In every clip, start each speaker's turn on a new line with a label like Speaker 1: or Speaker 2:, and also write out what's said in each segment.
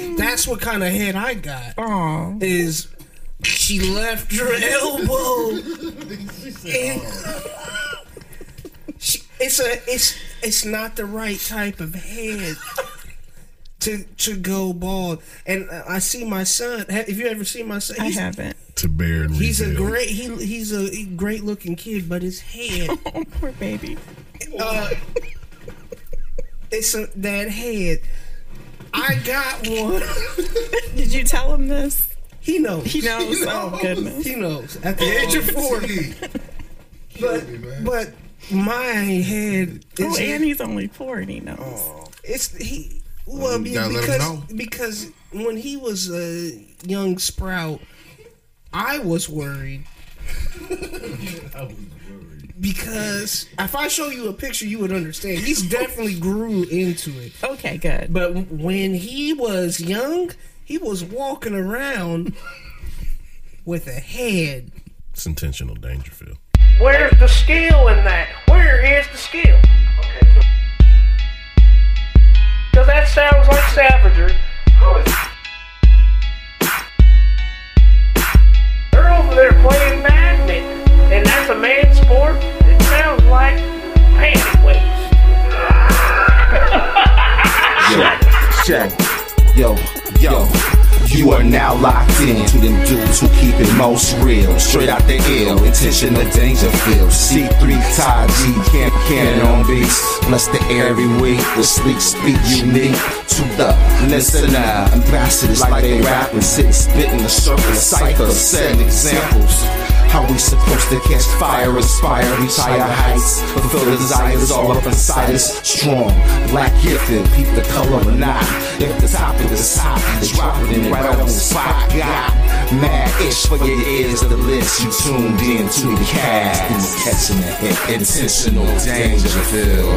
Speaker 1: that's what kind of head I got.
Speaker 2: Aw.
Speaker 1: Is she left her elbow? and she, it's a it's it's not the right type of head to to go bald. And uh, I see my son. ha- If you ever see my son,
Speaker 2: I
Speaker 1: he's-
Speaker 2: haven't.
Speaker 3: to bear and
Speaker 1: He's a
Speaker 3: rebuild.
Speaker 1: great he, he's a great looking kid, but his head uh,
Speaker 2: Oh, poor baby.
Speaker 1: it's a, that head. I got one.
Speaker 2: Did you tell him this?
Speaker 1: He knows.
Speaker 2: He knows. Oh goodness.
Speaker 1: He knows. At the age of forty. But but my head
Speaker 2: Oh,
Speaker 1: is
Speaker 2: and he's only four, and he knows.
Speaker 1: it's he well
Speaker 3: Oh, you gotta let him
Speaker 1: because
Speaker 3: know.
Speaker 1: because when he was a young sprout, I was worried. Because if I show you a picture, you would understand. He's definitely grew into it.
Speaker 2: Okay, good.
Speaker 1: But when he was young, he was walking around with a head.
Speaker 3: It's intentional Dangerfield.
Speaker 4: Where's the skill in that? Where is the skill? Because that sounds like savagery. They're over there playing magnet, and that's a man sport. It sounds like panty waste.
Speaker 5: Check. Yo, yo. You are now locked in to them dudes who keep it most real. Straight out the ill, intention of Dangerfield. C3 Ty G, Camp Cannon on beats. Bless the air every week with sleek speak unique to the listener. Ambassadors like they rapping, sitting spitting the circle of cyphers, setting examples. How we supposed to catch fire, inspire, reach higher heights, fulfill the desires all up inside us. Strong, black gifted, peep the color or not. If the topic is hot, they drop it in right on the spot. Got mad ish for your ears, the list you tuned in to the cast. And you're catching the hit, intentional danger feel.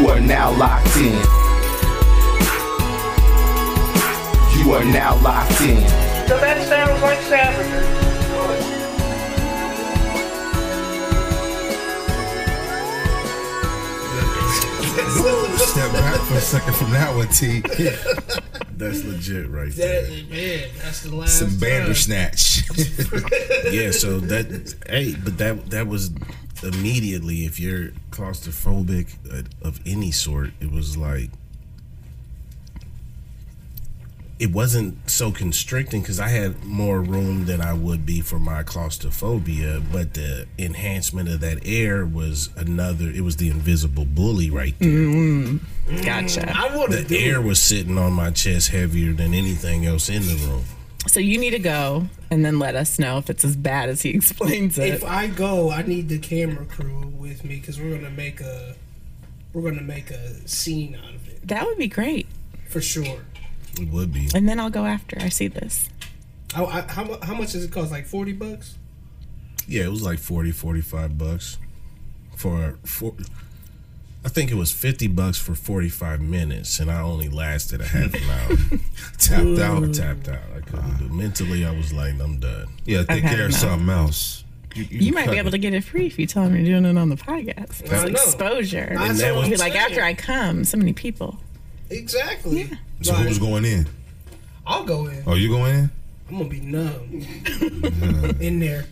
Speaker 5: You are now locked in. You are now locked in.
Speaker 4: Because that sounds like savagery.
Speaker 6: Step back for a second from that one, T.
Speaker 3: That's legit right there.
Speaker 1: That, man, that's the last
Speaker 6: Some bandersnatch.
Speaker 3: yeah, so that hey, but that that was immediately if you're claustrophobic uh, of any sort, it was like it wasn't so constricting because I had more room than I would be for my claustrophobia, but the enhancement of that air was another. It was the invisible bully right there.
Speaker 2: Gotcha.
Speaker 1: I want to
Speaker 3: The air was sitting on my chest heavier than anything else in the room.
Speaker 2: So you need to go and then let us know if it's as bad as he explains it.
Speaker 1: If I go, I need the camera crew with me because we're gonna make a we're gonna make a scene out of it
Speaker 2: That would be great.
Speaker 1: for sure.
Speaker 3: It would be.
Speaker 2: And then I'll go after I see this.
Speaker 1: How I, how, mu- how much does it cost? Like forty bucks?
Speaker 3: Yeah, it was like 40, 45 bucks for for I think it was 50 bucks for 45 minutes and I only lasted a half an hour.
Speaker 6: Tapped
Speaker 3: I
Speaker 6: out.
Speaker 3: tapped out. I couldn't do mentally I was like I'm done.
Speaker 6: Yeah, think
Speaker 2: Okay,
Speaker 6: there's
Speaker 2: no.
Speaker 6: something else.
Speaker 2: You might be able to get it free if you tell him you're doing it on the podcast.
Speaker 1: I know.
Speaker 2: It's exposure.
Speaker 1: That's
Speaker 3: that
Speaker 1: what
Speaker 3: was-
Speaker 1: I'm
Speaker 2: Be like
Speaker 1: saying.
Speaker 2: after I come, so many people.
Speaker 1: Exactly.
Speaker 6: So
Speaker 1: Like,
Speaker 6: who's going in?
Speaker 1: I'll go in.
Speaker 6: Oh, you going in?
Speaker 1: I'm gonna be numb in there.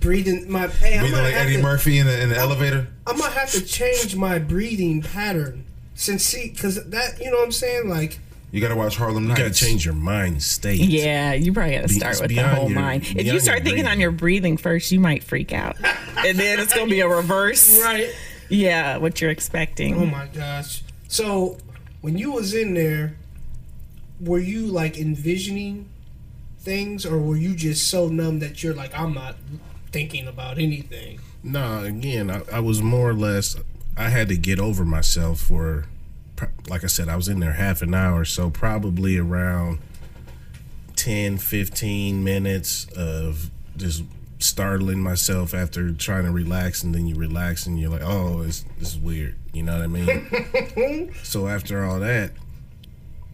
Speaker 1: breathing my hey, I
Speaker 6: Breathing
Speaker 1: might
Speaker 6: like
Speaker 1: have
Speaker 6: Eddie
Speaker 1: to-
Speaker 6: Murphy in the, in the elevator?
Speaker 1: I'm gonna have to change my breathing pattern since see, cause that you know what I'm saying. Like
Speaker 6: You gotta watch Harlem Nights.
Speaker 3: You gotta change your mind state.
Speaker 2: Yeah, you probably got to start
Speaker 3: it's
Speaker 2: with the
Speaker 3: beyond
Speaker 2: whole
Speaker 3: your-
Speaker 2: mind. If you
Speaker 3: beyond
Speaker 2: start
Speaker 3: your
Speaker 2: thinking on
Speaker 3: breathing.
Speaker 2: your breathing first, you might freak out. and then it's going to be a reverse.
Speaker 1: right.
Speaker 2: Yeah, what you're expecting.
Speaker 1: Oh my gosh. So when you was in there, were you like envisioning things, or were you just so numb that you're like, I'm not thinking about anything?
Speaker 3: No, again, I, I was more or less. I had to get over myself for, pro- like I said, I was in there half an hour, so probably around 10, 15 minutes of just startling myself after trying to relax, and then you relax and you're like, oh, it's, it's weird. You know what I mean? so after all that,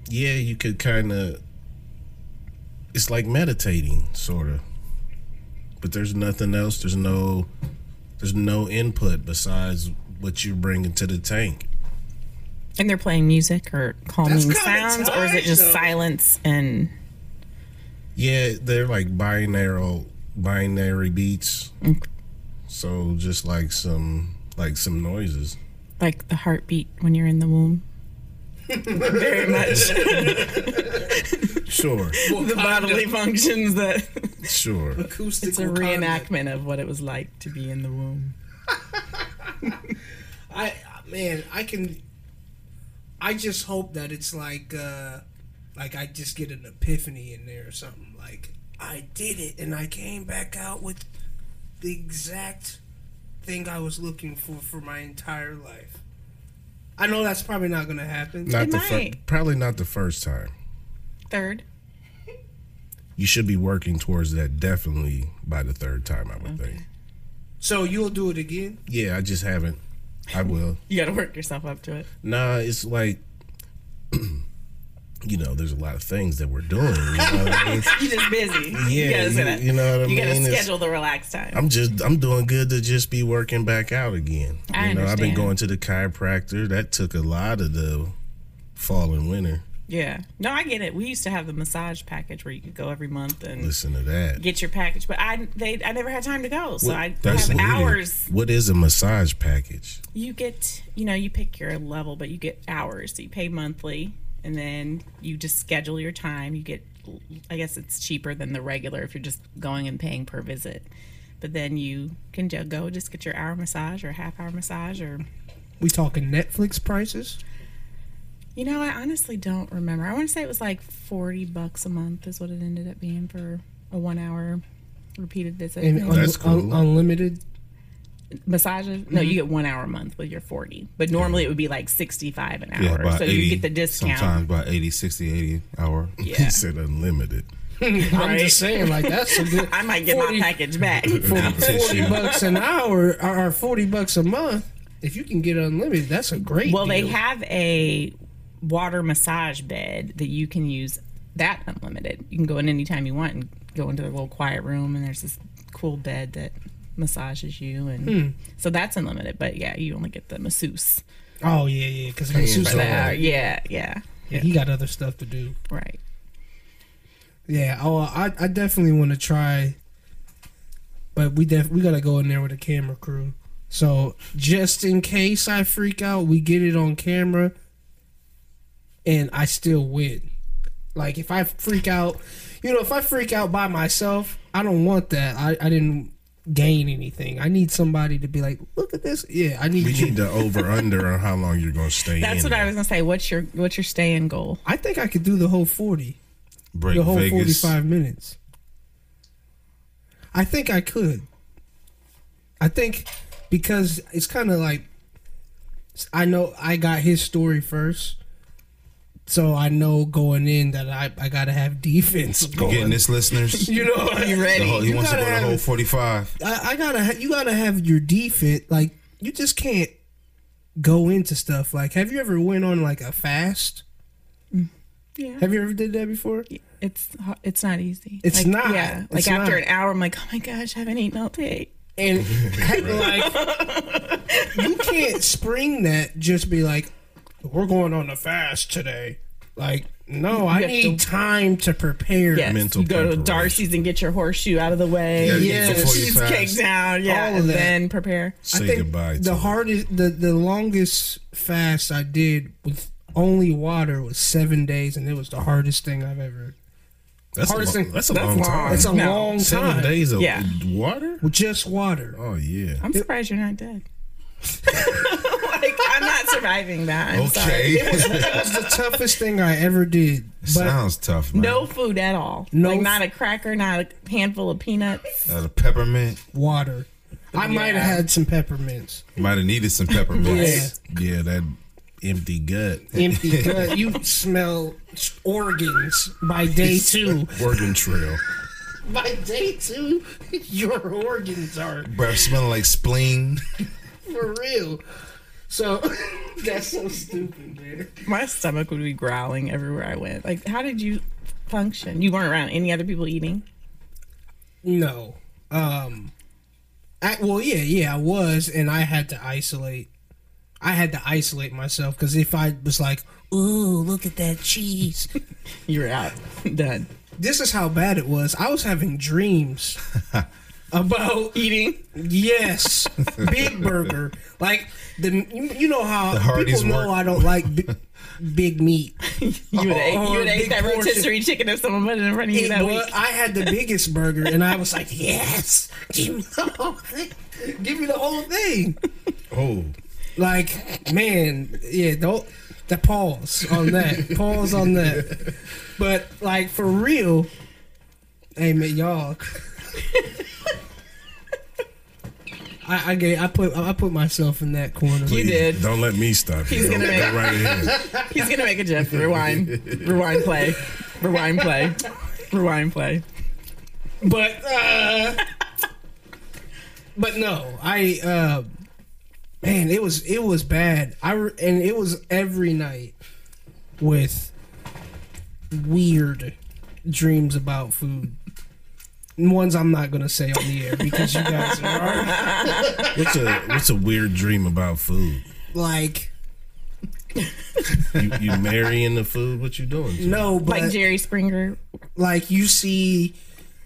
Speaker 3: yeah, you could kind of. It's like meditating, sort of. But there's nothing else. There's no there's no input besides what you're bringing to the tank.
Speaker 2: And they're playing music or calming
Speaker 1: kinda
Speaker 2: sounds, or is it
Speaker 1: tight,
Speaker 2: just
Speaker 1: though.
Speaker 2: silence and
Speaker 3: Yeah, they're like binary binary beats. So just like some like some noises.
Speaker 2: like the heartbeat when you're in the womb? Very much
Speaker 3: Sure,
Speaker 2: the bodily functions that
Speaker 3: sure.
Speaker 1: Acoustic.
Speaker 2: it's a reenactment of what it was like to be in the womb.
Speaker 1: I man, I can. I just hope that it's like, uh like I just get an epiphany in there or something. Like I did it, and I came back out with the exact thing I was looking for for my entire life. I know that's probably not gonna happen.
Speaker 3: Not the fir-
Speaker 2: might.
Speaker 3: probably not the first time.
Speaker 2: Third,
Speaker 3: You should be working towards that definitely by the third time. I would think.
Speaker 1: So you'll do it again.
Speaker 3: Yeah, I just haven't. I will.
Speaker 2: you got to work yourself up to it.
Speaker 3: Nah, it's like you know, there's a lot of things that we're doing. You know what I mean?
Speaker 2: You're just busy. you
Speaker 3: Yeah,
Speaker 2: gotta, say
Speaker 3: you-
Speaker 2: that.
Speaker 3: you know what I
Speaker 2: You
Speaker 3: mean?
Speaker 2: gotta
Speaker 3: It's-
Speaker 2: schedule the relaxed time.
Speaker 3: I'm just I'm doing good to just be working back out again.
Speaker 2: I
Speaker 3: you know, I've been
Speaker 2: understand.
Speaker 3: going to the chiropractor. That took a lot of the fall and winter.
Speaker 2: yeah. No, I get it. We used to have the massage package where you could go every month and
Speaker 3: Listen to that.
Speaker 2: get your package, but I they I never had time to go, so I
Speaker 3: That's
Speaker 2: have
Speaker 3: needed.
Speaker 2: hours.
Speaker 3: What is a massage package?
Speaker 2: You get you know you pick your level, but you get hours. So you pay monthly, and then you just schedule your time. You get I guess it's cheaper than the regular if you're just going and paying per visit. But then you can ju- go just get your hour massage or half hour massage or
Speaker 1: We talking Netflix prices?
Speaker 2: You know, I honestly don't remember. I want to say it was like 40 bucks a month is what it ended up being for a 1 hour repeated visit.
Speaker 1: And
Speaker 2: maybe.
Speaker 1: un-
Speaker 3: That's
Speaker 1: un-
Speaker 3: cool.
Speaker 1: unlimited.
Speaker 2: Massage? No, you get 1 hour a month with your 40. But normally it would be like 65 an hour.
Speaker 6: Yeah, about
Speaker 2: so
Speaker 6: 80,
Speaker 2: you get the discount.
Speaker 6: Sometimes by 80, 60, 80 hour.
Speaker 3: He
Speaker 2: Yeah.
Speaker 3: said unlimited.
Speaker 1: I'm just saying, like that's a good.
Speaker 2: I might get
Speaker 1: 40
Speaker 2: my package back.
Speaker 1: forty
Speaker 6: Competition.
Speaker 1: bucks an hour or or forty bucks a month. If you can get unlimited, that's a great.
Speaker 2: well, they
Speaker 1: deal.
Speaker 2: have a water massage bed that you can use that unlimited. You can go in anytime you want and go into their little quiet room, and there's this cool bed that massages you, and
Speaker 1: Hmm.
Speaker 2: so that's unlimited. But yeah, you only get the masseuse.
Speaker 1: Oh yeah, Oh, yeah, because masseuse.
Speaker 2: for that hour. Yeah, yeah,
Speaker 1: Yeah, he got other stuff to do.
Speaker 2: right.
Speaker 1: Yeah. Oh, I I definitely want to try, but we def we gotta go in there with a camera crew. So just in case I freak out, we get it on camera, and I still win. Like if I freak out, you know, if I freak out by myself, I don't want that. I I didn't gain anything. I need somebody to be like, look at this. Yeah, I need
Speaker 3: We
Speaker 1: you.
Speaker 3: need the over under on how long you're gonna stay
Speaker 2: That's
Speaker 3: in.
Speaker 2: what I
Speaker 3: there.
Speaker 2: was gonna say. What's your what's your stay in goal?
Speaker 1: I think I could do the whole forty.
Speaker 6: Break
Speaker 1: the whole
Speaker 6: Vegas.
Speaker 1: 45 minutes. I think I could. I think because it's kind of like I know I got his story first. So I know going in that I, I got to have defense
Speaker 6: You
Speaker 1: going.
Speaker 6: getting this, listeners?
Speaker 1: You know what
Speaker 2: You ready?
Speaker 6: The whole, he
Speaker 1: You
Speaker 6: wants to go
Speaker 1: gotta
Speaker 6: the
Speaker 1: have-
Speaker 6: whole 45.
Speaker 1: I, I gotta ha- you gotta have your defense like you just can't go into stuff like have you ever went on like a fast
Speaker 2: Yeah.
Speaker 1: have you ever did that before
Speaker 2: It's ho- it's not easy.
Speaker 1: It's
Speaker 2: Like,
Speaker 1: not.
Speaker 2: Yeah. Like
Speaker 1: It's
Speaker 2: after
Speaker 1: not.
Speaker 2: an hour, I'm like, oh my gosh, I haven't eaten all day.
Speaker 1: And like you can't spring that just be like we're going on a fast today. Like no, I
Speaker 2: have
Speaker 1: need time to prepare.
Speaker 2: Yes.
Speaker 3: Mental
Speaker 2: you go to
Speaker 3: preparation.
Speaker 2: Darcy's and get your horseshoe out of the way.
Speaker 6: Yeah,
Speaker 1: yeah,
Speaker 2: Get the
Speaker 1: before
Speaker 6: you
Speaker 2: cheesecake
Speaker 6: fast.
Speaker 2: down. Yeah,
Speaker 1: All of
Speaker 2: and
Speaker 1: that.
Speaker 2: then prepare.
Speaker 1: I
Speaker 3: Say
Speaker 1: think
Speaker 3: goodbye. to
Speaker 1: the
Speaker 3: it.
Speaker 1: hardest the the longest fast I did with only water was 7 days and it was the hardest thing I've ever.
Speaker 3: That's a,
Speaker 1: hardest
Speaker 3: lo-
Speaker 1: thing-
Speaker 3: that's a
Speaker 2: that's
Speaker 3: long
Speaker 2: long.
Speaker 3: time.
Speaker 1: It's a
Speaker 2: No.
Speaker 1: long
Speaker 3: Seven
Speaker 1: time
Speaker 3: days of
Speaker 2: Yeah.
Speaker 3: water.
Speaker 1: with just water.
Speaker 3: Oh yeah.
Speaker 2: I'm surprised you're not dead. like I'm not surviving that. I'm sorry.
Speaker 6: Okay.
Speaker 1: That was the toughest thing I ever did. But
Speaker 6: Sounds tough, man.
Speaker 2: No food at all.
Speaker 1: No
Speaker 2: like
Speaker 1: f-
Speaker 2: not a cracker, not a handful of peanuts.
Speaker 6: Uh, the peppermint.
Speaker 1: water. I might have had some peppermints.
Speaker 6: Might have needed some peppermints.
Speaker 3: Yeah, that empty gut.
Speaker 1: empty gut. You smell organs by day two.
Speaker 3: Organ trail.
Speaker 1: By day two, your organs are
Speaker 6: Breath smelling like spleen.
Speaker 1: for real. So that's so stupid, man.
Speaker 2: My stomach would be growling everywhere I went. Like, how did you function? You weren't around any other people eating.
Speaker 1: No. Um. I, well, yeah, yeah, I was, and I had to isolate I had to isolate myself because if I was like, "Ooh, look at that cheese,"
Speaker 2: You're out. Done.
Speaker 1: this is how bad it was. I was having dreams about
Speaker 2: Eating.
Speaker 1: yes, Big Burger. Like the you you know how
Speaker 6: The Hardee's
Speaker 1: people know
Speaker 6: work.
Speaker 1: I don't like bi- big meat.
Speaker 2: You would ate, you
Speaker 1: Oh,
Speaker 2: would ate
Speaker 1: big
Speaker 2: that
Speaker 1: portion.
Speaker 2: rotisserie chicken if someone put it in front of you
Speaker 1: It
Speaker 2: that
Speaker 1: was-
Speaker 2: week.
Speaker 1: I had the biggest burger, and I was like, "Yes, give me the whole thing. Give me the whole thing."
Speaker 3: Oh,
Speaker 1: Like, man, yeah, don't the pause on that. Pause on that. But like for real, hey man, y'all. I, I get I put I put myself in that corner.
Speaker 2: You did.
Speaker 3: don't let me stop you.
Speaker 2: He's
Speaker 3: Go,
Speaker 2: gonna
Speaker 3: go
Speaker 2: make-
Speaker 3: right ahead.
Speaker 2: He's gonna make a GIF. Rewind. Rewind play. Rewind play. Rewind play.
Speaker 1: But uh But no, I uh man, it was it was bad. I re- and it was every night with weird dreams about food. Ones I'm not gonna say on the air because you guys are already-
Speaker 3: What's a what's a weird dream about food?
Speaker 1: like
Speaker 3: You, you marrying the food? What you doing? to it?
Speaker 1: no, but
Speaker 2: Like Jerry Springer.
Speaker 1: like you see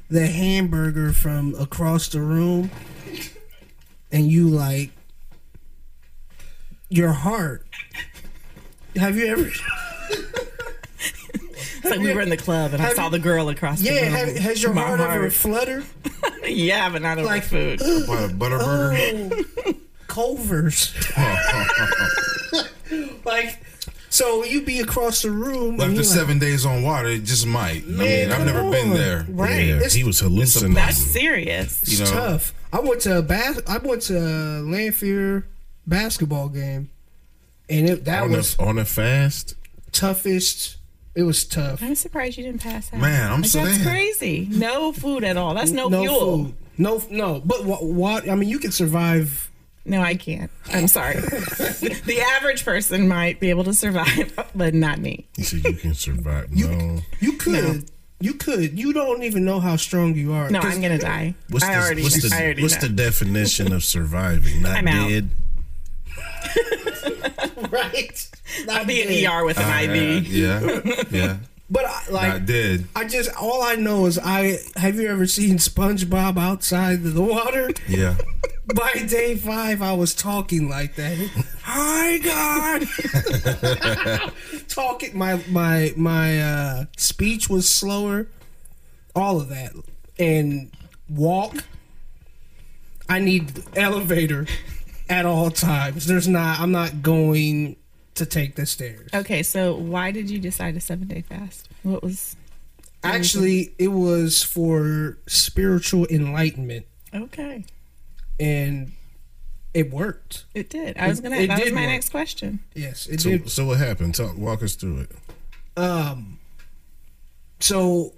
Speaker 1: the hamburger from across the room and you like your heart have you ever
Speaker 2: It's like we were in the club and I
Speaker 1: Have
Speaker 2: saw
Speaker 1: you-
Speaker 2: the girl across
Speaker 1: yeah
Speaker 2: the room.
Speaker 1: ha has your
Speaker 2: My
Speaker 1: heart, ever fluttered
Speaker 2: Yeah, but not over
Speaker 1: Like-
Speaker 2: food.
Speaker 6: What a butterburger.
Speaker 1: Oh, culvers like so you be across the room
Speaker 6: After
Speaker 1: and you like,
Speaker 6: seven days on water, it just might. I mean, I've
Speaker 1: come
Speaker 6: never been
Speaker 1: on.
Speaker 6: there.
Speaker 1: Right.
Speaker 3: Yeah,
Speaker 1: It's-
Speaker 3: he was
Speaker 2: That's
Speaker 3: hallucinating.
Speaker 2: serious.
Speaker 6: You
Speaker 1: it's
Speaker 6: know,
Speaker 1: tough i went to a bas- i went to a Lanphier basketball game and it that
Speaker 3: On a,
Speaker 1: was
Speaker 3: on a fast.
Speaker 1: toughest it was tough
Speaker 2: I'm surprised you didn't pass out.
Speaker 6: Man, I'm
Speaker 2: like,
Speaker 6: saying.
Speaker 2: that's crazy. No food at all. That's no, fuel.
Speaker 1: food. No, no. But what? What? I mean, you can survive.
Speaker 2: No, I can't. I'm sorry. the, the average person might be able to survive, but not me.
Speaker 3: He said you can survive. no.
Speaker 1: You could.
Speaker 2: No.
Speaker 1: You could. You don't even know how strong you are.
Speaker 2: No,
Speaker 1: 'Cause
Speaker 2: I'm gonna die.
Speaker 3: What's
Speaker 2: I
Speaker 3: the,
Speaker 2: already.
Speaker 3: what's the,
Speaker 2: I already
Speaker 3: what's
Speaker 2: know.
Speaker 3: the definition of surviving? Not
Speaker 2: I'm out.
Speaker 3: dead.
Speaker 1: right.
Speaker 2: I'll be
Speaker 1: dead.
Speaker 2: in ER with an IV.
Speaker 6: Yeah, yeah.
Speaker 1: But I, like,
Speaker 6: I did.
Speaker 1: I just all I know is I. Have you ever seen SpongeBob outside of the water?
Speaker 6: Yeah.
Speaker 1: By day five, I was talking like that. Hi, God. talking. My my my uh, speech was slower. All of that, and walk. I need elevator at all times. There's not. I'm not going to take the stairs.
Speaker 2: Okay, so why did you decide a seven day fast? What was
Speaker 1: Actually, it was for spiritual enlightenment,
Speaker 2: okay?
Speaker 1: and it worked.
Speaker 2: It did. I was gonna.
Speaker 1: it
Speaker 2: that was
Speaker 1: did
Speaker 2: my
Speaker 1: work.
Speaker 2: next question.
Speaker 1: Yes, it
Speaker 3: So,
Speaker 1: did
Speaker 3: so what happened? Talk, walk us through it.
Speaker 1: um so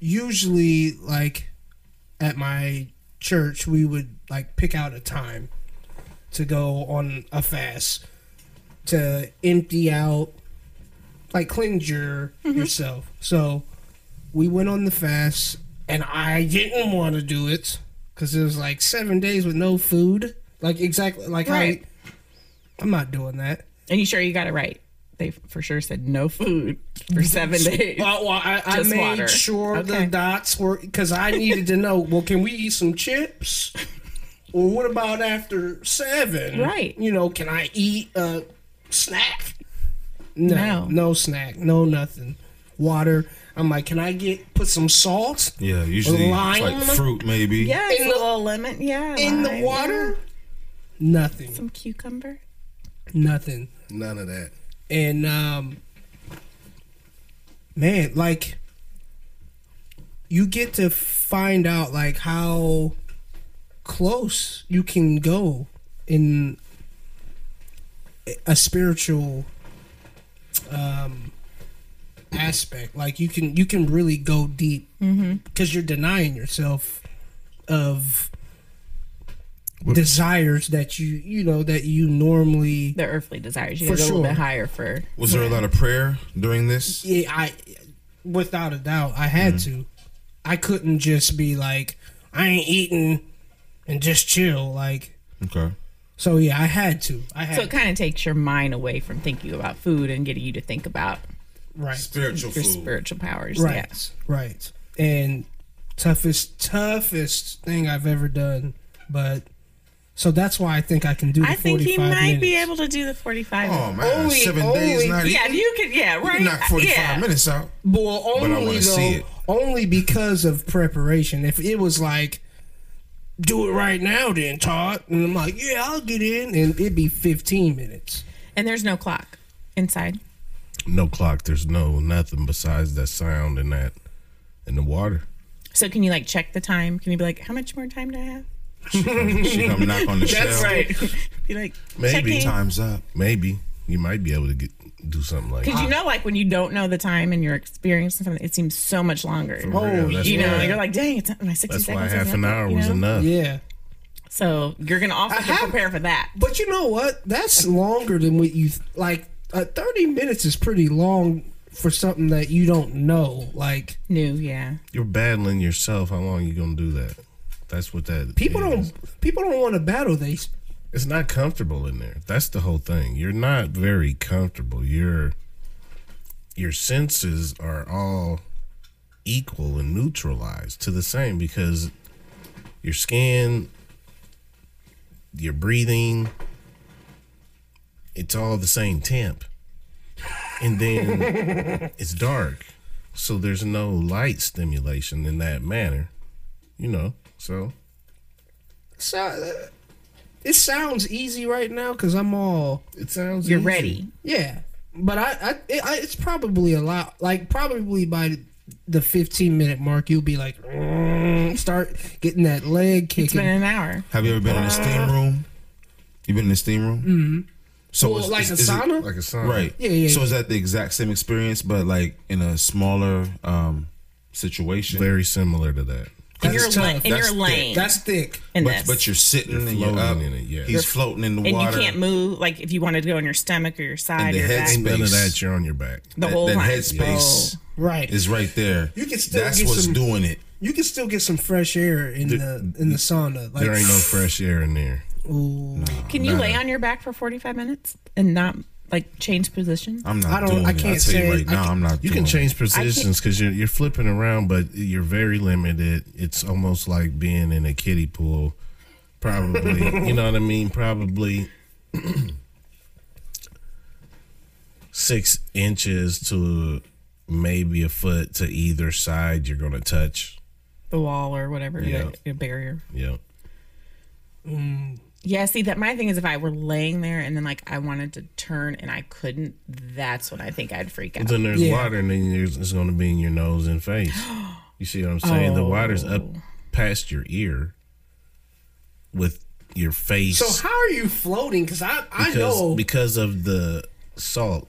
Speaker 1: usually like at my church we would like pick out a time to go on a fast to empty out like cleanse your yourself so we went on the fast and i didn't want to do it because it was like seven days with no food like exactly like
Speaker 2: Right.
Speaker 1: I, i'm not doing that
Speaker 2: And you sure you got it right? They for sure said no food for seven days.
Speaker 1: Well, well, I, I
Speaker 2: Just
Speaker 1: made
Speaker 2: water.
Speaker 1: sure the
Speaker 2: Okay.
Speaker 1: dots were because I needed to know. Well, can we eat some chips? Or what about after seven?
Speaker 2: Right.
Speaker 1: You know, can I eat a snack? No,
Speaker 2: No.
Speaker 1: no, snack, no nothing. Water. I'm like, can I get put some salt
Speaker 6: Yeah, usually it's like
Speaker 1: Lime?
Speaker 6: fruit, maybe.
Speaker 2: yeah, it's
Speaker 1: in
Speaker 2: a
Speaker 1: the-
Speaker 2: little lemon. Yeah,
Speaker 1: in
Speaker 2: lime,
Speaker 1: the
Speaker 2: yeah.
Speaker 1: water? Nothing,
Speaker 2: Some cucumber.
Speaker 1: nothing.
Speaker 3: None of that.
Speaker 1: and um man like you get to find out like how close you can go in a spiritual um aspect like you can you can really go deep because you're denying yourself of desires that you you know that you normally
Speaker 2: The earthly desires. You
Speaker 1: For
Speaker 2: get a little bit
Speaker 1: sure.
Speaker 2: higher for.
Speaker 6: Was there a lot of prayer during this?
Speaker 1: Yeah, I without a doubt I had to. I couldn't just be like I ain't eating and just chill. Like
Speaker 6: Okay.
Speaker 1: So yeah, I had to. I had
Speaker 2: So it kind of takes your mind away from thinking about food and getting you to think about
Speaker 1: right,
Speaker 6: Spiritual
Speaker 2: your
Speaker 6: food.
Speaker 2: spiritual powers.
Speaker 1: right,
Speaker 2: Yeah.
Speaker 1: right. And toughest, toughest thing I've ever done. But so that's why I think I can do. The
Speaker 2: I think he
Speaker 1: 45
Speaker 2: might be
Speaker 1: minutes.
Speaker 2: able to do the 45
Speaker 6: Oh
Speaker 2: minutes.
Speaker 6: man,
Speaker 1: Only-
Speaker 6: seven
Speaker 1: only-
Speaker 6: days not
Speaker 2: Yeah,
Speaker 6: eating.
Speaker 2: you could, yeah,
Speaker 6: You
Speaker 2: right.
Speaker 6: can knock forty five
Speaker 2: yeah.
Speaker 6: minutes out.
Speaker 1: Well,
Speaker 6: But I
Speaker 1: only
Speaker 6: wanna
Speaker 1: though,
Speaker 6: see it.
Speaker 1: only because of preparation. If it was like, do it right now, then Todd, and I'm like, yeah, I'll get in, and it'd be 15 minutes.
Speaker 2: And there's no clock inside.
Speaker 3: No clock. There's no nothing besides that sound and that and the water.
Speaker 2: So can you like check the time? Can you be like, how much more time do I have?
Speaker 6: She come knock on the shell.
Speaker 2: be like,
Speaker 3: Maybe.
Speaker 2: checking.
Speaker 6: Time's up.
Speaker 3: Maybe you might be able to get do something like.
Speaker 2: Because you know, like when you don't know the time and you're experiencing something, it seems so much longer.
Speaker 3: real, that's
Speaker 2: you know,
Speaker 3: why-
Speaker 2: like, you're like, dang, it's my 60
Speaker 3: That's
Speaker 2: seconds.
Speaker 3: why
Speaker 2: is
Speaker 3: half an
Speaker 2: nothing,"
Speaker 3: hour
Speaker 2: you
Speaker 3: was
Speaker 2: know?
Speaker 3: enough.
Speaker 1: Yeah.
Speaker 2: So you're going to also have to
Speaker 1: have-
Speaker 2: prepare for that.
Speaker 1: But you know what? That's longer than what you like. Uh, 30 minutes is pretty long for something that you don't know. Like,
Speaker 2: New, yeah.
Speaker 3: You're battling yourself. How long you gonna do that? That's what that
Speaker 1: people
Speaker 3: is.
Speaker 1: don't people don't want to battle these.
Speaker 3: It's not comfortable in there. That's the whole thing. You're not very comfortable. Your your senses are all equal and neutralized to the same because your skin, your breathing, it's all the same temp. And then it's dark. So there's no light stimulation in that manner. You know, so
Speaker 1: So, uh, it sounds easy right now because I'm all
Speaker 3: it sounds
Speaker 2: You're
Speaker 3: easy.
Speaker 2: ready.
Speaker 1: Yeah, but I, I, it, I it's probably a lot. Like probably by the fifteen minute mark, you'll be like, "Mm," start getting that leg
Speaker 2: It's been
Speaker 1: kicking.
Speaker 2: an hour.
Speaker 6: Have you ever been in a
Speaker 1: Uh,
Speaker 6: steam room? You been in a steam room? Mm-hmm. So
Speaker 1: Well,
Speaker 6: is-
Speaker 1: like
Speaker 6: is-
Speaker 1: a
Speaker 6: is it-
Speaker 1: sauna.
Speaker 3: Like a song.
Speaker 6: right?
Speaker 1: Yeah, yeah,
Speaker 6: So
Speaker 1: yeah.
Speaker 6: is that the exact same experience, but like in a smaller um, situation?
Speaker 3: very similar to that.
Speaker 2: In
Speaker 1: That's
Speaker 2: your,
Speaker 1: tough.
Speaker 2: la- in
Speaker 6: That's
Speaker 2: your
Speaker 6: thick.
Speaker 2: lane.
Speaker 1: That's thick.
Speaker 2: in
Speaker 6: but,
Speaker 2: this.
Speaker 6: but you're sitting
Speaker 3: You're
Speaker 6: and you're
Speaker 3: floating
Speaker 6: up.
Speaker 3: in it, yeah. You're-
Speaker 6: He's floating in the
Speaker 2: and you
Speaker 6: water.
Speaker 2: can't move. Like if you wanted to go on your stomach or your side,
Speaker 6: the
Speaker 2: your back,
Speaker 6: headspace.
Speaker 3: Ain't none of that. You're on your back.
Speaker 2: the
Speaker 6: That,
Speaker 2: whole
Speaker 6: that
Speaker 2: line.
Speaker 6: headspace
Speaker 1: Right.
Speaker 6: is right there.
Speaker 1: You can still
Speaker 6: That's
Speaker 1: get
Speaker 6: what's
Speaker 1: some-
Speaker 6: doing it.
Speaker 1: you can still get some fresh air in the, in the sauna. Like,
Speaker 3: There ain't no fresh air in there.
Speaker 1: ooh,
Speaker 2: Whoa. Can you
Speaker 6: Nah.
Speaker 2: lay on your back for 45 minutes and not like change position?
Speaker 3: Uh,
Speaker 6: I'm not
Speaker 1: I don't-
Speaker 6: doing
Speaker 1: I
Speaker 6: it.
Speaker 1: can't
Speaker 6: I tell
Speaker 1: say-
Speaker 6: you right
Speaker 1: I
Speaker 6: now,
Speaker 1: can-
Speaker 6: I'm not.
Speaker 3: You
Speaker 6: doing
Speaker 3: can
Speaker 6: it.
Speaker 3: change positions because you're you're flipping around, but you're very limited. It's almost like being in a kiddie pool, probably. you know what I mean? Probably six inches to maybe a foot to either side. You're gonna touch.
Speaker 2: the wall or whatever,
Speaker 3: Yeah.
Speaker 2: the, the barrier.
Speaker 3: Yeah.
Speaker 2: Yeah, see that my thing is if I were laying there and then like I wanted to turn and I couldn't, that's when I think I'd freak out.
Speaker 3: Then there's
Speaker 1: Yeah.
Speaker 3: water, and then there's, it's going to be in your nose and face. You see what I'm saying? The water's up
Speaker 1: Oh.
Speaker 3: past your ear with your face
Speaker 1: So how are you floating? Because I I
Speaker 3: because,
Speaker 1: know
Speaker 3: because of the salt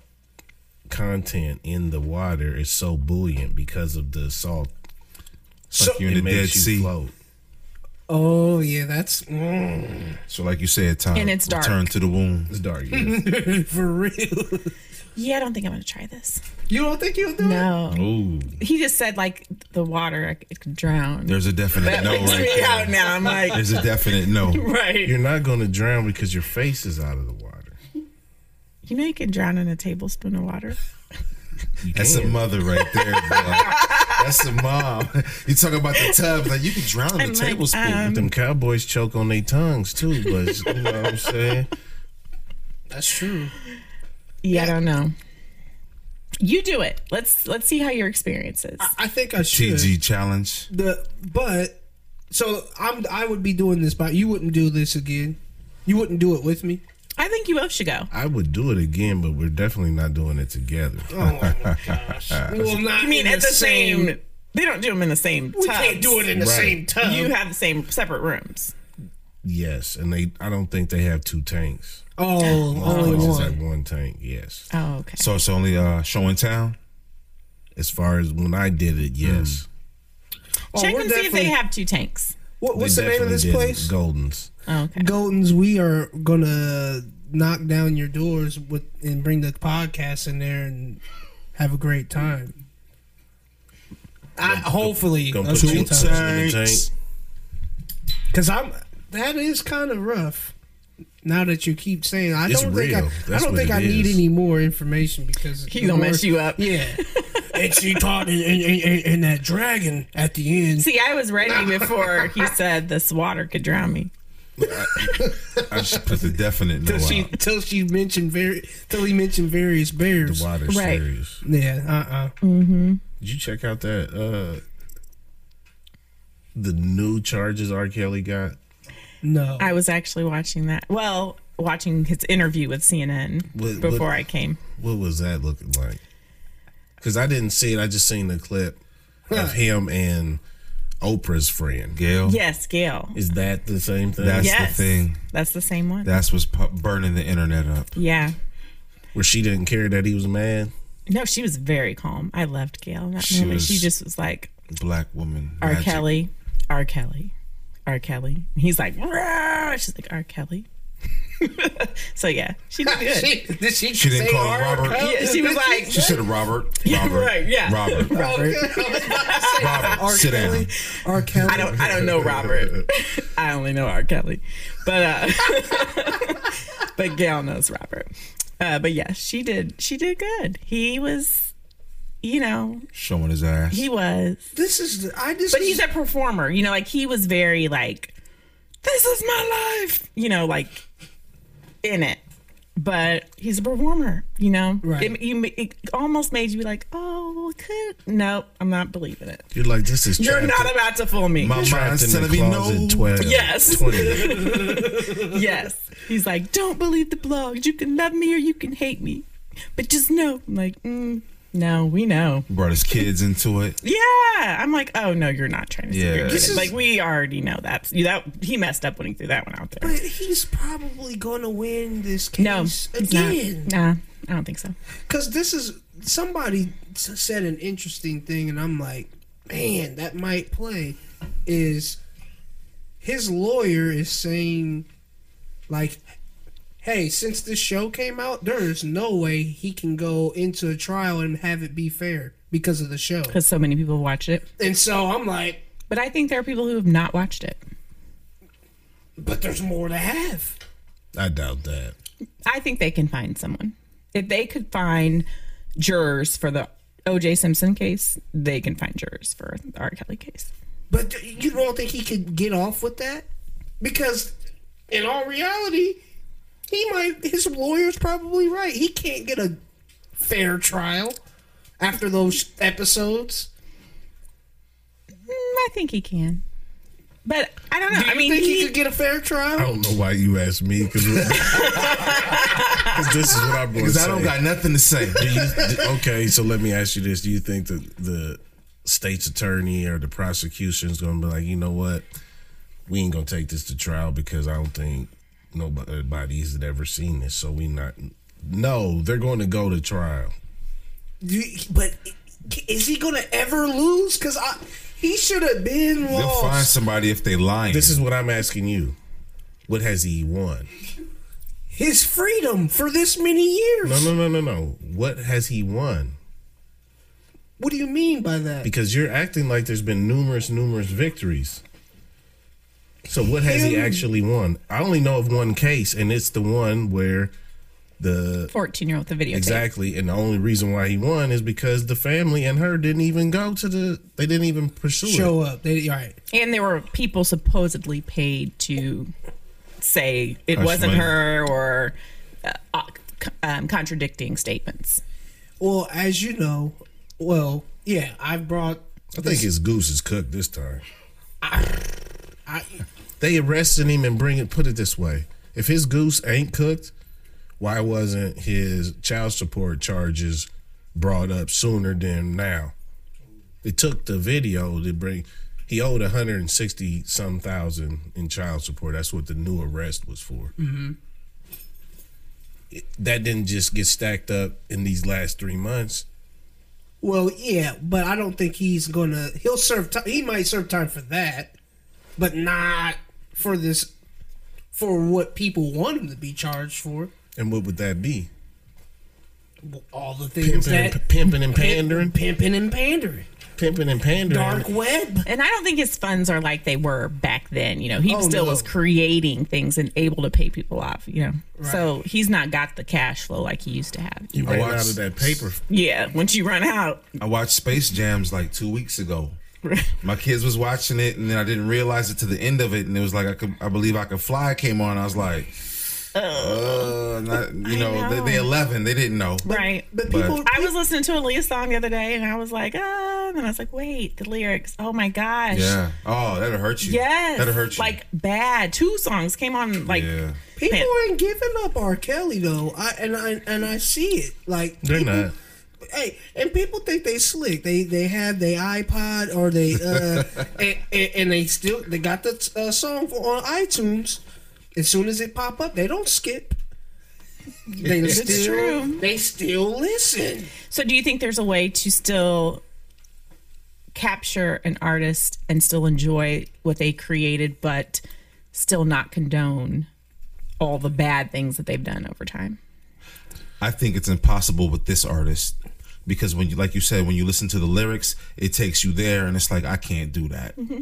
Speaker 3: content in the water is so buoyant because of the salt.
Speaker 1: so,
Speaker 6: you- in
Speaker 3: it
Speaker 6: the
Speaker 3: makes
Speaker 6: Dead
Speaker 3: you
Speaker 6: Sea.
Speaker 3: float.
Speaker 1: oh yeah, that's mm,
Speaker 6: So, like you said, Tom,
Speaker 2: And it's dark.
Speaker 6: return to the womb.
Speaker 3: It's dark. yeah.
Speaker 1: for real.
Speaker 2: Yeah, I don't think I'm gonna try this.
Speaker 1: You don't think you'll do it?
Speaker 2: No,
Speaker 6: Ooh,
Speaker 2: he just said like the water I c- it could drown.
Speaker 6: there's a definite no
Speaker 2: Freaks
Speaker 6: right
Speaker 2: me out
Speaker 6: there.
Speaker 2: now. I'm like,
Speaker 6: There's a definite no.
Speaker 2: right.
Speaker 3: You're not going to drown because your face is out of the water.
Speaker 2: You know you can drown in a tablespoon of water.
Speaker 3: You
Speaker 6: That's a
Speaker 3: can.
Speaker 6: mother right there. Bro. That's a mom. You talk about the tub, like you can drown in
Speaker 2: I'm
Speaker 6: a
Speaker 2: like,
Speaker 6: tablespoon.
Speaker 2: um,
Speaker 3: Them cowboys choke on their tongues too, but you know what I'm saying?
Speaker 1: That's true.
Speaker 2: Yeah, I don't know. You do it. Let's let's see how your experience is.
Speaker 1: I think I should.
Speaker 6: TG challenge.
Speaker 1: the but so I'm I would be doing this, but you wouldn't do this again. You wouldn't do it with me.
Speaker 2: I think you both should go.
Speaker 3: I would do it again, but we're definitely not doing it together.
Speaker 1: Oh my gosh!
Speaker 3: Uh,
Speaker 1: well, not
Speaker 2: I mean, at the same, they don't do them in the same.
Speaker 1: We can't do it in the
Speaker 3: Right.
Speaker 1: same tub.
Speaker 2: You have the same separate rooms.
Speaker 3: Yes, and they I don't think they have two tanks.
Speaker 1: oh, only
Speaker 3: Places have
Speaker 1: one.
Speaker 3: one tank. Yes,
Speaker 2: Oh, okay.
Speaker 6: So it's only uh, show in town.
Speaker 3: as far as when I did it, yes.
Speaker 1: Oh,
Speaker 2: Check
Speaker 1: we're
Speaker 2: and see if they
Speaker 1: definitely-
Speaker 2: have two tanks.
Speaker 1: What,
Speaker 3: They
Speaker 1: what's the name of
Speaker 3: definitely
Speaker 1: this
Speaker 3: did it.
Speaker 1: place?
Speaker 3: Goldens.
Speaker 2: Oh, okay.
Speaker 1: Golden's. We are gonna knock down your doors with and bring the podcast in there and have a great time. I, hopefully,
Speaker 3: Gonna
Speaker 1: a
Speaker 3: put
Speaker 1: great
Speaker 3: two
Speaker 1: time.
Speaker 3: tanks in the tank.
Speaker 1: Cause I'm that is kind of rough. Now that you keep saying, I
Speaker 3: It's
Speaker 1: don't think
Speaker 3: real.
Speaker 1: I, I
Speaker 3: That's
Speaker 1: don't
Speaker 3: what
Speaker 1: think
Speaker 3: it
Speaker 1: I need
Speaker 3: is.
Speaker 1: any more information because
Speaker 2: He
Speaker 1: the
Speaker 2: gonna mess
Speaker 1: more-
Speaker 2: you up.
Speaker 1: Yeah, and she taught and, and, and, and that dragon at the end.
Speaker 2: See, I was ready before he said this water could drown me.
Speaker 6: I just put the definite no
Speaker 1: Till she
Speaker 6: out.
Speaker 1: till she mentioned very till he mentioned various bears.
Speaker 3: The water
Speaker 2: Right.
Speaker 3: series.
Speaker 1: Yeah, uh uh
Speaker 3: Did you check out that uh the new charges R. Kelly got?
Speaker 1: No.
Speaker 2: I was actually watching that. Well, watching his interview with CNN
Speaker 3: What-
Speaker 2: before
Speaker 3: what-
Speaker 2: I came.
Speaker 3: What was that looking like? Because I didn't see it. I just seen the clip of him and Oprah's friend.
Speaker 6: Gail,
Speaker 2: Yes, Gail.
Speaker 3: Is that the same thing?
Speaker 6: that's
Speaker 2: Yes.
Speaker 6: the thing.
Speaker 2: That's the same one.
Speaker 6: That's what's pu- burning the internet up.
Speaker 2: yeah.
Speaker 3: Where she didn't care that he was mad.
Speaker 2: No, she was very calm. I loved Gail. in That
Speaker 6: She
Speaker 2: moment. she
Speaker 6: was-
Speaker 2: just was like,
Speaker 6: Black woman.
Speaker 2: R.
Speaker 6: magic.
Speaker 2: Kelly, R. Kelly, R. Kelly. He's like, "Rah!" she's like, R. Kelly. so yeah, she did good.
Speaker 1: She, did she,
Speaker 6: She didn't
Speaker 1: say
Speaker 6: call
Speaker 1: R?
Speaker 6: him Robert.
Speaker 2: yeah, she was like,
Speaker 6: She said Robert. Robert.
Speaker 2: right, yeah.
Speaker 6: Robert.
Speaker 2: Robert.
Speaker 6: Robert. Sit down.
Speaker 1: R. Kelly.
Speaker 2: I don't I don't know Robert. I only know R. Kelly. But uh but Gail knows Robert. Uh but yeah, she did she did good. He was you know,
Speaker 6: Showing his ass.
Speaker 2: he was
Speaker 1: This is the, I just
Speaker 2: but he's a performer, you know, like he was very like this is my life, you know, like in it. But he's a performer, you know.
Speaker 1: Right.
Speaker 2: It, you, it almost made you be like, "Oh, well, it could." No, I'm not believing it.
Speaker 3: You're like, this is
Speaker 2: You're
Speaker 3: trapped
Speaker 2: not
Speaker 3: in-
Speaker 2: about to fool me.
Speaker 3: My
Speaker 6: Trapped
Speaker 3: mind's
Speaker 6: in
Speaker 3: telling
Speaker 6: the
Speaker 3: me no.
Speaker 6: closet,
Speaker 3: 12,
Speaker 2: Yes.
Speaker 3: 20.
Speaker 2: yes. He's like, don't believe the blog. You can love me or you can hate me. But just know. I'm like, mm, no, we know.
Speaker 6: Brought his kids into it.
Speaker 2: Yeah. I'm like, oh, no, you're not trying to yeah.
Speaker 6: Yeah. This
Speaker 1: is-
Speaker 2: Like, we already know that. You- that. He messed up when he threw that one out there.
Speaker 1: But he's probably gonna win this case
Speaker 2: no. he's not.
Speaker 1: again.
Speaker 2: Nah, I don't think so.
Speaker 1: Because this is somebody s- said an interesting thing, and I'm like, man, that might play. Is his lawyer is saying, like, hey, since this show came out, there is no way he can go into a trial and have it be fair because of the show.
Speaker 2: Because so many people watch it.
Speaker 1: And so I'm like,
Speaker 2: But I think there are people who have not watched it.
Speaker 1: but there's more to have.
Speaker 3: I doubt that.
Speaker 2: I think they can find someone. If they could find jurors for the OJ Simpson case, they can find jurors for the R. Kelly case.
Speaker 1: But th- you don't think he could get off with that? Because in all reality, he might his lawyer's probably right. He can't get a fair trial after those episodes.
Speaker 2: Mm, I think he can. But I don't know.
Speaker 1: Do you
Speaker 2: I mean,
Speaker 1: think he,
Speaker 2: he-
Speaker 1: could get a fair trial?
Speaker 3: I don't know why you asked me because this is what I'm going to
Speaker 6: Because
Speaker 3: say.
Speaker 6: I don't got nothing to say.
Speaker 3: Do you, d- okay, so let me ask you this: Do you think that the state's attorney or the prosecution's going to be like, you know what, we ain't going to take this to trial because I don't think nobody's had ever seen this, so we not. No, they're going to go to trial.
Speaker 1: Do you- but is he gonna ever lose? Because I he should have been
Speaker 6: They'll
Speaker 2: Oh,
Speaker 6: find
Speaker 1: lost.
Speaker 6: somebody if they lying.
Speaker 3: This is what I'm asking you. What has he won?
Speaker 1: His freedom for this many years.
Speaker 3: No, no, no, no, no. What has he won?
Speaker 1: What do you mean by that?
Speaker 3: Because you're acting like there's been numerous, numerous victories. So what has he
Speaker 1: Him-
Speaker 3: actually won? I only know of one case, and it's the one where the
Speaker 2: 14 year old with the video.
Speaker 3: exactly, and the only reason why he won is because the family and her didn't even go to the. They didn't even pursue
Speaker 1: Show
Speaker 3: it.
Speaker 1: up. They, all right.
Speaker 2: And there were people supposedly paid to say it
Speaker 6: Hush
Speaker 2: wasn't
Speaker 6: money.
Speaker 2: her or uh, uh, c- um, contradicting statements.
Speaker 1: Well, as you know, well, yeah, I've brought.
Speaker 3: I think his goose is cooked this time.
Speaker 1: I,
Speaker 3: They arrested him and bring it. Put it this way: if his goose ain't cooked, why wasn't his child support charges brought up sooner than now? It took the video to bring. He owed 160 some thousand in child support. That's what the new arrest was for. Mm-hmm. that didn't just get stacked up in these last three months.
Speaker 1: well, yeah, but I don't think he's gonna. He'll serve. Time, he might serve time for that, but not for this. For what people want him to be charged for,
Speaker 3: And what would that be?
Speaker 1: all the things
Speaker 3: Pimping,
Speaker 1: that
Speaker 3: and, pimping and pandering.
Speaker 1: pimping and pandering.
Speaker 3: pimping and pandering.
Speaker 1: Dark web.
Speaker 2: And I don't think his funds are like they were back then. You know, he
Speaker 1: Oh,
Speaker 2: still
Speaker 1: no.
Speaker 2: was creating things and able to pay people off, you know. So he's not got the cash flow like he used to have.
Speaker 3: You
Speaker 6: I
Speaker 3: ran
Speaker 6: watched-
Speaker 3: out of that paper.
Speaker 2: Yeah, once you run out.
Speaker 6: I watched Space Jams like two weeks ago. My kids was watching it, and then I didn't realize it to the end of it, and it was like I could, I believe I could fly came on. I was like, uh, not, you
Speaker 2: I
Speaker 6: know, They, they
Speaker 2: know.
Speaker 6: eleven, they didn't know.
Speaker 2: right.
Speaker 1: But
Speaker 6: But-
Speaker 1: people,
Speaker 2: I was listening to a Leah song the other day and I was like, ah, and then I was like, wait, the lyrics. Oh my gosh.
Speaker 6: Yeah. Oh, that'll hurt you.
Speaker 2: Yes.
Speaker 6: That'll hurt you.
Speaker 2: Like bad. Two songs came on like
Speaker 6: yeah.
Speaker 1: people
Speaker 2: Man.
Speaker 1: ain't giving up R. Kelly though. I and I and I see it. Like
Speaker 3: They're
Speaker 1: people-
Speaker 3: not.
Speaker 1: Hey, and people think they slick. They they have their iPod or they uh, and, and, and they still they got the uh, song for on iTunes. As soon as it pop up, they don't skip. They still
Speaker 2: true.
Speaker 1: they still listen.
Speaker 2: So do you think there's a way to still capture an artist and still enjoy what they created but still not condone all the bad things that they've done over time?
Speaker 6: I think it's impossible with this artist because when you like you said when you listen to the lyrics, it takes you there and it's like I can't do that.
Speaker 1: Mm-hmm.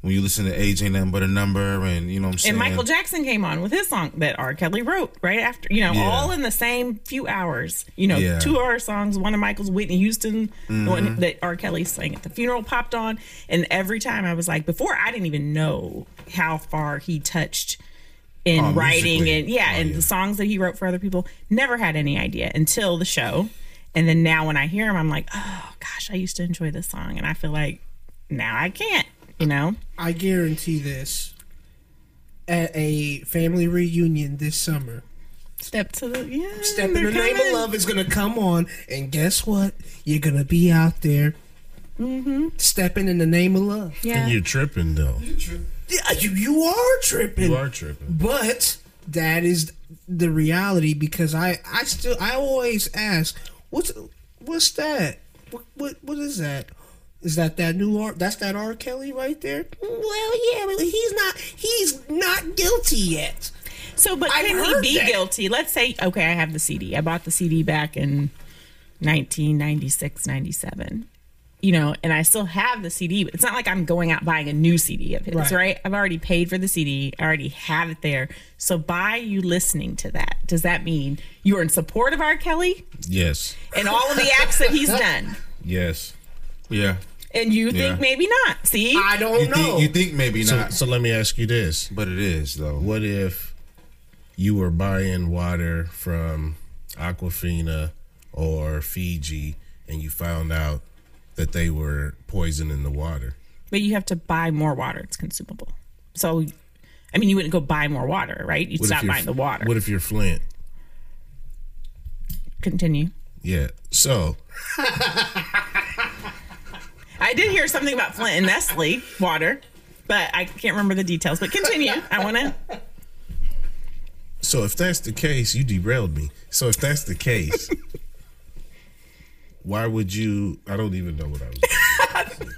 Speaker 6: When you listen to age ain't nothing but a number and you know what I'm saying.
Speaker 2: And Michael Jackson came on with his song that R. Kelly wrote right after, you know,
Speaker 6: Yeah.
Speaker 2: all in the same few hours. You know,
Speaker 6: Yeah.
Speaker 2: two of our songs, one of Michael's, Whitney Houston, the one that R. Kelly sang at the funeral popped on. And every time I was like, before I didn't even know how far he touched in
Speaker 6: Oh,
Speaker 2: writing
Speaker 6: musically.
Speaker 2: and yeah,
Speaker 6: Oh,
Speaker 2: and
Speaker 6: yeah.
Speaker 2: the songs that he wrote for other people. Never had any idea until the show. And then now when I hear him, I'm like, oh gosh, I used to enjoy this song. And I feel like now I can't, you know?
Speaker 1: I guarantee this. At a family reunion this summer,
Speaker 2: Step to the yeah.
Speaker 1: Step in
Speaker 2: they're
Speaker 1: the Name of
Speaker 2: coming.
Speaker 1: Love is gonna come on, and guess what? You're gonna be out there. Stepping in the name of love.
Speaker 2: Yeah.
Speaker 3: And you're tripping though.
Speaker 1: Yeah, you, you are tripping.
Speaker 3: You are tripping.
Speaker 1: But that is the reality because I I still I always ask what's what's that what what, what is that is that that new art that's that R Kelly right there well yeah but he's not he's not guilty yet
Speaker 2: So, but
Speaker 1: I've
Speaker 2: can he
Speaker 1: heard
Speaker 2: be
Speaker 1: that.
Speaker 2: guilty? Let's say, okay, I have the CD. I bought the CD back in 1996, 97. You know, and I still have the CD. But it's not like I'm going out buying a new CD of his,
Speaker 1: Right.
Speaker 2: right. I've already paid for the CD. I already have it there. So, by you listening to that, does that mean you're in support of R. Kelly
Speaker 3: Yes.
Speaker 2: and all of the acts that he's done?
Speaker 3: Yes.
Speaker 6: Yeah.
Speaker 2: And you
Speaker 6: Yeah.
Speaker 2: think maybe not? See,
Speaker 1: I don't
Speaker 6: You
Speaker 1: know
Speaker 6: think you
Speaker 2: Oh.
Speaker 6: think maybe
Speaker 3: So,
Speaker 6: not,
Speaker 3: so let me ask you this.
Speaker 6: but it is though.
Speaker 3: What if you were buying water from Aquafina or Fiji and you found out that they were poisoning the water?
Speaker 2: but you have to buy more water. It's consumable. So, I mean, you wouldn't go buy more water, right? You'd
Speaker 3: What if
Speaker 2: stop
Speaker 3: you're-
Speaker 2: buying the water.
Speaker 3: What if you're Flint?
Speaker 2: Continue.
Speaker 3: Yeah. So
Speaker 2: I did hear something about Flint and Nestle water, but I can't remember the details. But continue. I want to.
Speaker 3: so if that's the case, you derailed me. So if that's the case, why would you I don't even know what I was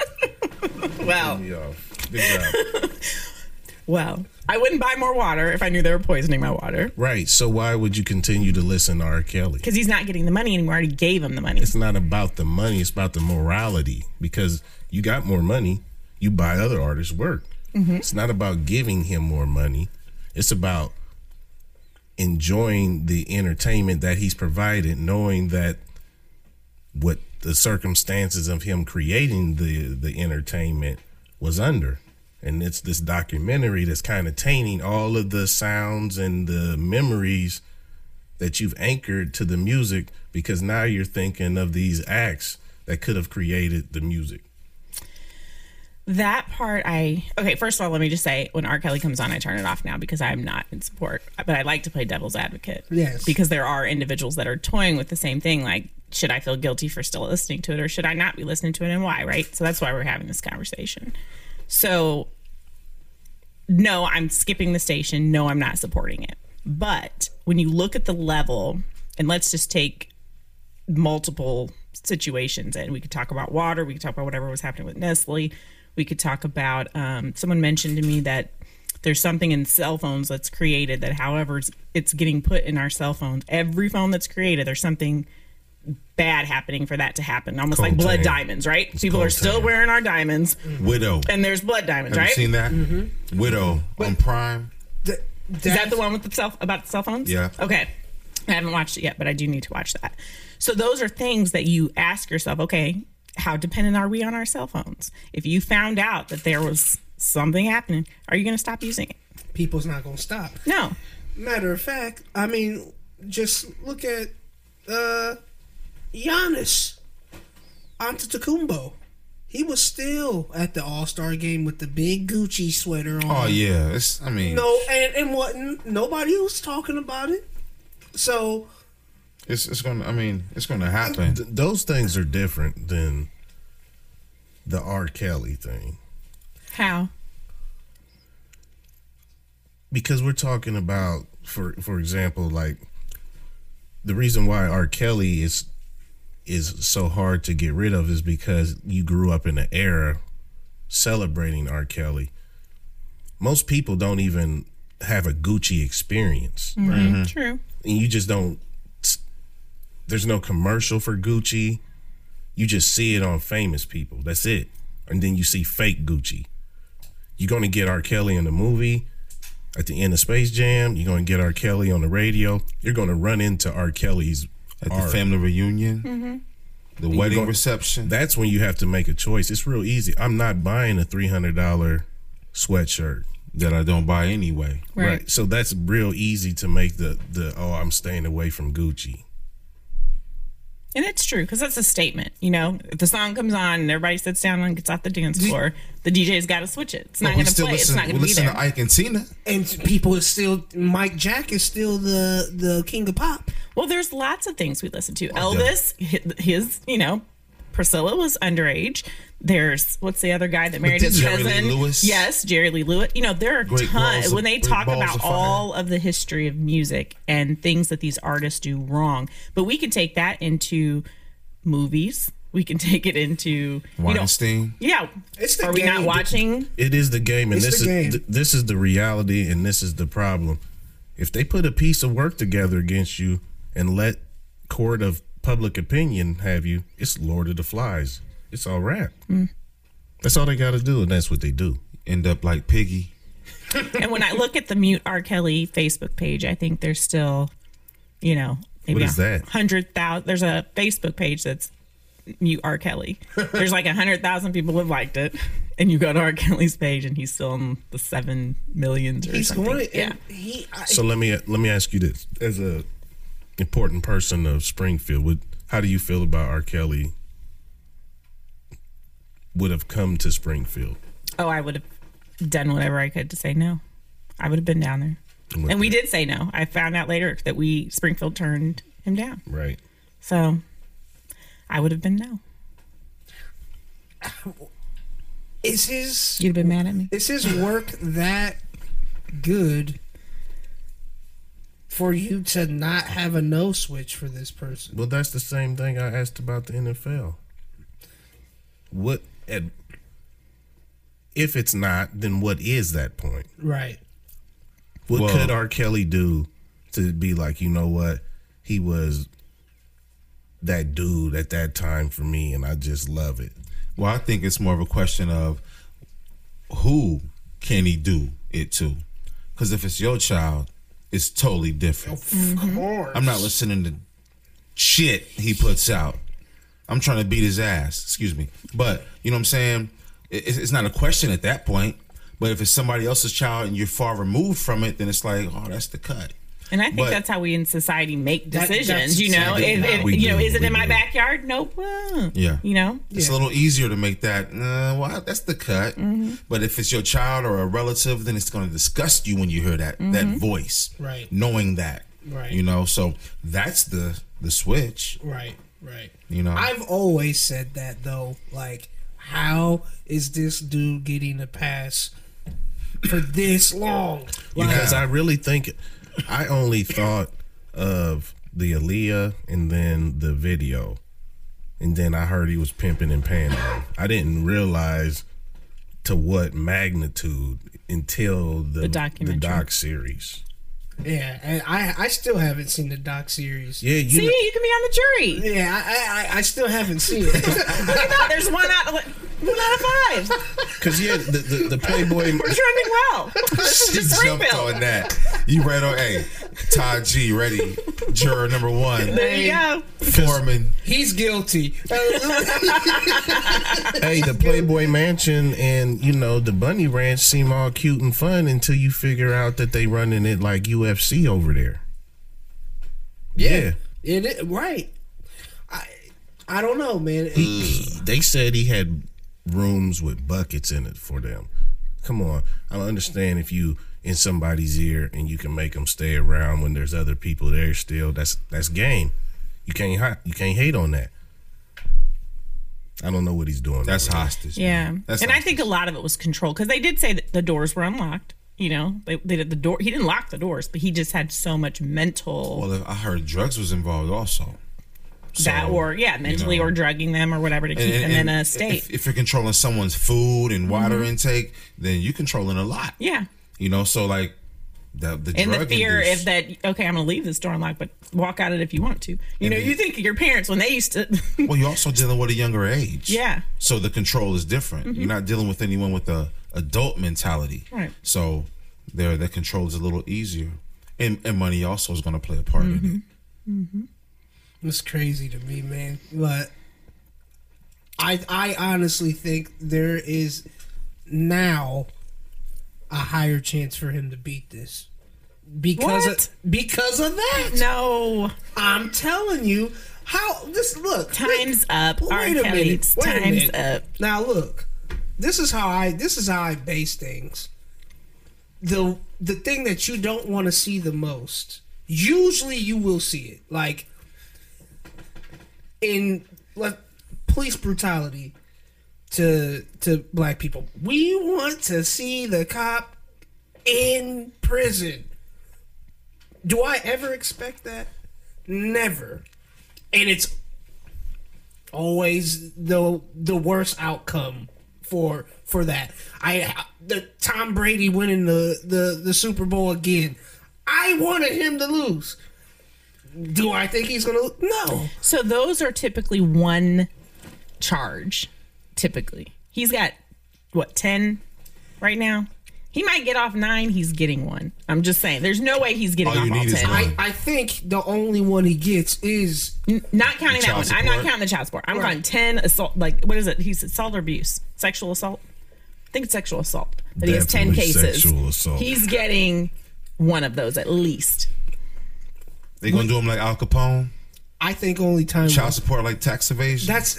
Speaker 2: Well,
Speaker 3: doing. off. Good job.
Speaker 2: well, I wouldn't buy more water if I knew they were poisoning my water
Speaker 3: Right. So why would you continue to listen to R. Kelly?
Speaker 2: because he's not getting the money anymore. I already gave him the money.
Speaker 3: it's not about the money it's about the morality because you got more money you buy other artists work it's not about giving him more money it's about enjoying the entertainment that he's provided knowing that what the circumstances of him creating the the entertainment was under and it's this documentary that's kind of tainting all of the sounds and the memories that you've anchored to the music because now you're thinking of these acts that could have created the music.
Speaker 2: That part, I okay. First of all, let me just say when R. Kelly comes on, I turn it off now because I'm not in support. But I like to play devil's advocate.
Speaker 1: Yes.
Speaker 2: because there are individuals that are toying with the same thing. Like, should I feel guilty for still listening to it, or should I not be listening to it, and why? Right. So that's why we're having this conversation. So, no, I'm skipping the station. No, I'm not supporting it. But when you look at the level, and let's just take multiple situations and we could talk about water we could talk about whatever was happening with nestle we could talk about um, someone mentioned to me that there's something in cell phones that's created that however it's, it's getting put in our cell phones every phone that's created there's something bad happening for that to happen. Almost like
Speaker 6: Cold
Speaker 2: blood
Speaker 6: tan.
Speaker 2: diamonds, right? People are
Speaker 6: cold
Speaker 2: still
Speaker 6: tan.
Speaker 2: wearing our diamonds,
Speaker 6: Widow. Have
Speaker 2: and there's blood diamonds,
Speaker 6: you
Speaker 2: right?
Speaker 6: seen that?
Speaker 2: Mm-hmm.
Speaker 6: Widow on Prime.
Speaker 1: Th-
Speaker 2: Is
Speaker 1: that's-
Speaker 2: that the one with the cell about the cell phones?
Speaker 6: Yeah.
Speaker 2: Okay. I haven't watched it yet, but I do need to watch that. So those are things that you ask yourself, okay, how dependent are we on our cell phones? If you found out that there was something happening, are you going to stop using it?
Speaker 1: People's not gonna stop.
Speaker 2: No.
Speaker 1: Matter of fact, I mean, just look at uh Giannis Antetokounmpo. He was still at the All Star game with the big Gucci sweater on.
Speaker 6: Oh yeah. It's I mean
Speaker 1: No, and and what? n- Nobody was talking about it. So
Speaker 6: it's it's gonna I mean, it's gonna happen.
Speaker 3: Th- those things are different than the R. Kelly thing
Speaker 2: How?
Speaker 3: because we're talking about, for for example, like the reason why R. Kelly is is so hard to get rid of is because you grew up in an era celebrating R. Kelly. Most people don't even have a Gucci experience.
Speaker 2: Mm-hmm.
Speaker 6: Mm-hmm.
Speaker 2: True.
Speaker 3: and you just don't there's no commercial for Gucci. You just see it on famous people. That's it. And then you see fake Gucci. You're going to get R. Kelly in the movie at the end of Space Jam. You're going to get R. Kelly on the radio. You're going to run into R. Kelly's
Speaker 6: At the
Speaker 3: art.
Speaker 6: family reunion. The wedding
Speaker 3: go-
Speaker 6: reception.
Speaker 3: That's when you have to make a choice. It's real easy. I'm not buying a $300 sweatshirt.
Speaker 6: that I don't buy anyway.
Speaker 2: Right.
Speaker 3: So that's real easy to make the the oh I'm staying away from Gucci.
Speaker 2: And it's true because that's a statement. You know, if the song comes on and everybody sits down and gets off the dance floor, the DJ's got to switch it. It's not
Speaker 6: we
Speaker 2: going to
Speaker 6: still
Speaker 2: play. it's
Speaker 6: listen.
Speaker 2: not
Speaker 6: we
Speaker 2: going to be
Speaker 6: listen
Speaker 2: there.
Speaker 6: to Ike and Tina.
Speaker 1: and people is still Mike Jack is still the the king of pop.
Speaker 2: Well, there's lots of things we listen to.
Speaker 6: Oh,
Speaker 2: Elvis, hi- his, you know, Priscilla was underage. There's what's the other guy that married
Speaker 6: did
Speaker 2: his
Speaker 6: Jerry Lee
Speaker 2: cousin?
Speaker 6: Lewis-
Speaker 2: Yes, Jerry Lee Lewis. You know, there are
Speaker 6: Great
Speaker 2: tons
Speaker 6: balls of-
Speaker 2: when they
Speaker 6: great
Speaker 2: talk
Speaker 6: balls
Speaker 2: about
Speaker 6: of fire.
Speaker 2: all of the history of music and things that these artists do wrong. But we can take that into movies. We can take it into you know,
Speaker 6: Weinstein.
Speaker 2: yeah.
Speaker 1: It's the
Speaker 2: are we not
Speaker 1: game.
Speaker 2: watching?
Speaker 3: It is the game, and
Speaker 1: It's
Speaker 3: this
Speaker 1: the
Speaker 3: is
Speaker 1: game.
Speaker 3: th- this is the reality, and this is the problem. If they put a piece of work together against you and let court of public opinion have you, it's Lord of the Flies. It's all right.
Speaker 2: Mm.
Speaker 3: That's all they got to do, and that's what they do.
Speaker 6: End up like Piggy.
Speaker 2: and when I look at the mute R. Kelly Facebook page, I think there's still, you know, maybe
Speaker 3: What is that?
Speaker 2: hundred thousand. There's a Facebook page that's mute R. Kelly. There's like a hundred thousand people have liked it, and you go to R. Kelly's page, and he's still in the seven millions or
Speaker 1: He's
Speaker 2: something.
Speaker 1: going.
Speaker 2: yeah.
Speaker 1: and He. uh, I,
Speaker 3: So let me let me ask you this: as a important person of Springfield, what how do you feel about R. Kelly? Would have come to Springfield,
Speaker 2: Oh, I would have done whatever I could to say no. I would have been down there,
Speaker 3: What
Speaker 2: and we
Speaker 3: the-
Speaker 2: did say no. I found out later that we Springfield turned him down.
Speaker 3: right.
Speaker 2: So I would have been no.
Speaker 1: is his
Speaker 2: You'd have been mad at me.
Speaker 1: is his work that good for you to not have a no switch for this person?
Speaker 3: Well, that's the same thing I asked about the NFL. What at, if it's not, then what is that point?
Speaker 1: Right.
Speaker 3: What
Speaker 6: Well-
Speaker 3: could R. Kelly do to be like, you know what? He was that dude at that time for me, and I just love it.
Speaker 6: Well, I think it's more of a question of who can he do it to? Because if it's your child, it's totally different.
Speaker 1: Of course.
Speaker 6: I'm not listening to shit he puts out. I'm trying to beat his ass. Excuse me, but you know what I'm saying. It- It's it's not a question at that point. But if it's somebody else's child and you're far removed from it, then it's like, oh, that's the cut.
Speaker 2: And I think
Speaker 6: But-
Speaker 2: that's how we in society make
Speaker 1: That-
Speaker 2: decisions.
Speaker 1: that's
Speaker 2: you know,
Speaker 1: exactly
Speaker 2: if,
Speaker 1: how
Speaker 2: if-
Speaker 3: we
Speaker 2: you know,
Speaker 3: do,
Speaker 2: is it
Speaker 3: we
Speaker 2: in my
Speaker 3: do.
Speaker 2: backyard? Nope. Uh,
Speaker 6: Yeah.
Speaker 2: You know,
Speaker 6: It's a little easier to make that. Uh, well, that's the cut. But if it's your child or a relative, then it's going to disgust you when you hear that that voice.
Speaker 1: Right.
Speaker 6: Knowing that.
Speaker 1: Right.
Speaker 6: You know, so that's the the switch.
Speaker 1: Right, right.
Speaker 6: You know.
Speaker 1: I've always said that though. Like, how is this dude getting a pass for this long? Like,
Speaker 3: Because I really think I only thought of the Aaliyah and then the video. And then I heard he was pimping and panning. I didn't realize to what magnitude until the
Speaker 2: documentary.
Speaker 3: doc series.
Speaker 1: Yeah, and I I still haven't seen the doc series.
Speaker 3: Yeah, you.
Speaker 2: See,
Speaker 3: know-
Speaker 2: you can be on the jury.
Speaker 1: Yeah, I I, I- I still haven't seen it.
Speaker 2: Look at that. There's one out, one out of five.
Speaker 3: Cause yeah, the, the, the
Speaker 2: We're
Speaker 3: Playboy
Speaker 2: trending well. This
Speaker 6: She
Speaker 2: is just
Speaker 6: jumped
Speaker 2: rebuild.
Speaker 6: on that. You right on. Hey, Todd G, ready. Juror number one,
Speaker 2: There you go.
Speaker 6: Foreman.
Speaker 1: He's guilty.
Speaker 3: hey, the Playboy Mansion and you know the Bunny Ranch seem all cute and fun until you figure out that they running it like UFC over there. Yeah,
Speaker 1: it, it right. I I don't know, man.
Speaker 3: they said he had rooms with buckets in it for them. Come on, I don't understand if you in somebody's ear and you can make them stay around when there's other people there still. That's that's game. You can't hi- you can't hate on that. I don't know what he's doing.
Speaker 6: That's
Speaker 3: over there.
Speaker 6: hostage.
Speaker 2: Yeah,
Speaker 6: man. That's
Speaker 2: and I
Speaker 6: hostage.
Speaker 2: think a lot of it was control because they did say that the doors were unlocked. You know, they, they did the door. He didn't lock the doors, but he just had so much mental
Speaker 6: Well, I heard drugs was involved also.
Speaker 2: that,
Speaker 6: so,
Speaker 2: or yeah, mentally
Speaker 6: know.
Speaker 2: or drugging them or whatever to keep them in a state.
Speaker 6: If, if you're controlling someone's food and water intake, then you're controlling a lot.
Speaker 2: yeah,
Speaker 6: You know, so like the the
Speaker 2: and the
Speaker 6: drug
Speaker 2: fear
Speaker 6: induced-
Speaker 2: if that okay, I'm gonna leave this door unlocked, but walk out it if you want to. You know,
Speaker 6: then-
Speaker 2: you think of your parents when they used to.
Speaker 6: Well, you're also dealing with a younger age.
Speaker 2: Yeah. Mm-hmm.
Speaker 6: So the control is different. You're not dealing with anyone with a adult mentality.
Speaker 2: Right.
Speaker 6: So there, that control is a little easier, and and money also is going to play a part
Speaker 2: Mm-hmm.
Speaker 6: in it.
Speaker 1: It's crazy to me, man. But I I honestly think there is now a higher chance for him to beat this. Because
Speaker 2: What?
Speaker 1: of because of that.
Speaker 2: no,
Speaker 1: I'm telling you how this look.
Speaker 2: time's
Speaker 1: Rick,
Speaker 2: up.
Speaker 1: wait
Speaker 2: R.
Speaker 1: a
Speaker 2: Kelly,
Speaker 1: minute,
Speaker 2: it's
Speaker 1: wait a
Speaker 2: time's
Speaker 1: minute.
Speaker 2: up.
Speaker 1: Now look, this is how I this is how I base things. The the thing that you don't want to see the most, usually you will see it. Like in like police brutality to to black people. We want to see the cop in prison. Do I ever expect that? Never. And it's always the the worst outcome for for that. I the Tom Brady winning the the the Super Bowl again. I wanted him to lose. Do I think he's gonna? lo- No.
Speaker 2: So those are typically one charge. Typically, he's got what ten right now. He might get off nine. He's getting one. I'm just saying. There's no way he's getting
Speaker 6: All
Speaker 2: off
Speaker 6: you
Speaker 2: all
Speaker 6: need is
Speaker 2: ten.
Speaker 6: one.
Speaker 1: I, I think the only one he gets is
Speaker 2: N- Not counting
Speaker 6: The
Speaker 2: that one.
Speaker 6: child
Speaker 2: I'm not
Speaker 6: support.
Speaker 2: counting the child support. I'm counting ten assault. Like what is it? He's assault or abuse, sexual assault. I think it's sexual assault. That he has ten
Speaker 3: Definitely
Speaker 2: cases.
Speaker 3: sexual assault.
Speaker 2: He's getting one of those at least.
Speaker 6: They gonna do them like Al Capone,
Speaker 1: I think only time.
Speaker 6: child support like tax evasion.
Speaker 1: That's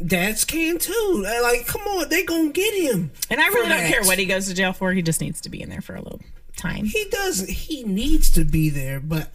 Speaker 1: that's can too. Like, come on, they gonna get him.
Speaker 2: And I really
Speaker 1: For
Speaker 2: don't
Speaker 1: that.
Speaker 2: care what he goes to jail for. He just needs to be in there for a little time.
Speaker 1: He doesn't. He needs to be there, but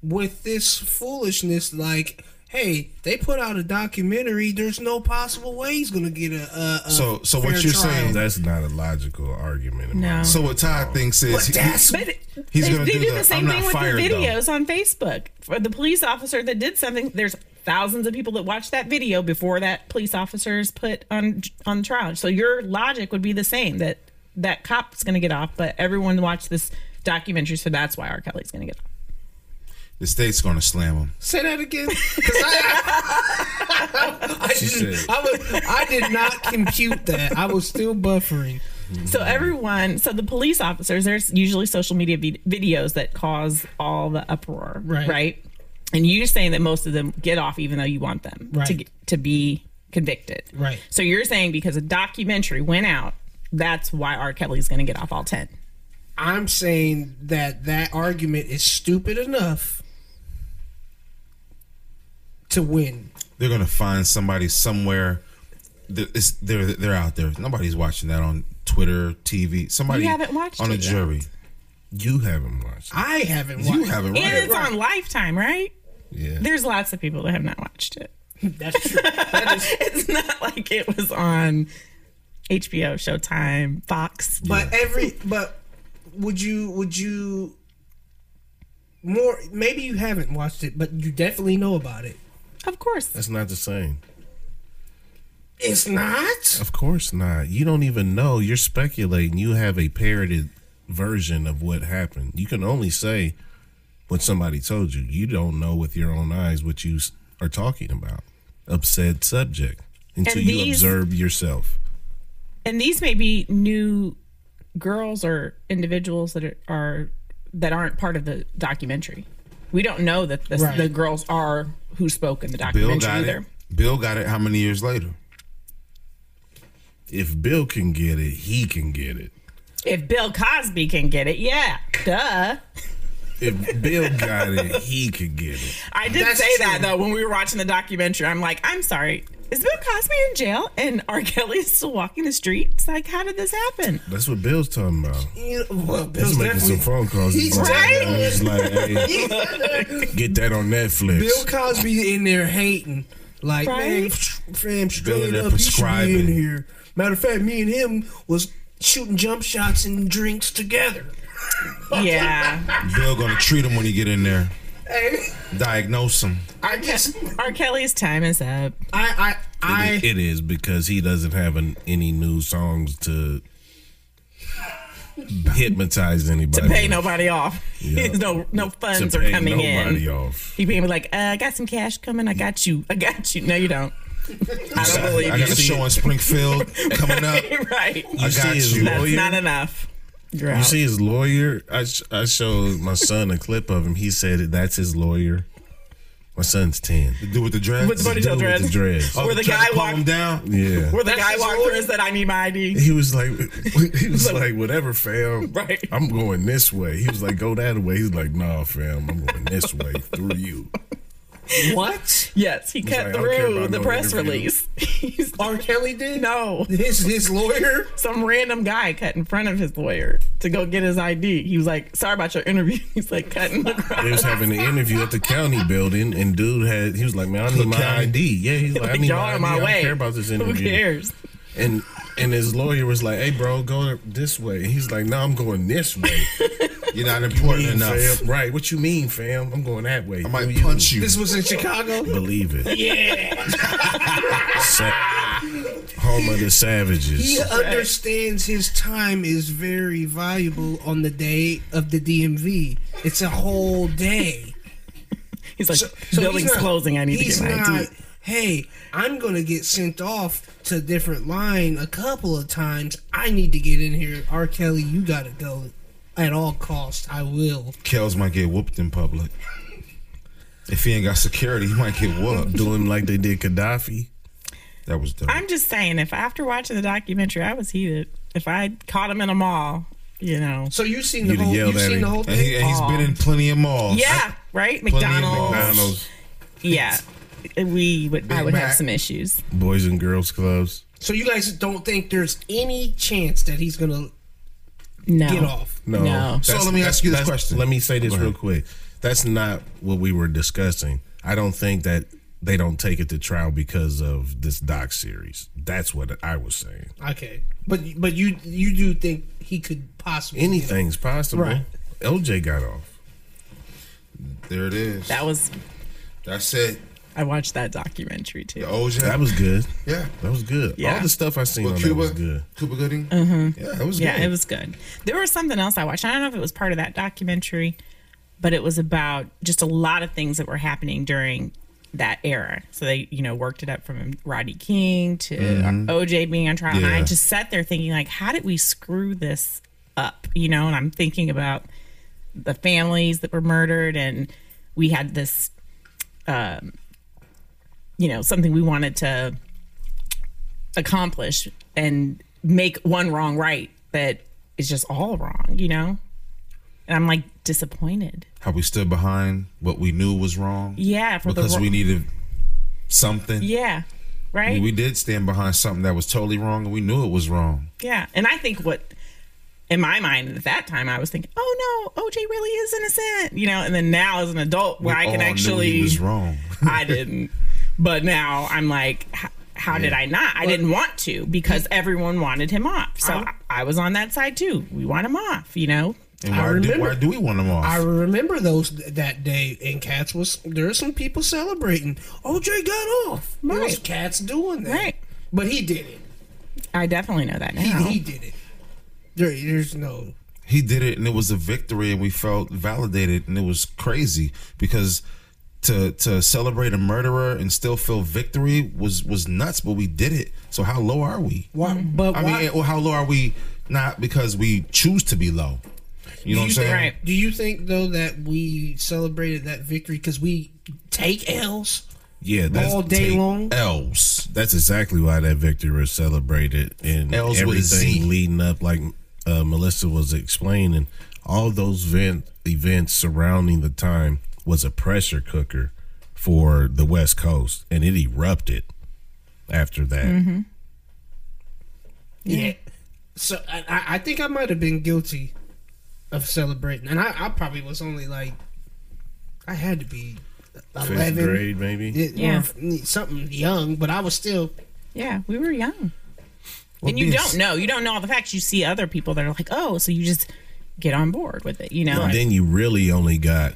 Speaker 1: with this foolishness, like, hey, they put out a documentary. There's no possible way he's gonna get a. a, a
Speaker 6: So- so what
Speaker 1: fair
Speaker 6: you're
Speaker 1: trial.
Speaker 6: saying-
Speaker 3: That's not a logical argument. in my
Speaker 2: No.
Speaker 6: so what Todd thinks is
Speaker 1: But
Speaker 6: he-
Speaker 1: that's
Speaker 2: But
Speaker 6: He's
Speaker 2: they,
Speaker 6: gonna
Speaker 2: they
Speaker 6: do
Speaker 2: do
Speaker 6: the,
Speaker 2: the
Speaker 6: "I'm
Speaker 2: same
Speaker 6: not
Speaker 2: thing with the
Speaker 6: fired, though."
Speaker 2: videos on Facebook. For the police officer that did something, there's thousands of people that watch that video before that police officer is put on on trial. So your logic would be the same that that cop's going to get off, but everyone watched this documentary, so that's why R. Kelly's going to get off.
Speaker 6: the state's gonna slam him.
Speaker 1: Say that again. 'Cause I, I, didn't-
Speaker 6: said-
Speaker 1: I was, I did not compute that. I was still buffering.
Speaker 2: So everyone, so the police officers, there's usually social media vid- videos that cause all the uproar,
Speaker 1: Right.
Speaker 2: right? And you're saying that most of them get off, even though you want them to
Speaker 1: Right.
Speaker 2: get to be convicted,
Speaker 1: Right.
Speaker 2: So you're saying because a documentary went out, that's why R. Kelly's going to get off all ten.
Speaker 1: I'm saying that that argument is stupid enough to win.
Speaker 6: They're gonna find somebody somewhere. Th- It's, they're they're out there. Nobody's watching that on Twitter, TV. Somebody
Speaker 2: You haven't watched
Speaker 6: on a
Speaker 2: it yet.
Speaker 6: jury.
Speaker 3: You haven't watched. It.
Speaker 1: I haven't.
Speaker 6: You
Speaker 1: watched-
Speaker 6: haven't.
Speaker 2: And
Speaker 6: Right?
Speaker 2: it's on Lifetime, right?
Speaker 3: Yeah.
Speaker 2: There's lots of people that have not watched it.
Speaker 1: That's true.
Speaker 2: it's not like it was on HBO, Showtime, Fox.
Speaker 1: But every but would you would you more maybe you haven't watched it, but you definitely know about it.
Speaker 2: Of course,
Speaker 3: That's not the same.
Speaker 1: It's not.
Speaker 3: Of course not. You don't even know. You're speculating. You have a parroted version of what happened. You can only say what somebody told you. You don't know with your own eyes what you s- are talking about. Upset subject until
Speaker 2: And
Speaker 3: you
Speaker 2: these-
Speaker 3: observe yourself.
Speaker 2: and these may be new girls or individuals that are, are that aren't part of the documentary. We don't know that the,
Speaker 1: Right.
Speaker 2: the girls are who spoke in the
Speaker 6: Bill
Speaker 2: documentary
Speaker 6: got
Speaker 2: either.
Speaker 6: it. Bill got it. How many years later?
Speaker 3: If Bill can get it, he can get it.
Speaker 2: If Bill Cosby can get it, yeah, duh.
Speaker 3: If Bill got it, he can get it.
Speaker 2: I did
Speaker 1: That's
Speaker 2: say
Speaker 1: true.
Speaker 2: that though when we were watching the documentary. I'm like, I'm sorry. Is Bill Cosby in jail and R. Kelly is still walking the street? It's like, how did this happen?
Speaker 3: That's what Bill's talking about.
Speaker 1: You know, well,
Speaker 3: He's
Speaker 1: Bill's
Speaker 3: making some
Speaker 1: definitely.
Speaker 3: phone calls. He's
Speaker 1: He's
Speaker 3: like,
Speaker 2: right.
Speaker 3: he's like, hey, get that on Netflix.
Speaker 1: Bill Cosby in there hating. Like, man,
Speaker 2: Right?
Speaker 1: fam,
Speaker 6: Bill in
Speaker 1: straight
Speaker 6: there
Speaker 1: up, you should be in
Speaker 6: prescribing.
Speaker 1: here. Matter of fact, me and him was shooting jump shots and drinks together.
Speaker 2: Yeah.
Speaker 6: Bill gonna treat him when he get in there.
Speaker 1: Hey,
Speaker 6: Diagnose him.
Speaker 1: I just,
Speaker 2: R. Kelly's time is up.
Speaker 1: I, I, I,
Speaker 3: it is because he doesn't have an, any new songs to hypnotize anybody.
Speaker 2: To pay
Speaker 3: with.
Speaker 2: nobody off.
Speaker 3: Yeah.
Speaker 2: no no
Speaker 3: To
Speaker 2: funds
Speaker 3: pay
Speaker 2: are coming in.
Speaker 3: nobody off.
Speaker 2: You people be like, uh, I got some cash coming. I got you. I got you. No, you don't. I don't
Speaker 6: I
Speaker 2: believe
Speaker 6: got a
Speaker 2: you.
Speaker 6: show in Springfield coming up.
Speaker 2: right.
Speaker 3: You
Speaker 6: I
Speaker 3: see
Speaker 6: got
Speaker 3: his
Speaker 6: you.
Speaker 2: That's
Speaker 3: lawyer.
Speaker 2: not enough. You're
Speaker 3: you
Speaker 2: out.
Speaker 3: see his lawyer. I sh- I showed my son a clip of him. He said that's his lawyer. My son's ten.
Speaker 6: Do with the dreads.
Speaker 2: With the bunny tail
Speaker 3: Dude with the
Speaker 2: dreads.
Speaker 3: dreads.
Speaker 6: Oh,
Speaker 2: Where the
Speaker 6: try to
Speaker 2: guy
Speaker 6: calm
Speaker 2: walked-
Speaker 6: him down.
Speaker 3: Yeah.
Speaker 2: Where the
Speaker 1: That's
Speaker 2: guy
Speaker 1: his
Speaker 2: walked
Speaker 1: lawyer?
Speaker 2: through and said, I need my ID.
Speaker 3: He was like, he was like, whatever, fam.
Speaker 2: Right.
Speaker 3: I'm going this way. He was like, go that way. He's like, nah, fam. I'm going this way through you.
Speaker 1: what?
Speaker 2: Yes, he
Speaker 3: like, I
Speaker 2: cut
Speaker 3: don't care
Speaker 2: through
Speaker 3: about
Speaker 2: the
Speaker 3: no
Speaker 2: press
Speaker 3: interview.
Speaker 2: release. He's like,
Speaker 1: R. Kelly did?
Speaker 2: no.
Speaker 1: His, his lawyer?
Speaker 2: Some random guy cut in front of his lawyer to go get his ID. He was like, sorry about your interview. He's like, cutting the crowd.
Speaker 3: They was having an interview at the county building, and dude had he was like, man, I need my
Speaker 6: County.
Speaker 3: ID. Yeah, he's like, I
Speaker 2: Like,
Speaker 3: need
Speaker 2: y'all
Speaker 3: my
Speaker 2: are
Speaker 3: ID.
Speaker 2: my
Speaker 3: I don't
Speaker 2: way.
Speaker 3: care about this
Speaker 2: Who
Speaker 3: interview.
Speaker 2: cares?
Speaker 3: And and his lawyer was like, hey, bro, go this way. And he's like, no, I'm going this way.
Speaker 6: You're not important
Speaker 3: Mean,
Speaker 6: enough.
Speaker 3: fam. Right? What you mean, fam? I'm going that way.
Speaker 6: I might punch you.
Speaker 1: This was in Chicago?
Speaker 3: Believe it. Yeah. Home of the savages.
Speaker 1: He
Speaker 2: uh,
Speaker 1: understands his time is very valuable on the day of the DMV. It's a whole day.
Speaker 2: He's like,
Speaker 1: So
Speaker 2: building's
Speaker 1: he's not-
Speaker 2: closing. I need to
Speaker 1: he's
Speaker 2: get my
Speaker 1: not,
Speaker 2: ID.
Speaker 1: Hey, I'm gonna get sent off to a different line a couple of times. I need to get in here. R. Kelly, you gotta go at all costs. I will.
Speaker 6: Kels might get whooped in public. If he ain't got security, he might get whooped.
Speaker 3: Do him like they did Gaddafi.
Speaker 6: That was dope.
Speaker 2: I'm just saying, if after watching the documentary, I was heated. If I caught him in a mall, you know.
Speaker 1: So you've seen the
Speaker 3: You'd have
Speaker 1: whole.
Speaker 3: yelled
Speaker 1: You've
Speaker 3: at
Speaker 1: seen
Speaker 3: him.
Speaker 1: the whole
Speaker 6: and,
Speaker 1: thing.
Speaker 6: he, and he's been in plenty of malls.
Speaker 2: Yeah, right?
Speaker 6: Plenty of
Speaker 2: McDonald's.
Speaker 3: McDonald's,
Speaker 2: Yeah. We would, I
Speaker 6: Big
Speaker 2: would have
Speaker 6: Mac.
Speaker 2: some issues.
Speaker 3: Boys and Girls Clubs.
Speaker 1: so you guys don't think there's any chance that he's gonna
Speaker 2: No.
Speaker 1: get off?
Speaker 3: No.
Speaker 2: No.
Speaker 6: So
Speaker 3: That's-
Speaker 6: let me
Speaker 3: that's-
Speaker 6: ask you this
Speaker 3: that's-
Speaker 6: question.
Speaker 3: Let me say this
Speaker 6: Go ahead.
Speaker 3: real quick. That's not what we were discussing. I don't think that they don't take it to trial because of this doc series. That's what I was saying.
Speaker 1: Okay, but but you you do think he could possibly get off?
Speaker 3: Anything's possible.
Speaker 1: Right.
Speaker 3: LJ got off.
Speaker 6: There it is.
Speaker 2: That was,
Speaker 6: That's it.
Speaker 2: I watched that documentary too.
Speaker 1: Oh.
Speaker 6: The OJ.
Speaker 3: That was good.
Speaker 6: yeah.
Speaker 3: That was good.
Speaker 2: Yeah.
Speaker 3: All the stuff I seen
Speaker 6: Well,
Speaker 3: on
Speaker 6: Cuba.
Speaker 3: that was good.
Speaker 6: Cuba Gooding. Mm-hmm. Yeah, that was
Speaker 2: Yeah,
Speaker 6: good.
Speaker 2: it was good. There was something else I watched. I don't know if it was part of that documentary, but it was about just a lot of things that were happening during that era. So they, you know, worked it up from Rodney King to OJ being on trial. And I
Speaker 6: Yeah.
Speaker 2: just sat there thinking, like, how did we screw this up? You know, and I'm thinking about the families that were murdered and we had this um you know something we wanted to accomplish and make one wrong right that is just all wrong you know and i'm like disappointed
Speaker 6: How we stood behind what we knew was wrong.
Speaker 2: yeah for
Speaker 6: Because
Speaker 2: the wro-
Speaker 6: we needed something.
Speaker 2: yeah
Speaker 6: I
Speaker 2: right
Speaker 6: mean, we did stand behind something that was totally wrong, and we knew it was wrong.
Speaker 2: yeah and i think what in my mind at that time i was thinking oh no oj really is innocent you know and then now as an adult where
Speaker 6: we
Speaker 2: i can
Speaker 6: all
Speaker 2: actually
Speaker 6: knew he was wrong.
Speaker 2: I didn't. But now I'm like, h- how did I not? I didn't want to because everyone wanted him off. So I, I was on that side too. We want him off, you know?
Speaker 6: And
Speaker 1: I
Speaker 6: why do,
Speaker 1: remember-
Speaker 6: why do we want him off?
Speaker 1: I remember those that day, and cats was there. Are some people celebrating. OJ got off. There was
Speaker 2: Right.
Speaker 1: cats doing that.
Speaker 2: Right.
Speaker 1: But he did it.
Speaker 2: I definitely know that
Speaker 1: He,
Speaker 2: now.
Speaker 1: he did it. There, there's no.
Speaker 6: he did it and it was a victory and we felt validated and it was crazy because to to celebrate a murderer and still feel victory was was nuts but we did it so how low are we
Speaker 1: Why,
Speaker 2: Mm-hmm.
Speaker 1: but
Speaker 6: i
Speaker 1: why,
Speaker 6: mean or how low are we not because we choose to be low you know what i'm
Speaker 1: you
Speaker 6: saying
Speaker 1: think-
Speaker 2: Right.
Speaker 1: do you think though that we celebrated that victory because we take L's?
Speaker 3: Yeah, that's
Speaker 1: All day
Speaker 3: take-
Speaker 1: long?
Speaker 6: else
Speaker 3: That's exactly why that victory was celebrated and
Speaker 6: L's with a Z.
Speaker 3: everything leading up, like uh, Melissa was explaining, all those vent, events surrounding the time was a pressure cooker for the West Coast, and it erupted after that.
Speaker 2: Mm-hmm.
Speaker 1: Yeah. So I- I, I think I might have been guilty of celebrating, and I, I probably was only like, I had to be
Speaker 3: Fifth
Speaker 1: eleven,
Speaker 3: grade, maybe.
Speaker 1: it- or
Speaker 2: Yeah.
Speaker 1: f- something young, but I was still.
Speaker 2: Yeah, we were young.
Speaker 6: Well,
Speaker 2: and you
Speaker 6: being-
Speaker 2: don't know. You don't know all the facts. You see other people that are like, oh, so you just get on board with it, you know?
Speaker 3: And then you really only got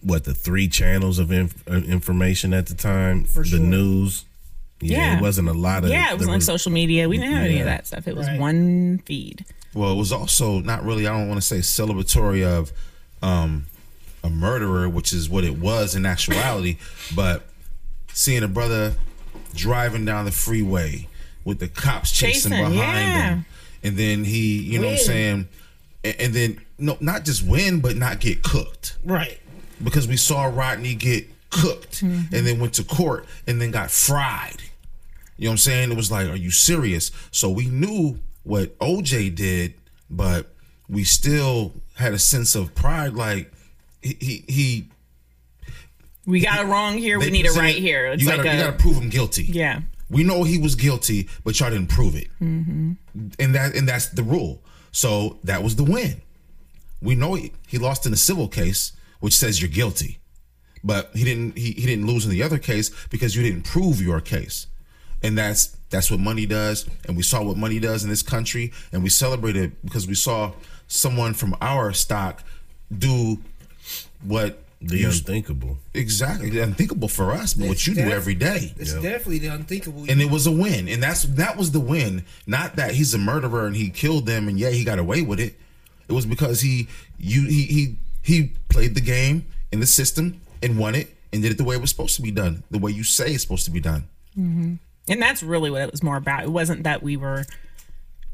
Speaker 3: what the three channels of inf- uh, information at the time.
Speaker 1: For sure.
Speaker 3: The news. Yeah,
Speaker 2: Yeah.
Speaker 3: it wasn't a lot of.
Speaker 2: yeah, it was
Speaker 3: there
Speaker 2: on social media. We didn't have any
Speaker 3: Yeah.
Speaker 2: of that stuff. It was
Speaker 1: Right.
Speaker 2: one feed.
Speaker 6: Well, it was also not really. I don't want to say celebratory of um, a murderer, which is what it was in actuality. but seeing a brother driving down the freeway with the cops chasing,
Speaker 2: Chasing,
Speaker 6: behind
Speaker 2: yeah.
Speaker 6: him, and then he, you know, what I'm
Speaker 1: Win.
Speaker 6: saying, and, and then no, not just win, but not get cooked
Speaker 1: Right.
Speaker 6: because we saw Rodney get cooked and then went to court and then got fried. You know what I'm saying? It was like, are you serious? So we knew what OJ did, but we still had a sense of pride. Like he he, he
Speaker 2: We got it wrong here. We
Speaker 6: they
Speaker 2: need it
Speaker 6: presented-
Speaker 2: right here. It's
Speaker 6: you
Speaker 2: like
Speaker 6: gotta,
Speaker 2: a
Speaker 6: you gotta prove him guilty.
Speaker 2: yeah.
Speaker 6: We know he was guilty, but y'all didn't prove it. And that and that's the rule. So that was the win. We know he, he lost in the civil case, which says you're guilty. But he didn't he, he didn't lose in the other case because you didn't prove your case. And that's that's what money does. And we saw what money does in this country and we celebrated because we saw someone from our stock do what
Speaker 3: The
Speaker 6: you-
Speaker 3: unthinkable.
Speaker 6: exactly unthinkable for us, but what you do
Speaker 1: def-
Speaker 6: every day
Speaker 1: It's definitely the unthinkable.
Speaker 6: and it was a win and that's that was the win not that he's a murderer and he killed them and yeah he got away with it it was because he you he he he played the game in the system and won it and did it the way it was supposed to be done the way you say it's supposed to be done
Speaker 2: And that's really what it was more about. It wasn't that we were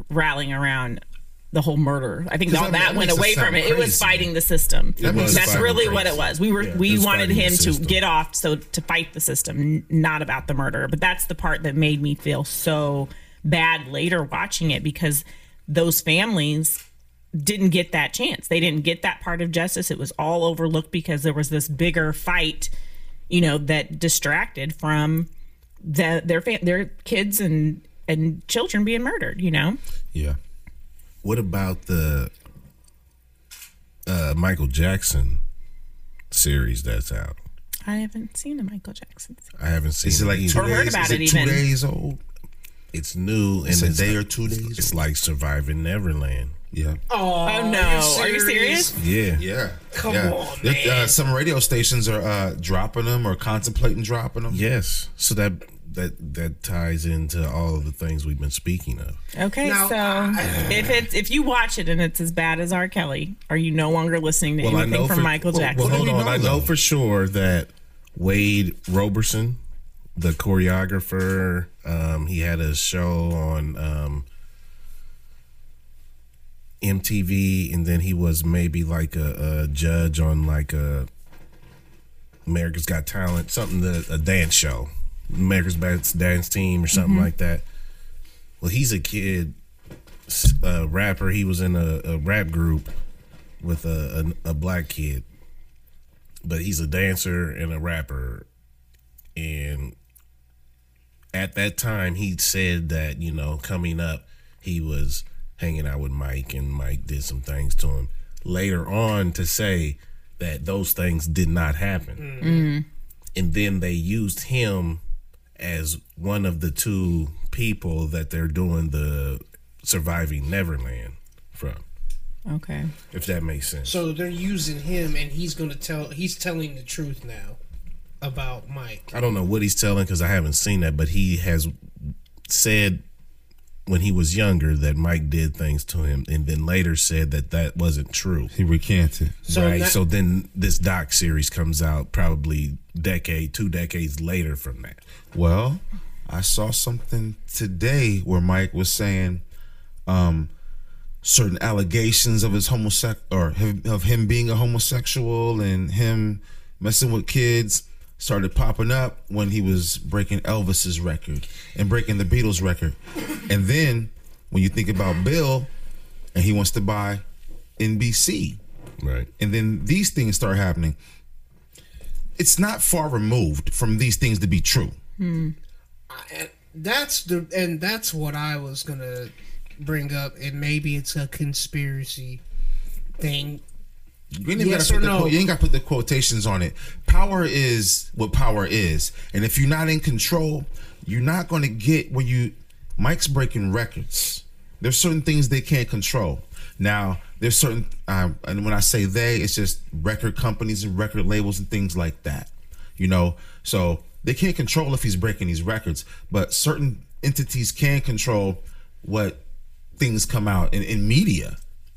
Speaker 2: rallying around the whole murder. I think
Speaker 6: 'Cause
Speaker 2: all that,
Speaker 6: that- that
Speaker 2: went
Speaker 6: makes it
Speaker 2: away from
Speaker 6: sound
Speaker 2: it. It was
Speaker 6: crazy.
Speaker 2: fighting the system.
Speaker 3: was
Speaker 2: that's
Speaker 3: fighting
Speaker 2: really
Speaker 3: crazy.
Speaker 2: what it was. We were we
Speaker 3: It's
Speaker 2: wanted
Speaker 3: fighting the
Speaker 2: him to
Speaker 3: system.
Speaker 2: get off so to fight the system, n- not about the murder. But that's the part that made me feel so bad later watching it because those families didn't get that chance. They didn't get that part of justice. It was all overlooked because there was this bigger fight, you know, that distracted from the, their fam- their kids and and children being murdered. You know,
Speaker 6: yeah
Speaker 3: What about the uh, Michael Jackson series that's out?
Speaker 2: I haven't seen a Michael Jackson.
Speaker 3: I haven't seen.
Speaker 6: is it like two
Speaker 2: Or
Speaker 6: days,
Speaker 2: heard about
Speaker 6: is
Speaker 2: it
Speaker 6: two
Speaker 2: even.
Speaker 6: days old
Speaker 3: It's new and
Speaker 6: it's,
Speaker 3: it's,
Speaker 6: a day or two days
Speaker 3: It's
Speaker 6: old.
Speaker 3: like surviving Neverland.
Speaker 6: yeah
Speaker 2: Oh, no, are you serious?
Speaker 3: Yeah,
Speaker 6: yeah
Speaker 1: Come
Speaker 6: yeah.
Speaker 1: on,
Speaker 6: There- Uh,
Speaker 1: man.
Speaker 6: some radio stations are uh, dropping them or contemplating dropping them
Speaker 3: Yes. So that that that ties into all of the things we've been speaking of.
Speaker 2: Okay,
Speaker 1: Now,
Speaker 2: so if it's if you watch it and it's as bad as R. Kelly, are you no longer listening to
Speaker 3: Well, I
Speaker 2: anything
Speaker 3: know
Speaker 2: from
Speaker 3: for-
Speaker 2: Michael
Speaker 3: well,
Speaker 2: Jackson?
Speaker 3: Well, hold
Speaker 6: do we
Speaker 3: on.
Speaker 6: know,
Speaker 3: I know
Speaker 6: though?
Speaker 3: for sure that Wade Roberson, the choreographer, um, he had a show on um, MTV, and then he was maybe like a, a judge on like a America's Got Talent, something that a dance show, America's Best Dance Team, or something
Speaker 2: Mm-hmm.
Speaker 3: like that. Well, he's a kid s- uh, rapper. He was in a, a rap group with a, a a black kid, but he's a dancer and a rapper. And at that time, he said that you know coming up, he was hanging out with Mike, and Mike did some things to him. Later on, to say that those things did not happen, and then they used him as one of the two people that they're doing the surviving Neverland from
Speaker 2: okay,
Speaker 3: if that makes sense.
Speaker 1: So they're using him, and he's gonna tell. He's telling the truth now about Mike.
Speaker 3: I don't know what he's telling because I haven't seen that, but he has said when he was younger that Mike did things to him, and then later said that that wasn't true.
Speaker 6: He recanted.
Speaker 1: So
Speaker 3: right.
Speaker 1: that-
Speaker 3: so then this doc series comes out probably decade, two decades later from that.
Speaker 6: Well, I saw something today where Mike was saying um, certain allegations of his homosex or him, of him being a homosexual and him messing with kids started popping up when he was breaking Elvis's record and breaking the Beatles record. And then when you think about Bill and he wants to buy NBC
Speaker 3: Right.
Speaker 6: and then these things start happening. It's not far removed from these things to be true.
Speaker 1: And that's the and that's what I was gonna bring up, and maybe it's a conspiracy thing.
Speaker 6: You ain't, even
Speaker 1: Yes
Speaker 6: gotta put
Speaker 1: or
Speaker 6: the
Speaker 1: no?
Speaker 6: quote- you ain't gotta put the quotations on it. Power is what power is. And if you're not in control, you're not gonna get where you Mike's breaking records. There's certain things they can't control. Now, there's certain um, and when I say they, it's just record companies and record labels and things like that. You know, so they can't control if he's breaking these records, but certain entities can control what things come out in, in media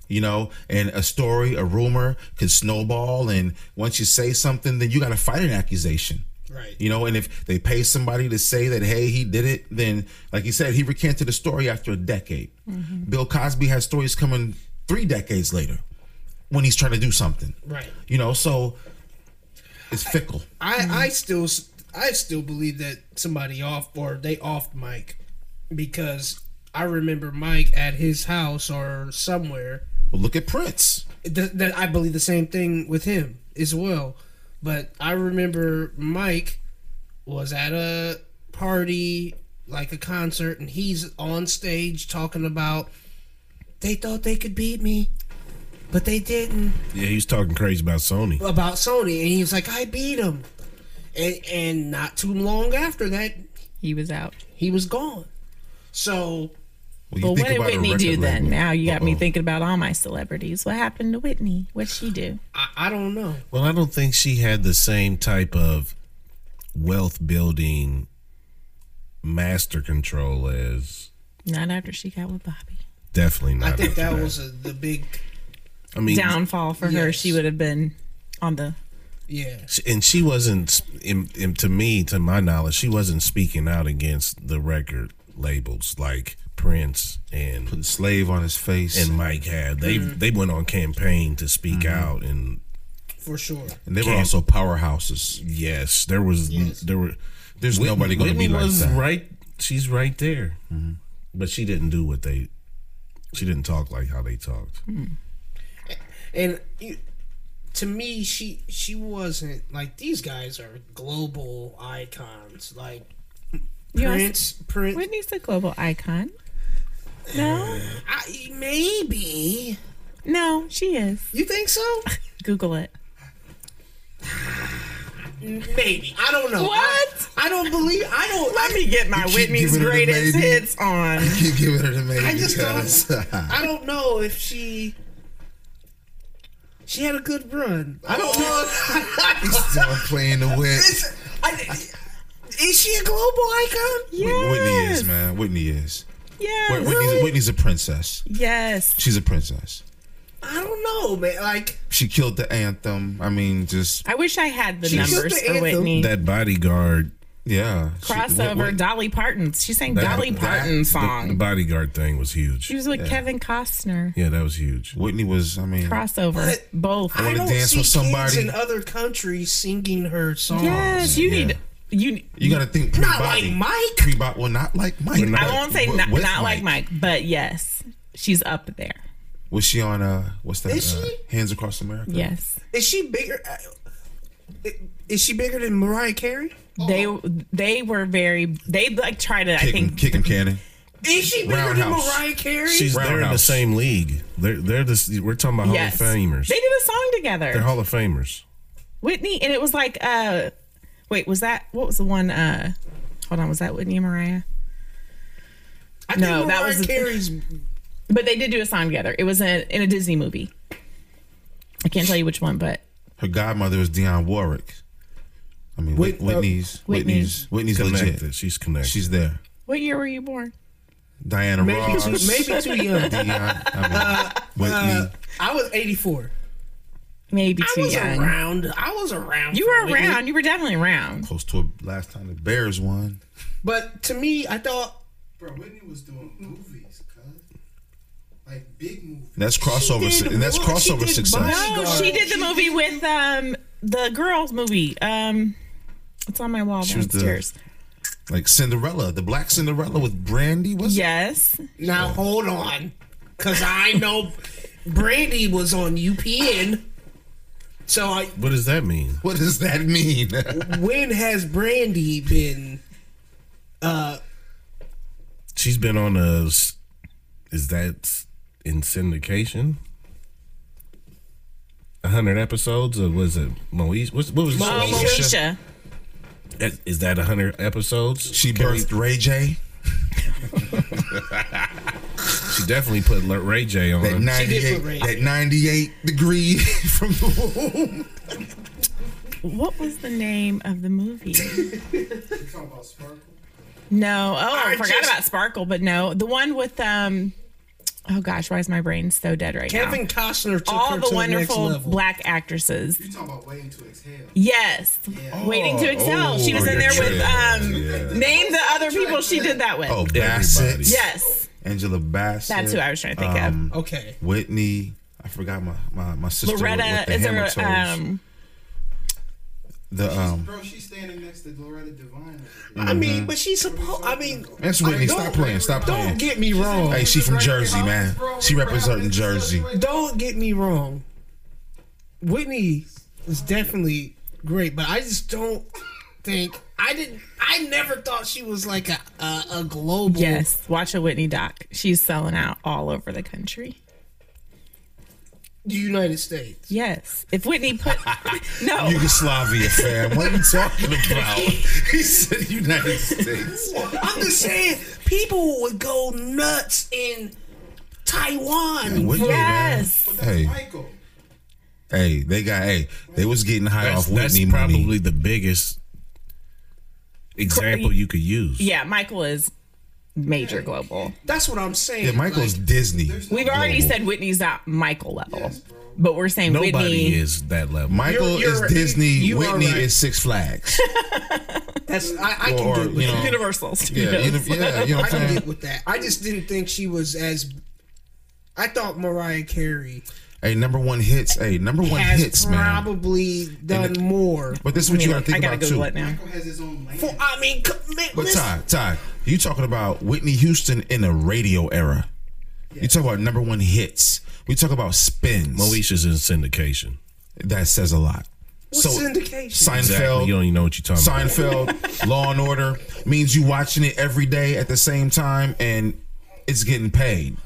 Speaker 6: you know and a story a rumor could snowball and once you say something then you got to fight an accusation
Speaker 1: Right.
Speaker 6: you know and if they pay somebody to say that hey he did it then like he said he recanted the story after a decade bill cosby has stories coming three decades later when he's trying to do something
Speaker 1: Right.
Speaker 6: you know so it's fickle
Speaker 2: Mm-hmm.
Speaker 1: I I still s- I still believe that somebody off or they offed Mike because I remember Mike at his house or somewhere
Speaker 6: well look at prince
Speaker 1: th- that I believe the same thing with him as well. But I remember Mike was at a party, like a concert, and he's on stage talking about they thought they could beat me, but they didn't.
Speaker 3: Yeah, he was talking crazy about Sony.
Speaker 1: About Sony, and he was like, I beat him. And, and not too long after that,
Speaker 2: He was out.
Speaker 1: he was gone. So
Speaker 6: well,
Speaker 2: Well, what did
Speaker 6: about a
Speaker 2: Whitney
Speaker 6: record
Speaker 2: do
Speaker 6: label.
Speaker 2: then? Now you got me
Speaker 6: Uh-oh.
Speaker 2: thinking about all my celebrities. What happened to Whitney? What'd she do?
Speaker 1: I, I don't know.
Speaker 3: Well, I don't think she had the same type of wealth building master control as
Speaker 2: Not after she got with Bobby.
Speaker 3: definitely
Speaker 1: I
Speaker 3: not.
Speaker 1: think
Speaker 3: after
Speaker 1: that was a, the big,
Speaker 3: I mean,
Speaker 2: Downfall for her.
Speaker 1: Yes.
Speaker 2: She would have been on the.
Speaker 1: yeah.
Speaker 3: and she wasn't. In, in, to me, to my knowledge, she wasn't speaking out against the record labels like Prince and
Speaker 6: put slave on his face
Speaker 3: and Mike had. They they went on campaign to speak out, and
Speaker 1: For sure.
Speaker 6: And they were
Speaker 3: Can't-
Speaker 6: also powerhouses.
Speaker 3: yes, there was
Speaker 1: Yes.
Speaker 3: there were.
Speaker 6: There's nobody going to
Speaker 3: Whitney
Speaker 6: be like
Speaker 3: was
Speaker 6: that.
Speaker 3: right. She's right there, but she didn't do what they. She didn't talk like how they talked.
Speaker 1: and you, to me she she wasn't like these guys are global icons like
Speaker 2: You know,
Speaker 1: prince prince
Speaker 2: Whitney's a global icon. No,
Speaker 1: I, maybe
Speaker 2: no, she is.
Speaker 1: you think so
Speaker 2: Google it.
Speaker 1: maybe i don't know
Speaker 2: What?
Speaker 1: i, I don't believe i don't
Speaker 2: Let me get my
Speaker 6: keep
Speaker 2: Whitney's
Speaker 6: giving her the
Speaker 2: greatest
Speaker 6: baby.
Speaker 2: hits on.
Speaker 6: Keep giving her the maybe.
Speaker 1: I just
Speaker 6: because-
Speaker 1: i don't know if she she had a good run i don't know
Speaker 6: He's still playing the wit.
Speaker 1: It's- I- is she a global icon
Speaker 2: Yes.
Speaker 6: Whitney is, man. Whitney is.
Speaker 2: Yes.
Speaker 6: Whit- Whitney's, Whitney's a princess.
Speaker 2: Yes.
Speaker 6: She's a princess.
Speaker 1: i don't know man like
Speaker 6: She killed the anthem. I mean, just
Speaker 2: I wish I had the
Speaker 1: She killed
Speaker 2: numbers
Speaker 1: the
Speaker 2: for
Speaker 1: anthem.
Speaker 2: Whitney.
Speaker 3: That bodyguard,
Speaker 6: yeah. She-
Speaker 2: Crossover
Speaker 6: Whit- Whit-
Speaker 2: Dolly Parton. She sang
Speaker 3: That-
Speaker 2: Dolly
Speaker 3: that-
Speaker 2: Parton
Speaker 3: the, the
Speaker 2: song.
Speaker 3: bodyguard thing was huge.
Speaker 2: She was with Kevin Costner.
Speaker 3: yeah, that was huge.
Speaker 6: Whitney was. I mean,
Speaker 2: Crossover.
Speaker 1: What?
Speaker 2: Both.
Speaker 1: I
Speaker 6: wanna
Speaker 1: don't
Speaker 6: dance
Speaker 1: see
Speaker 6: with somebody.
Speaker 1: kids in other countries singing her songs.
Speaker 2: Yes, you
Speaker 6: Yeah.
Speaker 2: need you.
Speaker 6: you got to think pre
Speaker 1: Not
Speaker 6: body.
Speaker 1: like Mike.
Speaker 6: Pre body. Well, not like Mike.
Speaker 2: I
Speaker 3: Not-
Speaker 2: won't say
Speaker 6: with-
Speaker 2: not,
Speaker 6: with
Speaker 2: not like Mike, but yes, she's up there.
Speaker 6: Was she on uh? What's that?
Speaker 1: Is
Speaker 6: uh,
Speaker 1: she?
Speaker 6: Hands Across America.
Speaker 2: Yes,
Speaker 1: Is she bigger? uh, Is she bigger than Mariah Carey?
Speaker 2: they
Speaker 1: Oh.
Speaker 2: they were very. They like try to. I
Speaker 6: Kick him,
Speaker 2: think
Speaker 6: kick him, cannon.
Speaker 1: Is she bigger
Speaker 6: Roundhouse.
Speaker 1: than Mariah Carey?
Speaker 3: She's they're in the
Speaker 6: Roundhouse.
Speaker 3: same league. They're they're this. We're talking about
Speaker 2: yes,
Speaker 3: Hall of Famers.
Speaker 2: They
Speaker 3: They,
Speaker 2: did a song
Speaker 3: are
Speaker 2: together,
Speaker 3: Hall of Famers.
Speaker 2: Whitney, and it was like, uh, wait, was that what was the one? Uh, hold on, was that Whitney and Mariah?
Speaker 1: I
Speaker 2: no, that was-
Speaker 1: Carey's.
Speaker 2: But they did do a song together. It was in, in a Disney movie. I can't tell you which one, but
Speaker 6: Her godmother was Dionne Warwick. I mean,
Speaker 1: Wait,
Speaker 6: Whit-
Speaker 1: uh,
Speaker 6: Whitney's,
Speaker 2: Whitney.
Speaker 6: Whitney's, Whitney's
Speaker 3: Connected.
Speaker 6: legit.
Speaker 3: She's connected.
Speaker 6: She's there.
Speaker 2: what year were you born?
Speaker 6: Diana
Speaker 1: Maybe
Speaker 6: Ross.
Speaker 1: too, maybe Uh, too young.
Speaker 6: Deion, I mean, Whitney.
Speaker 1: I was 84.
Speaker 2: Maybe
Speaker 1: I
Speaker 2: too
Speaker 1: was
Speaker 2: young.
Speaker 1: around. I was around.
Speaker 2: You
Speaker 1: for
Speaker 2: were
Speaker 1: Whitney.
Speaker 2: around. You were definitely around.
Speaker 6: Close to a, last time the Bears won.
Speaker 1: But to me, I thought
Speaker 7: Bro, Whitney was doing movies, cuz. Like big movies.
Speaker 6: That's crossover.
Speaker 1: did
Speaker 6: su- and that's
Speaker 1: one- she
Speaker 6: crossover
Speaker 1: did
Speaker 6: success.
Speaker 1: Bodyguard.
Speaker 2: No, she did the movie with um the girls movie. Um, it's on my wall
Speaker 6: She was the-
Speaker 2: downstairs.
Speaker 6: Like Cinderella, the Black Cinderella with Brandy. Was yeah.
Speaker 2: Yes,
Speaker 1: Now hold on, cause I know Brandy was on UPN. So I,
Speaker 3: What does that mean?
Speaker 6: What does that mean?
Speaker 1: when has Brandy been?
Speaker 3: She's been on a. s- Is that in syndication? A hundred episodes of was it Moesha? What, what was
Speaker 2: um,
Speaker 3: it?
Speaker 2: Moesha.
Speaker 3: That- Is that a hundred episodes?
Speaker 6: she
Speaker 3: Can we-
Speaker 6: birthed Ray J.
Speaker 3: She definitely put Le- Ray J on.
Speaker 6: That
Speaker 1: did
Speaker 6: ninety-eight.
Speaker 1: put Ray J.
Speaker 6: That ninety-eight degree from the womb.
Speaker 2: What was the name of the movie?
Speaker 7: You talking about Sparkle?
Speaker 2: No, oh, I, forgot
Speaker 1: just-
Speaker 2: about Sparkle, but no, the one with um. Oh gosh, why is my brain so dead right now?
Speaker 1: Kevin Costner took
Speaker 2: all
Speaker 1: her
Speaker 2: the
Speaker 1: to the
Speaker 2: wonderful
Speaker 1: next level.
Speaker 2: black actresses.
Speaker 7: You talking about Waiting to Exhale?
Speaker 2: Yes,
Speaker 1: Oh.
Speaker 2: waiting to excel. she was in
Speaker 6: Oh,
Speaker 2: there with um. Name the other people she did that with.
Speaker 6: Oh, Bassett.
Speaker 3: Everybody.
Speaker 2: Yes,
Speaker 6: Angela Bassett. uh,
Speaker 2: that's who I was trying to think
Speaker 6: Um,
Speaker 2: of.
Speaker 1: okay,
Speaker 6: Whitney. I forgot my my, my sister. with
Speaker 2: Loretta
Speaker 6: the
Speaker 2: is
Speaker 6: hammer
Speaker 2: there.
Speaker 6: toes.
Speaker 2: Um,
Speaker 6: the um.
Speaker 7: Bro, she's standing next to Loretta Devine.
Speaker 6: Mm-hmm.
Speaker 1: I mean, but she's supposed. I mean,
Speaker 6: That's Whitney.
Speaker 1: don't-
Speaker 6: Stop playing. Stop
Speaker 1: don't
Speaker 6: playing.
Speaker 1: get me wrong.
Speaker 6: Hey, she from Jersey, man. She representing Jersey.
Speaker 1: Don't get me wrong. Whitney is definitely great, but I just don't think I didn't. I never thought she was like a a, a global.
Speaker 2: yes, watch a Whitney doc. She's selling out all over the country.
Speaker 1: United States.
Speaker 2: Yes, if Whitney put no,
Speaker 6: Yugoslavia, fam. What are you talking about? He said United States.
Speaker 1: I'm just saying, people would go nuts in Taiwan.
Speaker 6: Whitney, man.
Speaker 2: yes,
Speaker 6: Hey,
Speaker 7: Michael.
Speaker 6: hey, they got hey. They was getting high
Speaker 3: That's,
Speaker 6: off Whitney
Speaker 3: that's probably
Speaker 6: money.
Speaker 3: the biggest example you could use.
Speaker 2: yeah. Michael is major global.
Speaker 1: That's what I'm saying.
Speaker 6: Yeah, Michael's
Speaker 1: Like,
Speaker 6: Disney.
Speaker 2: We've already
Speaker 6: global.
Speaker 2: said Whitney's at Michael level, but we're saying
Speaker 3: Nobody
Speaker 2: Whitney.
Speaker 3: is that level.
Speaker 6: Michael
Speaker 1: You're-
Speaker 6: is
Speaker 1: you're-
Speaker 6: Disney.
Speaker 1: you are
Speaker 6: Whitney
Speaker 1: right.
Speaker 6: is Six Flags.
Speaker 1: that's I, I
Speaker 6: Or,
Speaker 1: can get with
Speaker 6: you know,
Speaker 1: that.
Speaker 2: Universal
Speaker 6: Yeah,
Speaker 2: Studios.
Speaker 6: you know, yeah, you know
Speaker 1: I
Speaker 6: what I'm
Speaker 1: can get
Speaker 6: saying.
Speaker 1: with that. I just didn't think she was as. I thought Mariah Carey
Speaker 6: Hey, number one hits. Hey, number one
Speaker 1: has
Speaker 6: hits, man.
Speaker 1: probably done more.
Speaker 6: But this is what you
Speaker 2: I
Speaker 6: gotta think
Speaker 2: gotta
Speaker 6: about
Speaker 2: Google
Speaker 6: too.
Speaker 2: it now.
Speaker 7: Michael has his own land.
Speaker 1: Well, I mean, c- man,
Speaker 6: But
Speaker 1: listen-
Speaker 6: Ty, Ty, you talking about Whitney Houston in the radio era? You talk about number one hits. We talk about spins.
Speaker 3: Moesha's in syndication.
Speaker 6: That says a lot.
Speaker 1: What's syndication?
Speaker 6: Seinfeld.
Speaker 3: Exactly. You don't even know what you're talking about.
Speaker 6: Seinfeld, Law and Order means you watching it every day at the same time, and it's getting paid.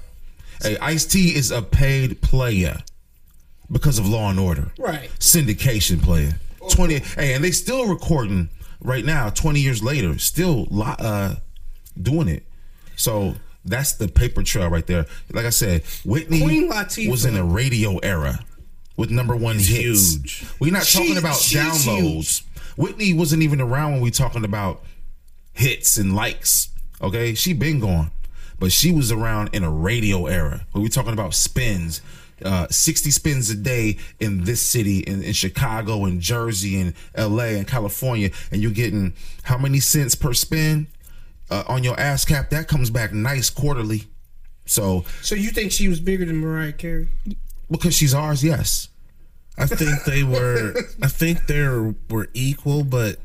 Speaker 6: Hey, Ice T is a paid player because of Law and Order,
Speaker 1: Right.
Speaker 6: Syndication player. Twenty. Hey, and they still recording right now. Twenty years later, still li- uh, doing it. So that's the paper trail right there. Like I said, Whitney
Speaker 1: Queen Latifah.
Speaker 6: was in a radio era with number one hits.
Speaker 3: huge.
Speaker 6: We're not
Speaker 1: She-
Speaker 6: talking about
Speaker 1: she's
Speaker 6: downloads. Whitney wasn't even around when we talking about hits and likes. Okay, she been gone, but she was around in a radio era. When we talking about spins, uh, sixty spins a day in this city, in, in Chicago, in Jersey, in L.A., and California, and you getting how many cents per spin uh, on your ass cap? That comes back nice quarterly. So
Speaker 1: So you think she was bigger than Mariah Carey?
Speaker 6: because she's ours, yes.
Speaker 3: I think they were. I think they were equal, but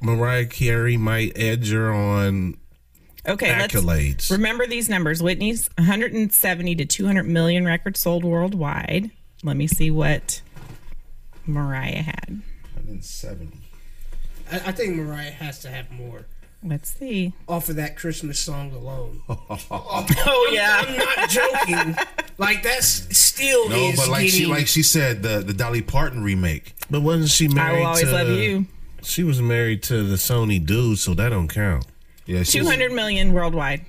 Speaker 3: Mariah Carey might edge her on
Speaker 2: Okay, let's
Speaker 3: accolades.
Speaker 2: remember these numbers. Whitney's 170 to 200 million records sold worldwide. Let me see what Mariah had.
Speaker 6: 170.
Speaker 1: I, I think Mariah has to have more.
Speaker 2: Let's see.
Speaker 1: Off of that Christmas song alone.
Speaker 2: Oh yeah,
Speaker 1: I'm not joking. like that's still
Speaker 6: No,
Speaker 1: is
Speaker 6: but like she
Speaker 1: getting-
Speaker 6: like she said the the Dolly Parton remake.
Speaker 3: but wasn't she
Speaker 2: I
Speaker 3: married?
Speaker 2: will always
Speaker 3: to,
Speaker 2: love you.
Speaker 3: She was married to the Sony dude, so that don't count.
Speaker 6: Yeah,
Speaker 2: Two
Speaker 6: she was-
Speaker 2: hundred million worldwide.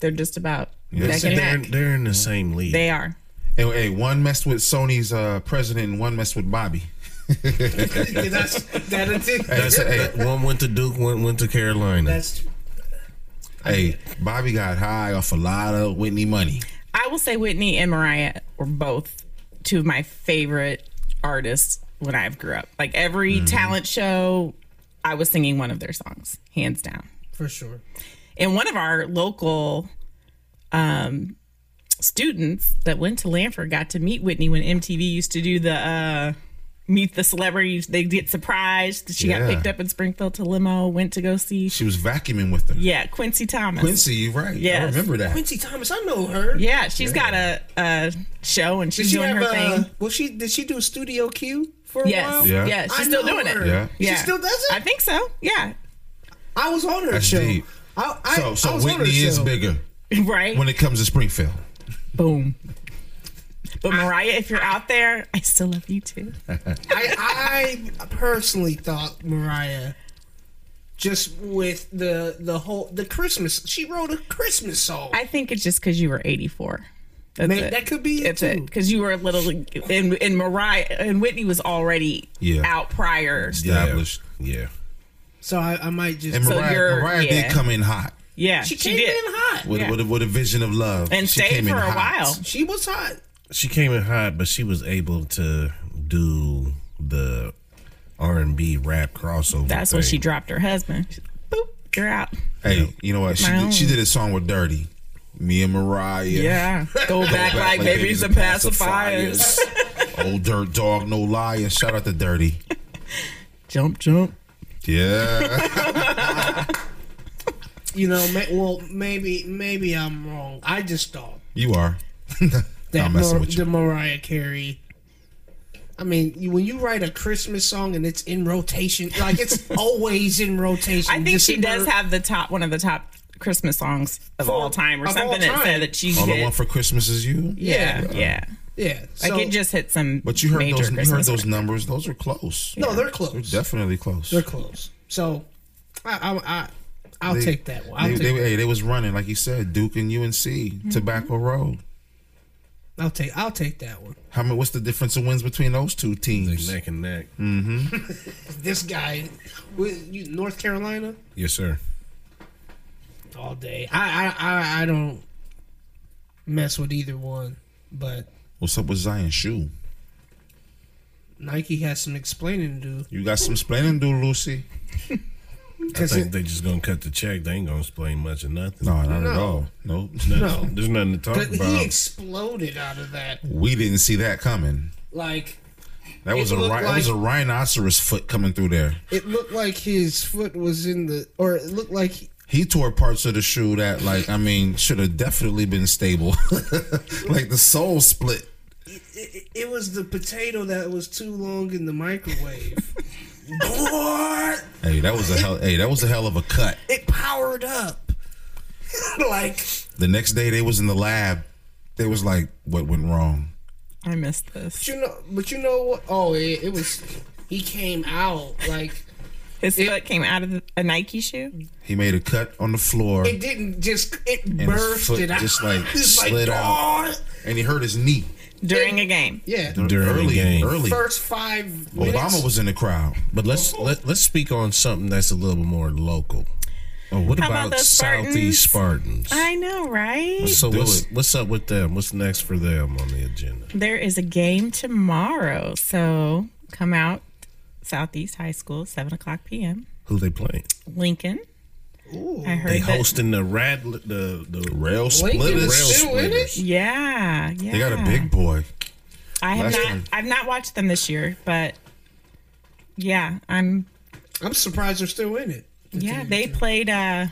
Speaker 2: They're just about neck and
Speaker 3: They're,
Speaker 2: neck.
Speaker 3: they're in the same league.
Speaker 2: They are.
Speaker 6: Hey, hey, one messed with Sony's uh, president, and one messed with Bobby.
Speaker 1: that's that is it.
Speaker 6: Hey, I said, hey,
Speaker 3: one went to Duke, one went to Carolina.
Speaker 1: That's
Speaker 6: Hey, Bobby got high off a lot of Whitney money.
Speaker 2: I will say Whitney and Mariah were both two of my favorite artists when I grew up. Like every talent show, I was singing one of their songs, hands down.
Speaker 1: for sure.
Speaker 2: And one of our local um, students that went to Lanford got to meet Whitney when MTV used to do the uh, meet the celebrity. They get surprised. She
Speaker 6: Yeah.
Speaker 2: got picked up in Springfield to limo, went to go see.
Speaker 6: She was vacuuming with them.
Speaker 2: Yeah, Quincy Thomas.
Speaker 6: Quincy, you're right. I
Speaker 2: Yes.
Speaker 6: remember that.
Speaker 1: Quincy Thomas, I know her.
Speaker 2: Yeah, she's got a, a show and
Speaker 1: Did
Speaker 2: she's
Speaker 1: she
Speaker 2: doing
Speaker 1: have
Speaker 2: her
Speaker 1: uh,
Speaker 2: thing.
Speaker 1: well she did she do Studio Q for a
Speaker 2: Yes.
Speaker 1: while?
Speaker 6: Yeah.
Speaker 2: Yeah.
Speaker 1: I
Speaker 2: She's still
Speaker 1: know
Speaker 2: doing
Speaker 1: her.
Speaker 2: it.
Speaker 6: Yeah.
Speaker 1: She
Speaker 2: Yeah.
Speaker 1: still does it?
Speaker 2: I think so. Yeah.
Speaker 1: I was on her
Speaker 6: That's
Speaker 1: show.
Speaker 6: deep.
Speaker 1: I, I,
Speaker 6: So,
Speaker 1: I
Speaker 6: so
Speaker 1: was on her
Speaker 6: Whitney is
Speaker 1: show.
Speaker 6: bigger
Speaker 2: right.
Speaker 6: when it comes to Springfield.
Speaker 2: Boom. But Mariah, if you're out there, I still love you too.
Speaker 1: I, I personally thought Mariah, just with the the whole the Christmas, she wrote a Christmas song.
Speaker 2: I think it's just because you were 84. That's
Speaker 1: Man,
Speaker 2: it.
Speaker 1: that could be it
Speaker 2: That's
Speaker 1: too.
Speaker 2: it. Because you were a little, and, and Mariah and Whitney was already
Speaker 6: Yeah.
Speaker 2: out prior.
Speaker 6: Established.
Speaker 3: Yeah.
Speaker 1: So I, I might just.
Speaker 6: And
Speaker 2: So
Speaker 6: Mariah,
Speaker 2: you're-
Speaker 6: Mariah did
Speaker 2: yeah.
Speaker 6: come in hot
Speaker 2: Yeah,
Speaker 1: she
Speaker 2: she,
Speaker 1: came
Speaker 2: did.
Speaker 1: in hot.
Speaker 6: with,
Speaker 2: Yeah.
Speaker 6: with, a, with a vision of love.
Speaker 2: and
Speaker 6: She
Speaker 2: stayed
Speaker 6: came
Speaker 2: for
Speaker 6: in
Speaker 2: a
Speaker 6: hot.
Speaker 2: while.
Speaker 1: She was hot.
Speaker 3: She came in hot, but she was able to do the R and B rap crossover.
Speaker 2: That's
Speaker 3: thing.
Speaker 2: when she dropped her husband. She's, Boop, you're out.
Speaker 6: Hey, you know what? She
Speaker 2: My
Speaker 6: did, she
Speaker 2: own.
Speaker 6: did a song with Dirty. Me and Mariah.
Speaker 2: Yeah. Go back like babies and pacifiers.
Speaker 6: Old dirt dog, no liar. Shout out to Dirty.
Speaker 2: Jump, jump.
Speaker 6: Yeah.
Speaker 1: You know, ma- well, maybe maybe I'm wrong. I just thought
Speaker 6: you are. No,
Speaker 1: that
Speaker 6: I'm messing
Speaker 1: Mar-
Speaker 6: with
Speaker 1: the
Speaker 6: you.
Speaker 1: Mariah Carey. I mean, you, when you write a Christmas song and it's in rotation, like it's always in rotation.
Speaker 2: I think she does
Speaker 1: December-
Speaker 2: have the top one of the top Christmas songs of all time, or
Speaker 1: of all
Speaker 2: something that
Speaker 1: time.
Speaker 2: said that she
Speaker 6: All I
Speaker 2: did.
Speaker 6: want for Christmas is you.
Speaker 2: yeah, yeah,
Speaker 1: Yeah, so,
Speaker 2: Like it just hit some.
Speaker 6: But you heard
Speaker 2: major
Speaker 6: those. You heard
Speaker 2: Christmas
Speaker 6: those numbers. Those are close.
Speaker 1: no, they're
Speaker 6: They're
Speaker 1: close.
Speaker 6: definitely close.
Speaker 1: They're close. So, I, I, I I'll
Speaker 6: They-
Speaker 1: take that one. I'll,
Speaker 6: they,
Speaker 1: take,
Speaker 6: they- hey, they was running like you said, Duke and UNC, Tobacco Road.
Speaker 1: I'll take. I'll take that one.
Speaker 6: How many? What's the difference in wins between those two teams?
Speaker 3: neck and neck.
Speaker 1: This guy, with you, North Carolina,
Speaker 3: Yes, sir.
Speaker 1: all day. I, I, I, I don't mess with either one, but
Speaker 6: What's up with Zion Shoe?
Speaker 1: Nike has some explaining to do.
Speaker 6: You got some explaining to do, Lucy?
Speaker 3: I
Speaker 1: 'Cause
Speaker 3: think
Speaker 1: it-
Speaker 3: they just gonna cut the check. They ain't gonna explain much of nothing.
Speaker 6: No, not at
Speaker 1: No.
Speaker 6: all. No,
Speaker 3: no. There's nothing to talk
Speaker 1: but he
Speaker 3: about.
Speaker 1: exploded out of that.
Speaker 6: we didn't see that coming.
Speaker 1: Like
Speaker 6: That was
Speaker 1: It
Speaker 6: a ri-
Speaker 1: looked
Speaker 6: that was a
Speaker 1: like-
Speaker 6: rhinoceros foot coming through there.
Speaker 1: it looked like his foot was in the, or it looked like he-
Speaker 6: He tore parts of the shoe that, like, I mean, should have definitely been stable. like the sole split.
Speaker 1: it, it- it was the potato that was too long in the microwave. Boy,
Speaker 6: Hey, that was a hell. Hey, that was a hell of a cut.
Speaker 1: it powered up. like
Speaker 6: The next day, they was in the lab. They was like, "What went wrong?"
Speaker 2: I missed this.
Speaker 1: you know, but you know what? Oh, it, it was. He came out like
Speaker 2: His foot came out of a Nike shoe.
Speaker 6: He made a cut on the floor,
Speaker 1: it didn't just it
Speaker 6: his
Speaker 1: burst
Speaker 6: foot
Speaker 1: it out.
Speaker 6: just, like,
Speaker 1: It's
Speaker 6: slid out.
Speaker 1: "Dawg."
Speaker 6: and he hurt his knee
Speaker 2: during a game.
Speaker 1: Yeah,
Speaker 3: During the
Speaker 6: early.
Speaker 3: game.
Speaker 6: Early,
Speaker 1: first five minutes.
Speaker 6: Obama was in the crowd.
Speaker 3: But let's let, let's speak on something that's a little bit more local. Oh, what
Speaker 2: How
Speaker 3: about,
Speaker 2: about those
Speaker 3: Southeast Spartans?
Speaker 2: I know, right?
Speaker 3: so
Speaker 6: Do
Speaker 3: what's
Speaker 6: it.
Speaker 3: what's up with them? What's next for them on the agenda?
Speaker 2: There is a game tomorrow, so come out Southeast High School, seven o'clock p.m.
Speaker 3: Who they playing?
Speaker 2: Lincoln. I heard
Speaker 3: They
Speaker 2: that.
Speaker 3: hosting the rat the the
Speaker 6: Rail
Speaker 1: Lincoln is
Speaker 6: splitters.
Speaker 3: rail
Speaker 1: still in
Speaker 3: splitters.
Speaker 1: it.
Speaker 2: yeah, yeah.
Speaker 6: They got a big boy.
Speaker 2: I have
Speaker 6: last
Speaker 2: not.
Speaker 6: time.
Speaker 2: I've not watched them this year, but yeah, I'm.
Speaker 1: I'm surprised they're still in it.
Speaker 2: Yeah, they played. uh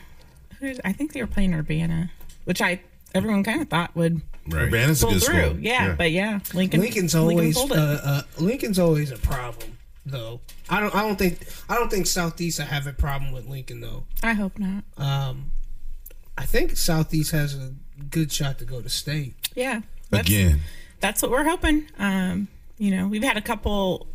Speaker 2: who did- I think they were playing Urbana, which I everyone kind of thought would
Speaker 3: Right.
Speaker 6: Urbana's a
Speaker 2: pull
Speaker 6: good
Speaker 2: through.
Speaker 6: school.
Speaker 2: Yeah, but yeah, Lincoln.
Speaker 1: Lincoln's always
Speaker 2: pulled
Speaker 1: uh,
Speaker 2: it.
Speaker 1: uh, Lincoln's always a problem though. I don't I don't think I don't think Southeast I have a problem with Lincoln though.
Speaker 2: I hope not.
Speaker 1: Um, I think Southeast has a good shot to go to state.
Speaker 2: Yeah. That's,
Speaker 6: Again,
Speaker 2: that's what we're hoping. Um, you know, we've had a couple.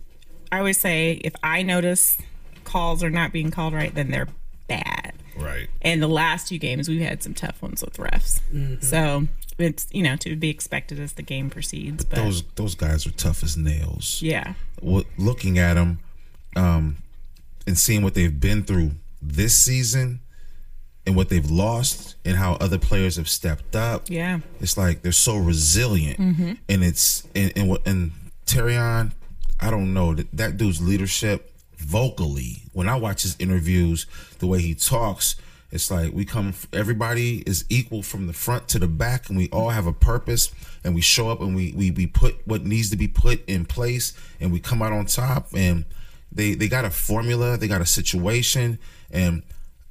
Speaker 2: I always say if I notice calls are not being called right, then they're bad.
Speaker 3: Right.
Speaker 2: And the last two games, we've had some tough ones with refs. So it's you know to be expected as the game proceeds. But
Speaker 6: those those guys are tough as nails.
Speaker 2: yeah,
Speaker 6: What looking at them, um, and seeing what they've been through this season, and what they've lost and how other players have stepped up.
Speaker 2: Yeah.
Speaker 6: It's like they're so resilient, and it's and and what and Terion, I don't know that that dude's leadership vocally. When I watch his interviews, the way he talks, it's like we come. Everybody is equal from the front to the back, and we all have a purpose, and we show up, and we we we put what needs to be put in place, and we come out on top. And they they got a formula, they got a situation, and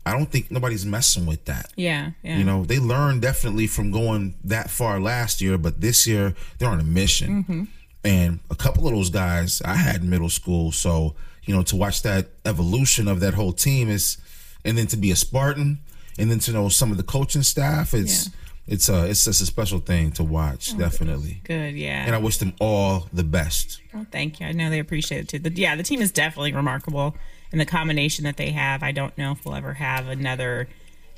Speaker 6: I don't think nobody's messing with that.
Speaker 2: Yeah. Yeah.
Speaker 6: You know, they learned definitely from going that far last year, but this year they're on a mission.
Speaker 2: Mm-hmm.
Speaker 6: And a couple of those guys I had in middle school, so you know to watch that evolution of that whole team is, and then to be a Spartan, and then to know some of the coaching staff, it's it's a it's just a special thing to
Speaker 2: Oh
Speaker 6: watch, definitely.
Speaker 2: Good. Yeah.
Speaker 6: And I wish them all the best.
Speaker 2: Well, Oh, thank you. I know they appreciate it too. The, yeah, the team is definitely remarkable, and the combination that they have, I don't know if we'll ever have another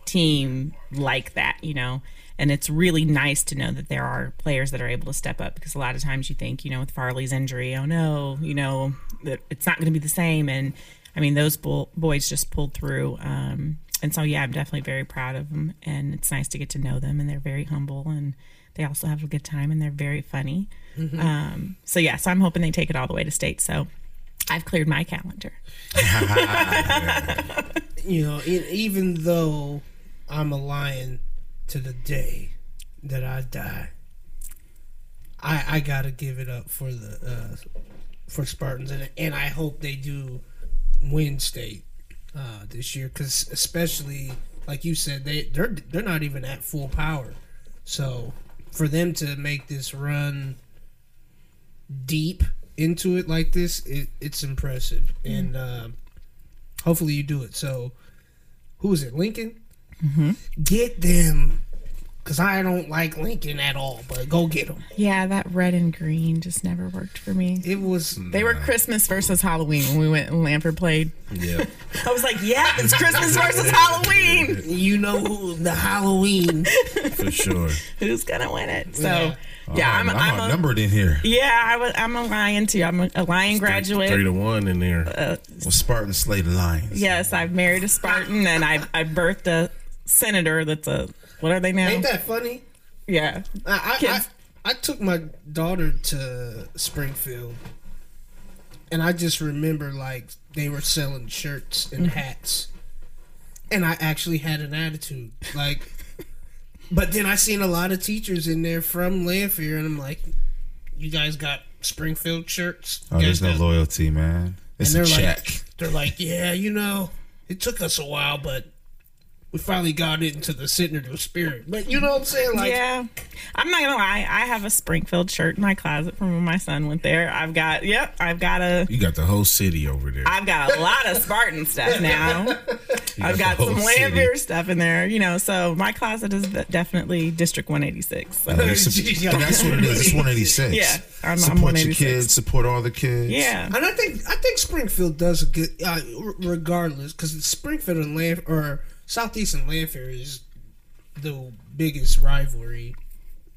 Speaker 2: team like that. You know, and it's really nice to know that there are players that are able to step up because a lot of times you think, you know, with Farley's injury, oh no, you know, that it's not going to be the same. And I mean, those bull, boys just pulled through. Um, and so, yeah, I'm definitely very proud of them, and it's nice to get to know them. And they're very humble, and they also have a good time, and they're very funny. Um, so yeah, so I'm hoping they take it all the way to state. So I've cleared my calendar.
Speaker 1: you know, e- even though I'm a lion to the day that I die, I I gotta give it up for the uh, for Spartans, and and I hope they do win state uh, this year, because especially like you said, they they're they're not even at full power, so for them to make this run deep into it like this, it, it's impressive, and. Um, Hopefully you do it. So, who is it? Lincoln. Get them, cause I don't like Lincoln at all. But go get them.
Speaker 2: Yeah, that red and green just never worked for me.
Speaker 1: It was
Speaker 2: They were Christmas versus Halloween when we went and Lampert played.
Speaker 3: Yeah.
Speaker 2: I was like, yeah, it's Christmas versus Halloween.
Speaker 1: you know who the Halloween.
Speaker 3: For sure.
Speaker 2: Who's gonna win it? So yeah, Oh,
Speaker 1: Yeah.
Speaker 2: I'm,
Speaker 6: I'm,
Speaker 2: I'm, a,
Speaker 6: outnumbered in here.
Speaker 2: yeah, I was, I'm a lion too. I'm a, a lion graduate.
Speaker 3: Three to one in there.
Speaker 6: Well, Spartan slay the Lions.
Speaker 2: Yes, I've married a Spartan and I I birthed a senator. That's a what are they now?
Speaker 1: Ain't that funny?
Speaker 2: yeah,
Speaker 1: I I,
Speaker 2: Kids.
Speaker 1: I I took my daughter to Springfield, and I just remember like they were selling shirts and
Speaker 2: Mm-hmm.
Speaker 1: hats, and I actually had an attitude like. But then I seen a lot of teachers in there from Lanphier, and I'm like, "You guys got Springfield shirts?"
Speaker 6: Oh, there's
Speaker 1: You
Speaker 6: no
Speaker 1: guys got-"
Speaker 6: loyalty, man. It's
Speaker 1: And
Speaker 6: a
Speaker 1: they're
Speaker 6: check.
Speaker 1: like, "They're like, yeah, you know, it took us a while, but we finally got into the senator spirit." But you know what I'm saying? Like,
Speaker 2: yeah. I'm not gonna lie. I have a Springfield shirt in my closet from when my son went there. I've got yep. I've got a.
Speaker 3: You got the whole city over there.
Speaker 2: I've got a lot of Spartan stuff now. I've got
Speaker 3: the
Speaker 2: some
Speaker 3: whole city.
Speaker 2: Lambier stuff in there, you know. So my closet is de- definitely District 186. So,
Speaker 6: They're sup-
Speaker 1: Yeah.
Speaker 6: That's what it is. It's 186.
Speaker 2: Yeah, I'm- I'm
Speaker 6: support your
Speaker 2: 186.
Speaker 6: kids. Support all the kids.
Speaker 2: yeah,
Speaker 1: And I think I think Springfield does a good, uh, r- regardless, because Springfield and Lanf or Southeast and Lanfair is the biggest rivalry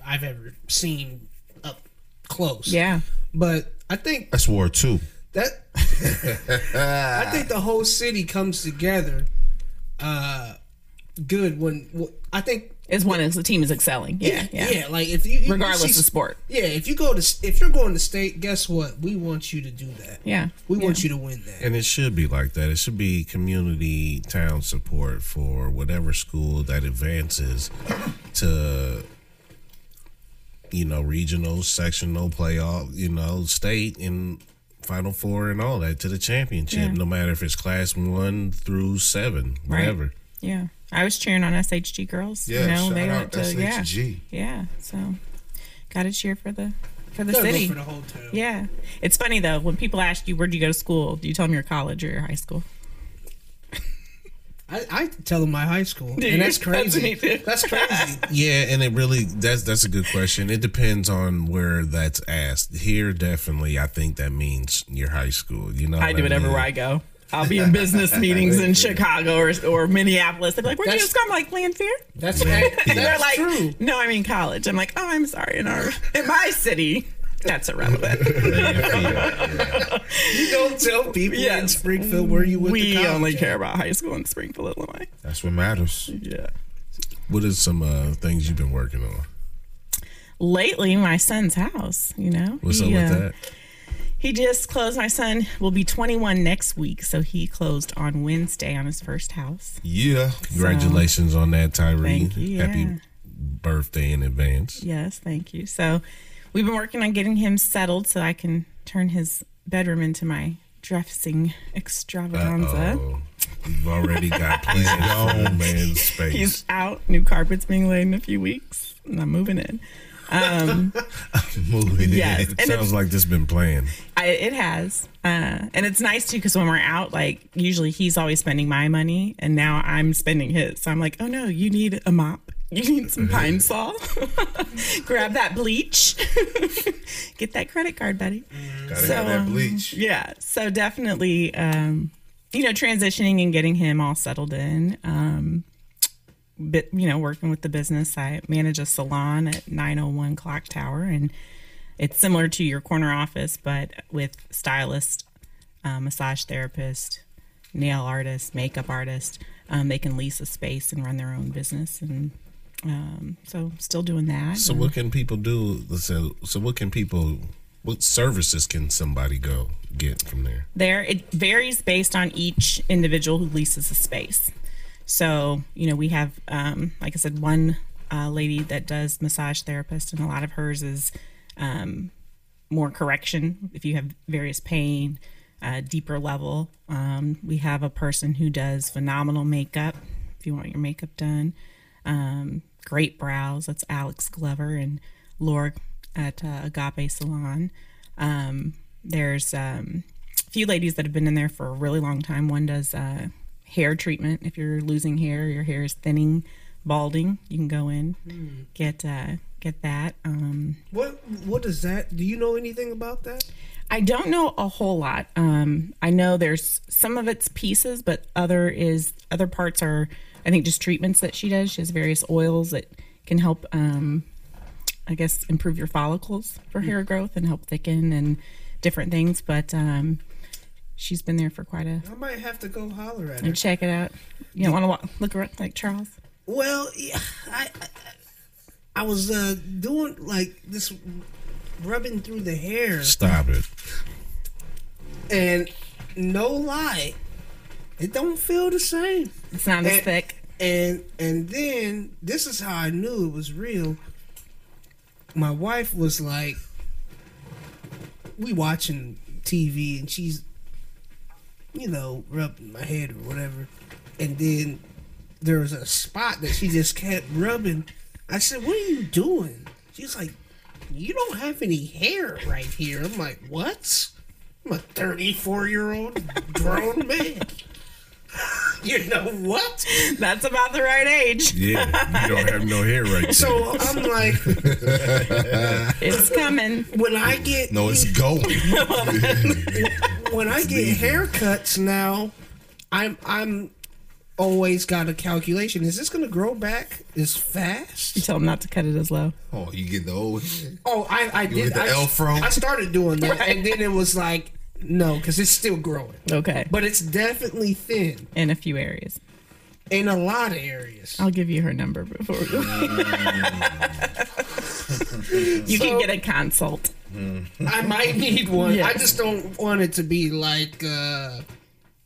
Speaker 1: I've ever seen up close.
Speaker 2: yeah.
Speaker 1: but I think
Speaker 6: That's War Two.
Speaker 1: that I think the whole city comes together uh, good when w- I think
Speaker 2: It's one as the team is excelling. Yeah, yeah.
Speaker 1: yeah like if you, if you
Speaker 2: Regardless
Speaker 1: see-
Speaker 2: of sport.
Speaker 1: yeah if you go to s- if you're going to state guess what we want you to do that
Speaker 2: Yeah.
Speaker 1: we
Speaker 2: yeah.
Speaker 1: want you to win that
Speaker 3: And it should be like that. It should be community town support for whatever school that advances to, you know, regional, sectional, playoff, you know, state and final four and all that to the championship,
Speaker 2: Yeah.
Speaker 3: no matter if it's class one through seven,
Speaker 2: Right.
Speaker 3: whatever.
Speaker 2: Yeah. I was cheering on SHG girls.
Speaker 6: Yeah,
Speaker 2: you know,
Speaker 6: shout
Speaker 2: they
Speaker 6: out
Speaker 2: went to yeah.
Speaker 6: SHG.
Speaker 2: Yeah. So gotta cheer for the for the
Speaker 1: Gotta go
Speaker 2: city.
Speaker 1: for the whole town.
Speaker 2: yeah. It's funny though, when people ask you where'd you go to school, do you tell them your college or your high school?
Speaker 1: I, I tell them my high school,
Speaker 2: you?
Speaker 1: and that's
Speaker 2: That's
Speaker 1: crazy.
Speaker 2: what he did.
Speaker 1: That's crazy.
Speaker 3: Yeah, and it really that's that's a good question. It depends on where that's asked. Here, definitely, I think that means your high school. You know,
Speaker 2: I
Speaker 3: what
Speaker 2: do it everywhere
Speaker 3: mean?
Speaker 2: I go. I'll be in business meetings in Chicago or, or Minneapolis. They're like, where'd you
Speaker 1: That's-
Speaker 2: just go? I'm like, Landfair.
Speaker 1: That's
Speaker 3: Yeah.
Speaker 1: that's
Speaker 2: They're like,
Speaker 1: true.
Speaker 2: no, I mean college. I'm like, oh, I'm sorry. In our in my city, That's irrelevant.
Speaker 1: You don't tell people in
Speaker 2: Yes.
Speaker 1: Springfield where you went to
Speaker 2: we
Speaker 1: college.
Speaker 2: only care about high school in Springfield, Illinois.
Speaker 6: That's what matters.
Speaker 2: Yeah.
Speaker 3: What is some uh, things you've been working on?
Speaker 2: Lately, my son's house. You know,
Speaker 3: What's up
Speaker 2: He, uh,
Speaker 3: with that?
Speaker 2: He just closed. My son will be 21 next week, so he closed on Wednesday on his first house.
Speaker 6: Yeah.
Speaker 3: Congratulations on that, Tyree.
Speaker 2: Thank you, yeah.
Speaker 3: Happy birthday in advance.
Speaker 2: Yes, thank you. So we've been working on getting him settled so I can turn his bedroom into my dressing extravaganza.
Speaker 3: Oh, you've already got plans for the man's space.
Speaker 2: He's out. New carpet's being laid in a few weeks, and I'm moving in.
Speaker 6: Moving
Speaker 2: Yes.
Speaker 6: in.
Speaker 2: And it's-
Speaker 3: Sounds like this been planned.
Speaker 2: I, it has, uh, and it's nice too because when we're out, like usually he's always spending my money, and now I'm spending his. So I'm like, oh no, you need a mop, you need some pine saw, grab that bleach, get that credit card, buddy.
Speaker 6: Gotta
Speaker 2: So,
Speaker 6: have that bleach.
Speaker 2: Yeah, so definitely, um, you know, transitioning and getting him all settled in. Um, but you know, working with the business, I manage a salon at 901 Clock Tower, and it's similar to your corner office, but with stylist, uh, massage therapist, nail artist, makeup artist. Um, they can lease a space and run their own business, and um, so still doing that.
Speaker 3: So what can people do? So, so what can people? What services can somebody go get from there?
Speaker 2: there. It varies based on each individual who leases a space. So, you know, we have, um, like I said, one uh, lady that does massage therapist, and a lot of hers is um, more correction if you have various pain, uh, deeper level. Um, we have a person who does phenomenal makeup if you want your makeup done. Um, great brows. That's Alex Glover and Laura at uh, Agape Salon. Um, there's um, a few ladies that have been in there for a really long time. One does uh, hair treatment. If you're losing hair, your hair is thinning, balding, you can go in get uh, get that. Um,
Speaker 1: What What is that? Do you know anything about that?
Speaker 2: I don't know a whole lot. Um, I know there's some of it's pieces, but other is other parts are I think just treatments that she does. She has various oils that can help, um, I guess, improve your follicles for hair growth and help thicken and different things. But um, she's been there for quite a
Speaker 1: I might have to go holler at her.
Speaker 2: and check it out. You don't want to look around like Charles.
Speaker 1: Well, yeah, I, I I was uh, doing like this rubbing through the hair,
Speaker 3: Stop it.
Speaker 1: and no lie, it don't feel the same.
Speaker 2: It's not as
Speaker 1: And-
Speaker 2: thick.
Speaker 1: And and then this is how I knew it was real. My wife was like, we watching TV, and she's, you know, rubbing my head or whatever, and then there was a spot that she just kept rubbing. I said, "What are you doing?" She's like, "You don't have any hair right here." I'm like, "What?" I'm a 34 year old grown man. you know what?
Speaker 2: That's about the right age.
Speaker 3: Yeah, you don't have no hair right there.
Speaker 1: So I'm like,
Speaker 2: It's coming.
Speaker 1: when I get
Speaker 6: No, it's going.
Speaker 1: when I get haircuts now, I'm I'm always got a calculation. Is this gonna grow back as fast?
Speaker 2: Tell him not to cut it as low.
Speaker 6: oh, you get the old head.
Speaker 1: Oh, I I did
Speaker 6: with the
Speaker 1: I,
Speaker 6: Afro?
Speaker 1: I started doing that, and then it was like no, because it's still growing,
Speaker 2: Okay, but
Speaker 1: but it's definitely thin
Speaker 2: in a few areas.
Speaker 1: in a lot of areas.
Speaker 2: I'll give you her number before we You can get a consult.
Speaker 1: I might need one. I
Speaker 2: Yes.
Speaker 1: just don't want it to be like uh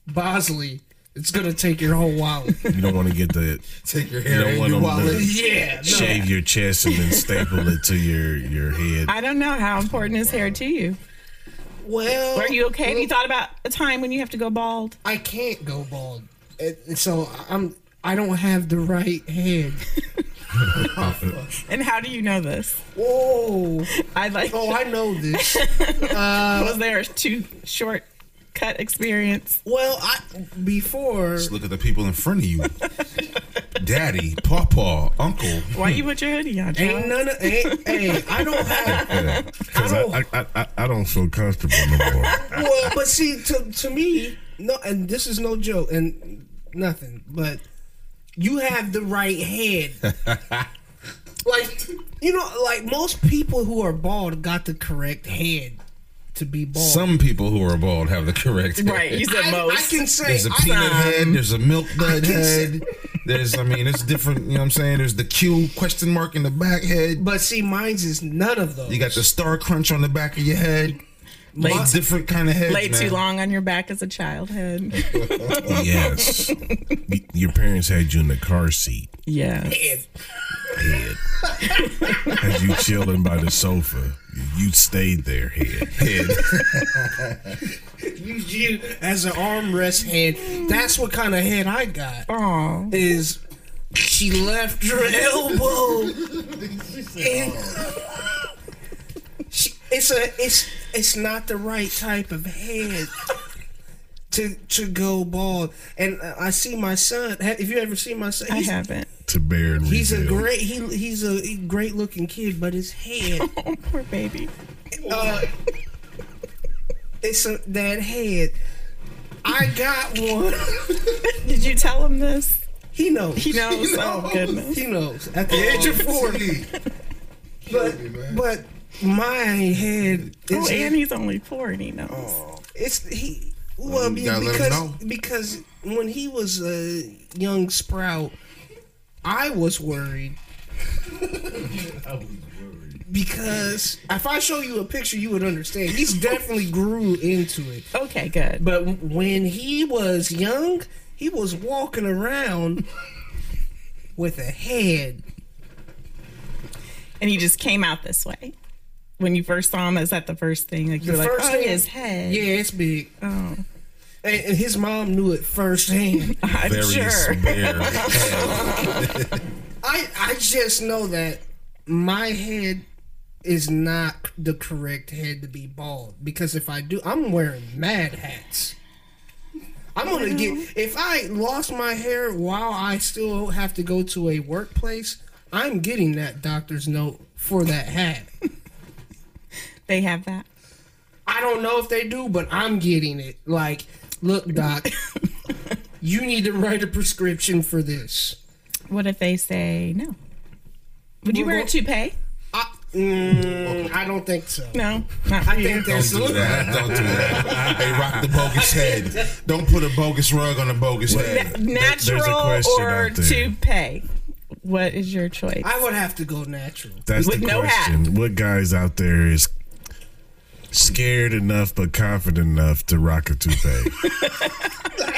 Speaker 1: Bosley. It's gonna take your whole wallet.
Speaker 3: you don't want to get the
Speaker 6: Take your
Speaker 3: you
Speaker 6: hair
Speaker 3: don't
Speaker 6: and
Speaker 3: want
Speaker 6: your
Speaker 3: them
Speaker 6: wallet.
Speaker 3: to
Speaker 1: yeah, no.
Speaker 3: shave your chest and then staple it to your your head.
Speaker 2: I don't know how important is hair to you.
Speaker 1: Well,
Speaker 2: Are you okay? Have you thought about a time when you have to go bald?
Speaker 1: I can't go bald, And- and so I'm. I don't have the right head.
Speaker 2: And how do you know this?
Speaker 1: Whoa!
Speaker 2: I like
Speaker 1: Oh, I know this. Uh,
Speaker 2: was there a too short cut experience.
Speaker 1: Well, I before
Speaker 6: Just look at the people in front of you. Daddy, papa, uncle.
Speaker 2: Why you put your hoodie on?
Speaker 1: ain't
Speaker 2: Charles?
Speaker 1: none of ain't, hey, I don't have.
Speaker 3: Because I, I, I, I, I don't feel comfortable no more.
Speaker 1: Well, but see, to to me, no, and this is no joke, and nothing, but you have the right head. Like you know, like most people who are bald got the correct head to be bald.
Speaker 6: Some people who are bald have the correct head.
Speaker 2: Right, you said
Speaker 1: I, I
Speaker 2: most.
Speaker 1: can say
Speaker 6: There's a
Speaker 1: I-
Speaker 6: peanut head. There's a milk dud
Speaker 1: can say-
Speaker 6: head. There's, I mean, it's different. You know what I'm saying? There's the Q question mark in the back head.
Speaker 1: but see, mine's is none of those.
Speaker 6: You got the star crunch on the back of your head.
Speaker 2: Lay,
Speaker 6: Lots of different kind of heads.
Speaker 2: lay too
Speaker 6: man.
Speaker 2: long on your back as a child head.
Speaker 3: Yes. Y- Your parents had you in the car seat.
Speaker 2: yeah.
Speaker 1: head.
Speaker 3: head. As you chilling by the sofa, you stayed there, head.
Speaker 6: Head.
Speaker 1: You, you as an armrest head. That's what kind of head I got.
Speaker 2: Aw.
Speaker 1: Is she left her elbow? and she, it's a it's it's not the right type of head to to go bald. And uh, I see my son. ha- If you ever see my son,
Speaker 2: I
Speaker 1: he's,
Speaker 2: haven't.
Speaker 3: To bear and
Speaker 1: he's a
Speaker 3: rebuild.
Speaker 1: great he he's a great looking kid, but his head.
Speaker 2: Oh, poor baby.
Speaker 1: uh, it's a, that head. I got one.
Speaker 2: Did you tell him this?
Speaker 1: He knows.
Speaker 2: He knows. Oh, goodness.
Speaker 1: He knows. At the age of forty. But but my head is
Speaker 2: Oh, and he's only four and he knows.
Speaker 1: it's he. Well,
Speaker 6: you
Speaker 1: be-
Speaker 6: gotta let him
Speaker 1: because
Speaker 6: know.
Speaker 1: because when he was a young sprout, I was worried. Because if I show you a picture, you would understand. He's definitely grew into it.
Speaker 2: Okay, good.
Speaker 1: But w- when he was young, he was walking around with a head.
Speaker 2: And he just came out this way. When you first saw him, is that the first thing? Like you
Speaker 1: The
Speaker 2: were like,
Speaker 1: first
Speaker 2: oh,
Speaker 1: thing-
Speaker 2: his head.
Speaker 1: Yeah, it's big.
Speaker 2: Oh,
Speaker 1: And, and his mom knew it firsthand.
Speaker 2: I'm
Speaker 6: Very
Speaker 2: sure.
Speaker 6: spare head.
Speaker 1: I I just know that my head is not the correct head to be bald because if I do, I'm wearing mad hats. I'm gonna get if I lost my hair while I still have to go to a workplace. I'm getting that doctor's note for that hat.
Speaker 2: They have that.
Speaker 1: I don't know if they do, but I'm getting it. Like, look, doc, you need to write a prescription for this.
Speaker 2: What if they say no? Would you
Speaker 1: Well,
Speaker 2: wear a
Speaker 1: well-
Speaker 2: toupee?
Speaker 1: I, mm, I don't think so.
Speaker 2: No, not
Speaker 1: I
Speaker 2: for you.
Speaker 1: think
Speaker 6: Don't
Speaker 1: that's
Speaker 6: do that. Don't do that. They rock the bogus head. Don't put a bogus rug on a bogus head.
Speaker 3: there's a
Speaker 2: natural
Speaker 3: question
Speaker 2: or
Speaker 3: out there.
Speaker 2: toupee. What is your choice?
Speaker 1: I would have to go natural.
Speaker 3: That's
Speaker 2: With
Speaker 3: the
Speaker 2: no hat.
Speaker 3: question. What guys out there is scared enough but confident enough to rock a toupee?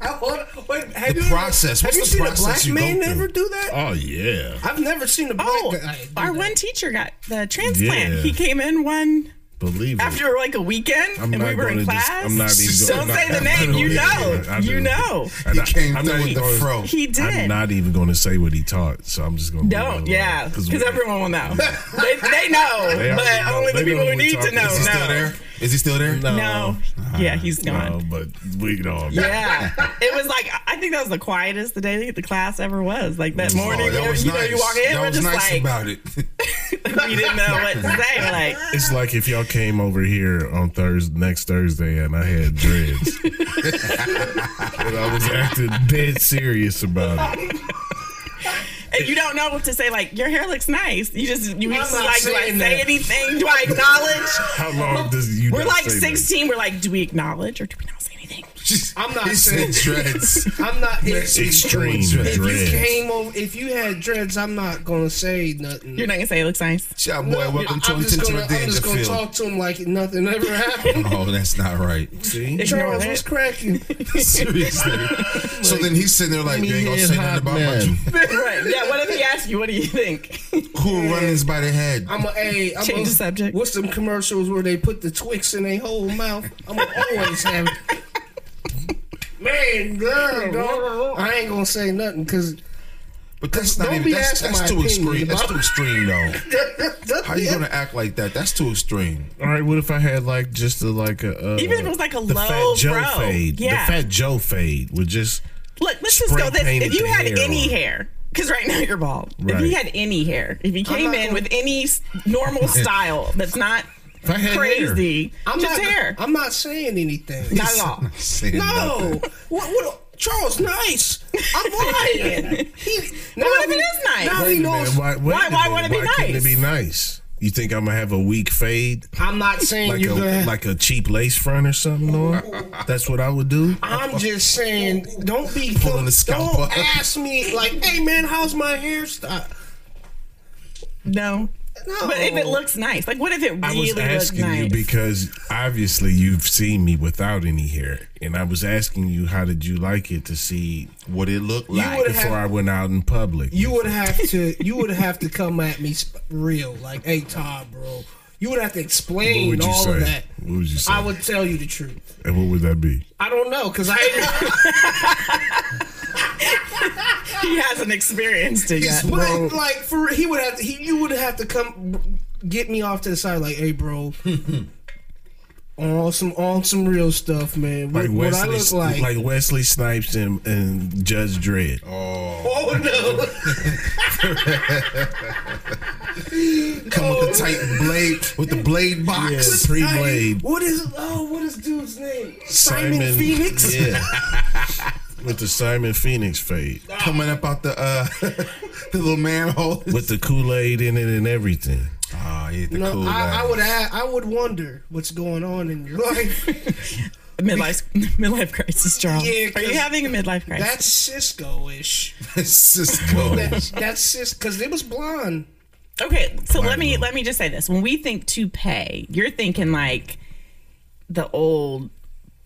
Speaker 1: I, what, what, have
Speaker 6: The
Speaker 1: you ever-
Speaker 6: process.
Speaker 1: have
Speaker 6: What's
Speaker 1: you
Speaker 6: the
Speaker 1: seen
Speaker 6: process
Speaker 1: a
Speaker 6: you
Speaker 1: black
Speaker 6: go
Speaker 1: man
Speaker 6: through?
Speaker 1: ever do that?
Speaker 3: oh yeah.
Speaker 1: I've never seen a black
Speaker 2: Oh,
Speaker 1: guy. do
Speaker 2: our
Speaker 1: that.
Speaker 2: one teacher got the transplant.
Speaker 3: Yeah.
Speaker 2: He came in one
Speaker 3: Believe it.
Speaker 2: after like a weekend,
Speaker 3: I'm
Speaker 2: and
Speaker 3: not
Speaker 2: we were in
Speaker 3: gonna dis-
Speaker 2: class.
Speaker 3: I'm not even
Speaker 2: Don't
Speaker 3: gonna-
Speaker 2: say the
Speaker 3: I'm
Speaker 2: name.
Speaker 3: not
Speaker 2: You
Speaker 3: even
Speaker 2: know.
Speaker 3: gonna- I
Speaker 2: You
Speaker 3: do.
Speaker 2: know.
Speaker 3: And
Speaker 6: He
Speaker 3: I-
Speaker 6: came
Speaker 3: I'm
Speaker 6: through
Speaker 3: not
Speaker 6: with
Speaker 3: even
Speaker 6: the
Speaker 3: gonna-
Speaker 6: fro.
Speaker 2: He did.
Speaker 3: I'm not even going to say what he taught, so I'm just going to
Speaker 2: Don't. Yeah, because everyone will know. they, they
Speaker 3: They
Speaker 2: know,
Speaker 3: already
Speaker 2: but
Speaker 3: know.
Speaker 2: only
Speaker 3: They
Speaker 2: the people
Speaker 3: know
Speaker 2: who
Speaker 3: we're
Speaker 2: need to
Speaker 3: talking.
Speaker 2: know
Speaker 6: Is he still
Speaker 2: know.
Speaker 6: there? Is he still there?
Speaker 2: No.
Speaker 6: Oh,
Speaker 2: Yeah, he's gone.
Speaker 3: No, Oh, but we know.
Speaker 2: Yeah, it was like I think that was the quietest the day the class ever was. Like that morning,
Speaker 6: Oh,
Speaker 2: you, know,
Speaker 6: that was
Speaker 2: you know,
Speaker 6: nice.
Speaker 2: you walk in,
Speaker 6: that
Speaker 2: we're
Speaker 6: was
Speaker 2: just
Speaker 6: nice
Speaker 2: like
Speaker 6: about it.
Speaker 2: we didn't know what to say. We're Like
Speaker 3: It's like if y'all came over here on Thursday, next Thursday, and I had dreads, and I was acting dead serious about it.
Speaker 2: if you don't know what to say, like your hair looks nice. You just you just
Speaker 1: not
Speaker 2: like do I
Speaker 1: saying
Speaker 2: say
Speaker 1: that.
Speaker 2: anything? Do I acknowledge?
Speaker 3: How long does you?
Speaker 2: We're
Speaker 3: not
Speaker 2: like
Speaker 3: say that?
Speaker 2: sixteen. We're like, do we acknowledge or do we not say anything?
Speaker 1: I'm not
Speaker 6: he said dreads.
Speaker 1: I'm not. If,
Speaker 3: Extreme
Speaker 6: If
Speaker 1: if you
Speaker 3: dreads.
Speaker 1: came over, if you had dreads, I'm not gonna say nothing.
Speaker 2: You're not gonna say it looks nice.
Speaker 6: Shout boy, welcome to
Speaker 1: I'm just gonna,
Speaker 6: intentional
Speaker 1: I'm
Speaker 6: danger
Speaker 1: just gonna
Speaker 6: field.
Speaker 1: talk to him like nothing ever happened.
Speaker 6: Oh, that's not right.
Speaker 3: See?
Speaker 2: Ignore
Speaker 1: Charles was
Speaker 2: it.
Speaker 1: cracking.
Speaker 6: Seriously. so then he's sitting there like, you ain't gonna
Speaker 3: Me
Speaker 6: say
Speaker 3: and
Speaker 6: nothing
Speaker 3: Hot
Speaker 6: about
Speaker 3: Man.
Speaker 6: my
Speaker 2: right? Yeah. What if he asks you? What do you think?
Speaker 6: cool runnings by the head.
Speaker 1: I'm a. Hey, I'm
Speaker 2: Change
Speaker 1: a,
Speaker 2: the subject.
Speaker 1: What's some commercials where they put the Twix in their whole mouth? I'm gonna always have it. Man, girl, dog, I ain't gonna say nothing because
Speaker 6: But that's not
Speaker 1: don't
Speaker 6: even
Speaker 1: be
Speaker 6: that's,
Speaker 1: asking
Speaker 6: that's
Speaker 1: my
Speaker 6: too
Speaker 1: opinion
Speaker 6: extreme. That's
Speaker 1: about-
Speaker 6: too extreme though. How you gonna act like that? That's too extreme.
Speaker 3: All right, what if I had like just a, like a uh,
Speaker 2: Even if it was like a
Speaker 3: the
Speaker 2: low
Speaker 3: Fat Joe
Speaker 2: bro.
Speaker 3: fade?
Speaker 2: Yeah.
Speaker 3: The Fat Joe fade would just
Speaker 2: Look, let's just
Speaker 3: Spray
Speaker 2: go this. If
Speaker 3: painted
Speaker 2: you
Speaker 3: the
Speaker 2: had
Speaker 3: hair
Speaker 2: any
Speaker 3: on.
Speaker 2: hair, because right now you're bald. If
Speaker 3: Right.
Speaker 2: you had any hair, if you came
Speaker 1: not
Speaker 2: in
Speaker 1: gonna-
Speaker 2: with any s- normal style that's not
Speaker 3: if I had hair.
Speaker 2: crazy,
Speaker 1: I'm
Speaker 2: just
Speaker 1: not,
Speaker 2: hair.
Speaker 1: I'm not saying anything.
Speaker 2: not at all.
Speaker 6: Saying
Speaker 1: No.
Speaker 6: nothing.
Speaker 1: What? What? Charles, nice. I'm lying. he, now
Speaker 2: what if
Speaker 1: he-
Speaker 2: it is nice?
Speaker 1: Now
Speaker 3: Wait
Speaker 1: he
Speaker 3: a minute,
Speaker 1: knows.
Speaker 3: why, wait
Speaker 2: Why-
Speaker 3: a
Speaker 2: why
Speaker 3: minute,
Speaker 2: would it be
Speaker 3: why couldn't
Speaker 2: nice?
Speaker 3: it be nice? You think I'm gonna have a weak fade,
Speaker 1: I'm not saying
Speaker 3: like
Speaker 1: you're
Speaker 3: a
Speaker 1: gonna.
Speaker 3: like a cheap lace front or something, Lord? That's what I would do.
Speaker 1: I'm just saying, don't be
Speaker 6: Pulling the scalp
Speaker 1: Don't
Speaker 6: up.
Speaker 1: ask me like, hey man, how's my hairstyle?
Speaker 2: No.
Speaker 1: No.
Speaker 2: But if it looks nice, like what if it
Speaker 3: I
Speaker 2: really
Speaker 3: was
Speaker 2: looks
Speaker 3: asking
Speaker 2: nice?
Speaker 3: you because obviously you've seen me without any hair, and I was asking you how did you like it to see
Speaker 6: Would it look
Speaker 1: You
Speaker 6: like?
Speaker 1: would
Speaker 3: before
Speaker 1: have.
Speaker 3: I went out in public.
Speaker 1: You would have to. You would have to come at me sp- real, like, hey Todd, bro. You would have to
Speaker 3: what
Speaker 1: explain
Speaker 3: would you
Speaker 1: all
Speaker 3: say?
Speaker 1: of that.
Speaker 3: What would you say?
Speaker 1: I would tell you the truth.
Speaker 3: and what would that be?
Speaker 1: I don't know, cause I.
Speaker 2: he hasn't experienced it yet.
Speaker 1: But like for he would have to, he you would have to come get me off to the side like hey bro on some on some real stuff man what,
Speaker 3: Like
Speaker 1: what
Speaker 3: Wesley,
Speaker 1: I look like,
Speaker 3: like Wesley Snipes and, and Judge Dredd.
Speaker 1: oh no
Speaker 6: Come with the tight blade, with the blade box.
Speaker 3: Yeah, pre blade.
Speaker 1: what is oh what is dude's name Simon,
Speaker 3: Simon,
Speaker 1: Phoenix
Speaker 3: Yeah. With the Simon Phoenix fade.
Speaker 6: Coming up out the uh, the little manhole.
Speaker 3: With the Kool Aid in it and everything.
Speaker 6: Ah, he hit the
Speaker 1: no
Speaker 6: cool
Speaker 1: I, I
Speaker 6: guy.
Speaker 1: would ask, I would wonder what's going on in your life
Speaker 2: Midlife midlife crisis, Charles.
Speaker 1: Yeah, 'cause
Speaker 2: Are you having a midlife crisis?
Speaker 1: that's Cisco ish
Speaker 6: Cisco.
Speaker 1: that, that's Cisco because it was blonde
Speaker 2: Okay, so let me let me just say this. When we think to pay, you're thinking like the old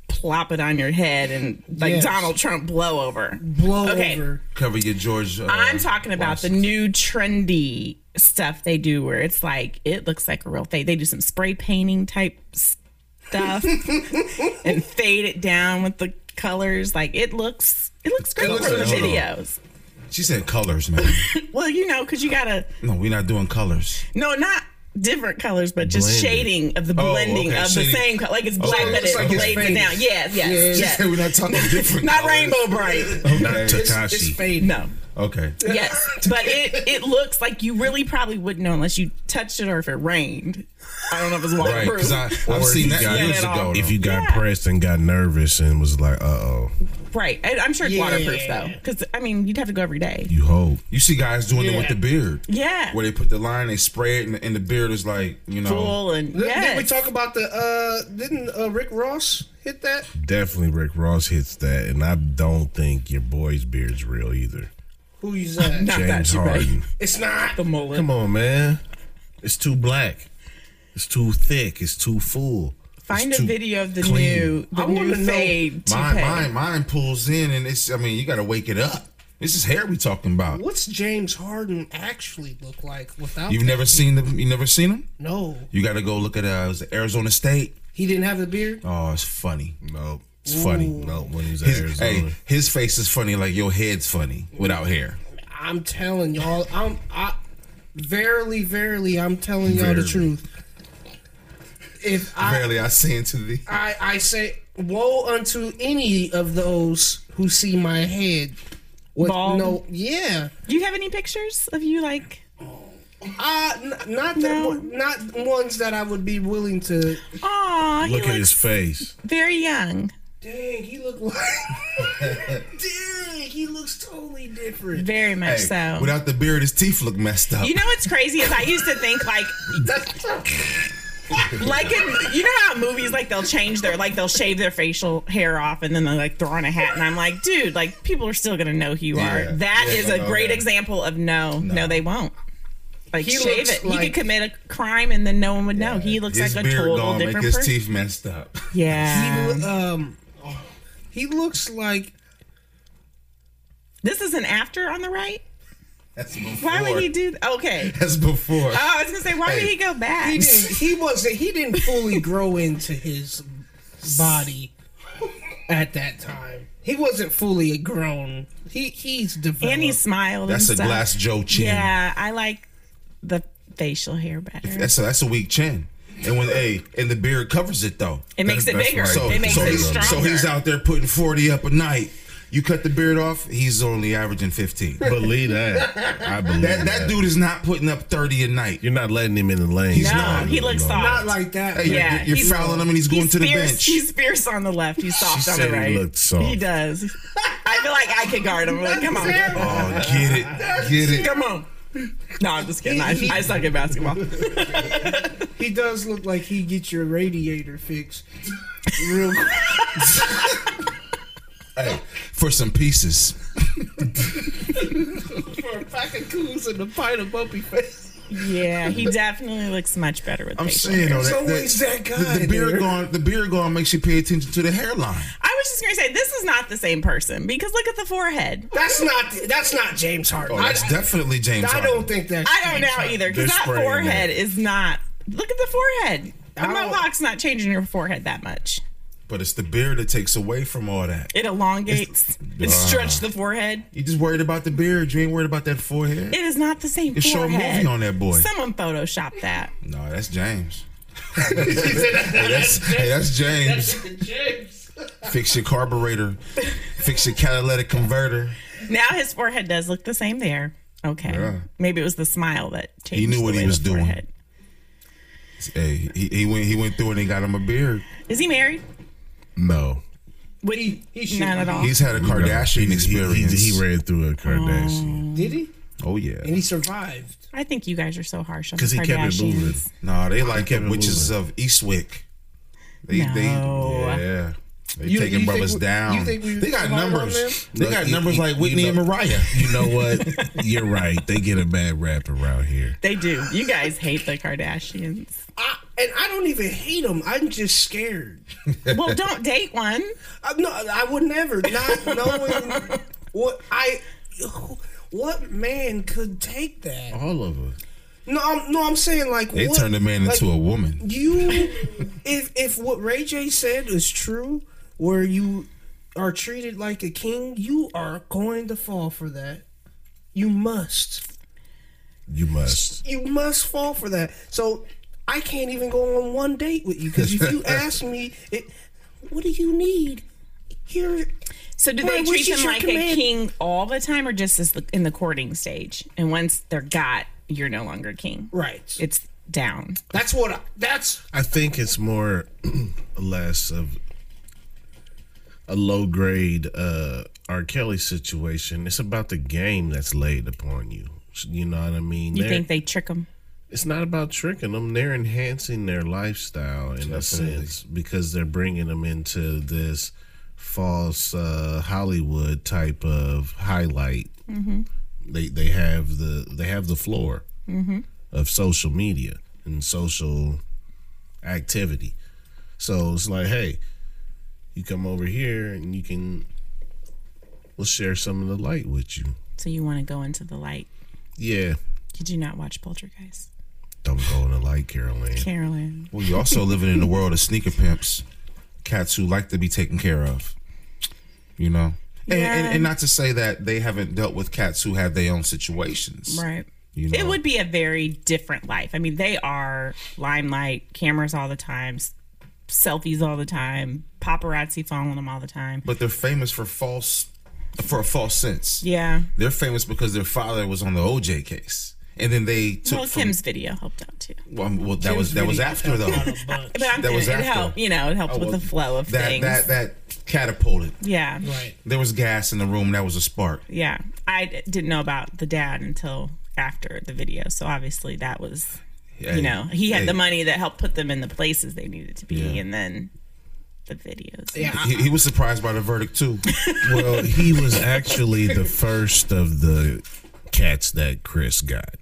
Speaker 2: plop it on your head and like
Speaker 1: Yes.
Speaker 2: Donald Trump blowover.
Speaker 1: blow
Speaker 2: Okay.
Speaker 1: over
Speaker 6: Cover your George. Uh,
Speaker 2: I'm talking about the new trendy stuff they do where it's like it looks like a real fade. They do some spray painting type stuff and fade it down with the colors. Like it looks it looks great
Speaker 6: looks
Speaker 2: for the
Speaker 6: like- hold on.
Speaker 2: videos.
Speaker 6: She said colors, man.
Speaker 2: Well, you know, because you gotta
Speaker 6: no, we're not doing colors.
Speaker 2: No, not different colors, but just
Speaker 3: Blended.
Speaker 2: shading of the blending
Speaker 6: okay,
Speaker 2: of
Speaker 6: shading.
Speaker 2: the same color. Like it's black,
Speaker 6: it
Speaker 2: but
Speaker 6: looks
Speaker 2: it
Speaker 6: like it's
Speaker 2: blades it
Speaker 1: faded.
Speaker 2: down. Yes, yes,
Speaker 6: She
Speaker 2: yes.
Speaker 6: said we're not talking different.
Speaker 2: Not
Speaker 6: colors.
Speaker 2: rainbow bright.
Speaker 3: Not
Speaker 1: it's
Speaker 3: Takashi.
Speaker 1: fading
Speaker 2: No.
Speaker 6: Okay.
Speaker 2: Yes, but it it looks like you really probably wouldn't know unless you touched it or if it rained. I don't know if it's
Speaker 6: Right,
Speaker 2: waterproof.
Speaker 6: because I've
Speaker 3: Or if
Speaker 6: seen
Speaker 3: you
Speaker 6: that
Speaker 3: got-
Speaker 6: years
Speaker 2: Yeah, at all.
Speaker 6: ago.
Speaker 3: If you got
Speaker 2: Yeah.
Speaker 3: pressed and got nervous and was like, uh oh,
Speaker 2: right, I, I'm sure it's
Speaker 1: Yeah.
Speaker 2: waterproof though, because I mean you'd have to go every day.
Speaker 3: you hope.
Speaker 6: You see guys doing it with the beard.
Speaker 2: Yeah,
Speaker 6: Where they put the line, they spray it, and, and the beard is like, you know.
Speaker 2: full and
Speaker 1: Didn't-
Speaker 2: yeah.
Speaker 1: Didn't we talk about the uh didn't uh, Rick Ross hit that?
Speaker 3: Definitely Rick Ross hits that, and I don't think your boy's beard's real either.
Speaker 1: Who is that?
Speaker 2: Not that
Speaker 3: James
Speaker 2: you
Speaker 3: Harden.
Speaker 2: right.
Speaker 1: It's not.
Speaker 2: The mullet.
Speaker 3: Come on, man. It's too black. It's too thick. It's too full.
Speaker 2: Find
Speaker 3: it's
Speaker 2: a
Speaker 3: too
Speaker 2: video of the
Speaker 3: clean.
Speaker 2: new the
Speaker 1: I wanna
Speaker 2: new
Speaker 1: know-
Speaker 2: fade
Speaker 6: Mine,
Speaker 2: toupee.
Speaker 6: mine, mine pulls in, and it's. I mean, you got to wake it up. This is hair we talking about.
Speaker 1: What's James Harden actually look like without?
Speaker 6: You've
Speaker 1: that?
Speaker 6: never seen them. You never seen them.
Speaker 1: No,
Speaker 6: You got to go look at uh, was it Arizona State.
Speaker 1: he didn't have the beard.
Speaker 6: Oh, it's funny.
Speaker 3: No, it's funny. No, when he's at
Speaker 6: His,
Speaker 3: Arizona.
Speaker 6: hey, his face is funny. Like your head's funny without hair.
Speaker 1: I'm telling y'all, I'm I verily, verily, I'm telling y'all the
Speaker 6: Verily.
Speaker 1: truth. If I
Speaker 6: Barely I see into the.
Speaker 1: I I say woe unto any of those who see my head with
Speaker 2: Bald?
Speaker 1: no yeah.
Speaker 2: Do you have any pictures of you like?
Speaker 1: Uh, n- not
Speaker 2: No.
Speaker 1: the, not ones that I would be willing to.
Speaker 2: Aw, he
Speaker 3: Look at
Speaker 2: looks
Speaker 3: his face.
Speaker 2: very young.
Speaker 1: Dang, he look like. Dang, he looks totally different.
Speaker 2: Very much
Speaker 6: Hey,
Speaker 2: so.
Speaker 6: Without the beard, his teeth look messed up.
Speaker 2: you know what's crazy is I used to think like like in, you know how in movies like they'll change their like they'll shave their facial hair off and then they like throw on a hat and I'm like dude like people are still gonna know who you
Speaker 6: Yeah.
Speaker 2: are. That
Speaker 6: Yeah,
Speaker 2: is
Speaker 6: no,
Speaker 2: a great
Speaker 6: okay.
Speaker 2: example of no, no, they won't. Like
Speaker 1: He
Speaker 2: shave
Speaker 1: looks
Speaker 2: it. he
Speaker 1: like-
Speaker 2: could commit a crime and then no one would know. He looks
Speaker 6: his
Speaker 2: like a
Speaker 6: beard
Speaker 2: total
Speaker 6: gone,
Speaker 2: different
Speaker 6: make his
Speaker 2: person.
Speaker 6: teeth messed up.
Speaker 2: Yeah.
Speaker 1: He, loo- um, he looks like
Speaker 2: this is an after on the right.
Speaker 6: That's before.
Speaker 2: Why would he do? Th- okay.
Speaker 6: That's before.
Speaker 2: Oh, I was gonna say why would
Speaker 6: Hey,
Speaker 2: he go back?
Speaker 1: he didn't. He wasn't. He didn't fully grow into his body at that time. He wasn't fully grown. He he's developed.
Speaker 2: and he smiled.
Speaker 6: That's a
Speaker 2: and stuff.
Speaker 6: glass Joe chin.
Speaker 2: Yeah, I like the facial hair better.
Speaker 6: That's a, that's a weak chin. And when hey, and the beard covers it though.
Speaker 2: it makes it
Speaker 3: that's
Speaker 2: bigger.
Speaker 3: right.
Speaker 6: So,
Speaker 2: it makes
Speaker 6: so,
Speaker 2: it
Speaker 6: he's,
Speaker 2: stronger.
Speaker 6: so he's out there putting 40 up a night. You cut the beard off, he's only averaging 15. That,
Speaker 3: Believe that. I believe that.
Speaker 6: that dude is not putting up 30 a night.
Speaker 3: You're not letting him in the lane.
Speaker 2: No,
Speaker 6: not.
Speaker 2: he looks soft.
Speaker 1: not like that.
Speaker 6: Hey, you're-
Speaker 2: Yeah,
Speaker 6: you're,
Speaker 2: he's-
Speaker 6: fouling him and he's going
Speaker 2: he's
Speaker 6: to the
Speaker 2: fierce,
Speaker 6: bench.
Speaker 2: He's fierce on the left. He's soft on
Speaker 3: said
Speaker 2: the
Speaker 3: he
Speaker 2: right.
Speaker 3: looked soft.
Speaker 2: He does. I feel like I could guard him. Like, come on,
Speaker 6: Oh, get it, get it.
Speaker 2: come on. No, I'm just kidding. I, I suck at basketball.
Speaker 1: He does look like he gets your radiator fixed. Real quick.
Speaker 6: Hey, for some pieces.
Speaker 1: for a pack of coons and a pint of bumpy face.
Speaker 2: yeah, he definitely looks much better with.
Speaker 6: I'm
Speaker 2: facial
Speaker 6: saying
Speaker 2: hair.
Speaker 6: though, that,
Speaker 1: So
Speaker 6: that,
Speaker 1: who's that
Speaker 6: the-
Speaker 1: guy
Speaker 6: The, beard
Speaker 1: there?
Speaker 6: gone. The beard gone makes you pay attention to the hairline.
Speaker 2: I was just gonna say this is not the same person because look at the forehead.
Speaker 1: That's not that's not James Harden.
Speaker 6: Oh, that's
Speaker 1: I,
Speaker 6: definitely James.
Speaker 1: I
Speaker 6: Harden.
Speaker 1: don't think that's
Speaker 2: I don't know either
Speaker 3: They're
Speaker 2: because that
Speaker 3: spraying
Speaker 2: forehead is not. Look at the forehead. The
Speaker 1: I don't-
Speaker 2: mohawk's not changing your forehead that much.
Speaker 6: But it's the beard that takes away from all that.
Speaker 2: It elongates. It stretches the forehead.
Speaker 6: You just worried about the beard. You ain't worried about that forehead.
Speaker 2: It is not the same.
Speaker 6: Just show a
Speaker 2: forehead.
Speaker 6: movie on that boy.
Speaker 2: Someone photoshopped that.
Speaker 6: no, that's James. hey, that's, hey, that's James. Fix your carburetor. Fix your catalytic converter.
Speaker 2: Now his forehead does look the same there. Okay.
Speaker 6: Yeah.
Speaker 2: Maybe it was the smile that changed.
Speaker 6: knew
Speaker 2: the
Speaker 6: what he
Speaker 2: way
Speaker 6: was
Speaker 2: the
Speaker 6: doing.
Speaker 2: forehead-
Speaker 6: Hey, he, he went he went through and he got him a beard.
Speaker 2: Is he married?
Speaker 3: No.
Speaker 2: Would
Speaker 1: He- he should
Speaker 2: Not at all.
Speaker 6: He's had a Kardashian
Speaker 3: No, he- he-
Speaker 6: experience.
Speaker 3: He, he ran through a Kardashian.
Speaker 1: Did he?
Speaker 6: oh yeah.
Speaker 1: And he survived.
Speaker 2: I think you guys are so harsh on the
Speaker 3: 'Cause he kept it
Speaker 2: Kardashians.
Speaker 3: moving.
Speaker 6: No, they like
Speaker 3: Kevin
Speaker 6: the witches of Eastwick. They, they,
Speaker 2: No.
Speaker 6: yeah. They
Speaker 1: You-
Speaker 6: taking
Speaker 1: you
Speaker 6: brothers
Speaker 1: think we-
Speaker 6: down.
Speaker 1: you think we
Speaker 6: they got
Speaker 1: survive on
Speaker 6: numbers.
Speaker 1: them?
Speaker 6: They
Speaker 3: Look,
Speaker 6: got
Speaker 3: you-
Speaker 6: numbers
Speaker 3: you-
Speaker 6: like
Speaker 3: you
Speaker 6: Whitney and
Speaker 3: know-
Speaker 6: Mariah.
Speaker 3: You know what? You're right. They get a bad rap around here.
Speaker 2: They do. You guys hate the Kardashians.
Speaker 1: I, and I don't even hate him. I'm just scared.
Speaker 2: Well, don't date one.
Speaker 1: I, Uh, no, I would never. Not knowing what I, what man could take that?
Speaker 3: All of us.
Speaker 1: No, I'm, no, I'm saying like
Speaker 6: Uh-huh. They
Speaker 1: what,
Speaker 6: turned a man
Speaker 1: like,
Speaker 6: into a woman.
Speaker 1: You, if if what Ray J said is true, where you are treated like a king, you are going to fall for that. You must.
Speaker 3: You must.
Speaker 1: You must fall for that. So I can't even go on one date with you because if you ask me, it, what do you need? Here,
Speaker 2: So do
Speaker 1: My
Speaker 2: they treat
Speaker 1: wishes
Speaker 2: him
Speaker 1: are
Speaker 2: like a
Speaker 1: command-
Speaker 2: king all the time, or just as the, in the courting stage? And once they're got, you're no longer king.
Speaker 1: right.
Speaker 2: It's down.
Speaker 1: That's what. I, that's
Speaker 3: I think it's more less of a low grade uh, R. Kelly situation. It's about the game that's laid upon you. You know what I mean?
Speaker 2: You
Speaker 3: They're-
Speaker 2: think they trick him?
Speaker 3: it's not about tricking them. They're enhancing their lifestyle in a sense because they're bringing them into this false uh, Hollywood type of highlight. They they have the they have the floor of social media and social activity. So it's like, hey, you come over here and you can we'll share some of the light with you.
Speaker 2: So you want to go into the light?
Speaker 3: Yeah,
Speaker 2: Did you not watch Poltergeist?
Speaker 3: don't go in the light, Carolyn.
Speaker 2: Carolyn.
Speaker 6: Well, you also living in the world of sneaker pimps, cats who like to be taken care of. You know? And, and,
Speaker 2: Yeah.
Speaker 6: and not to say that they haven't dealt with cats who have their own situations.
Speaker 2: Right.
Speaker 6: You know?
Speaker 2: It would be a very different life. I mean, they are limelight, cameras all the time, s- selfies all the time, paparazzi following them all the time.
Speaker 6: But they're famous for false for a false sense.
Speaker 2: Yeah.
Speaker 6: They're famous because their father was on the OJ case. And then they took
Speaker 2: Well,
Speaker 6: from-
Speaker 2: Kim's video helped out too.
Speaker 6: Well, um, well, that was that was after though.
Speaker 2: But I'm
Speaker 6: That was
Speaker 2: saying it
Speaker 6: after.
Speaker 2: helped, you know, it helped
Speaker 6: Oh, well,
Speaker 2: with the flow of
Speaker 6: that
Speaker 2: things.
Speaker 6: that that catapulted.
Speaker 2: yeah.
Speaker 1: right.
Speaker 6: There was gas in the room. That was a spark.
Speaker 2: Yeah. I d- didn't know about the dad until after the video. So obviously that was,
Speaker 6: Hey,
Speaker 2: you know, he had
Speaker 6: hey,
Speaker 2: the money that helped put them in the places they needed to be.
Speaker 6: Yeah.
Speaker 2: And then the videos.
Speaker 1: Yeah, I-
Speaker 6: He, he was surprised by the verdict too.
Speaker 3: Well, he was actually the first of the cats that Chris got.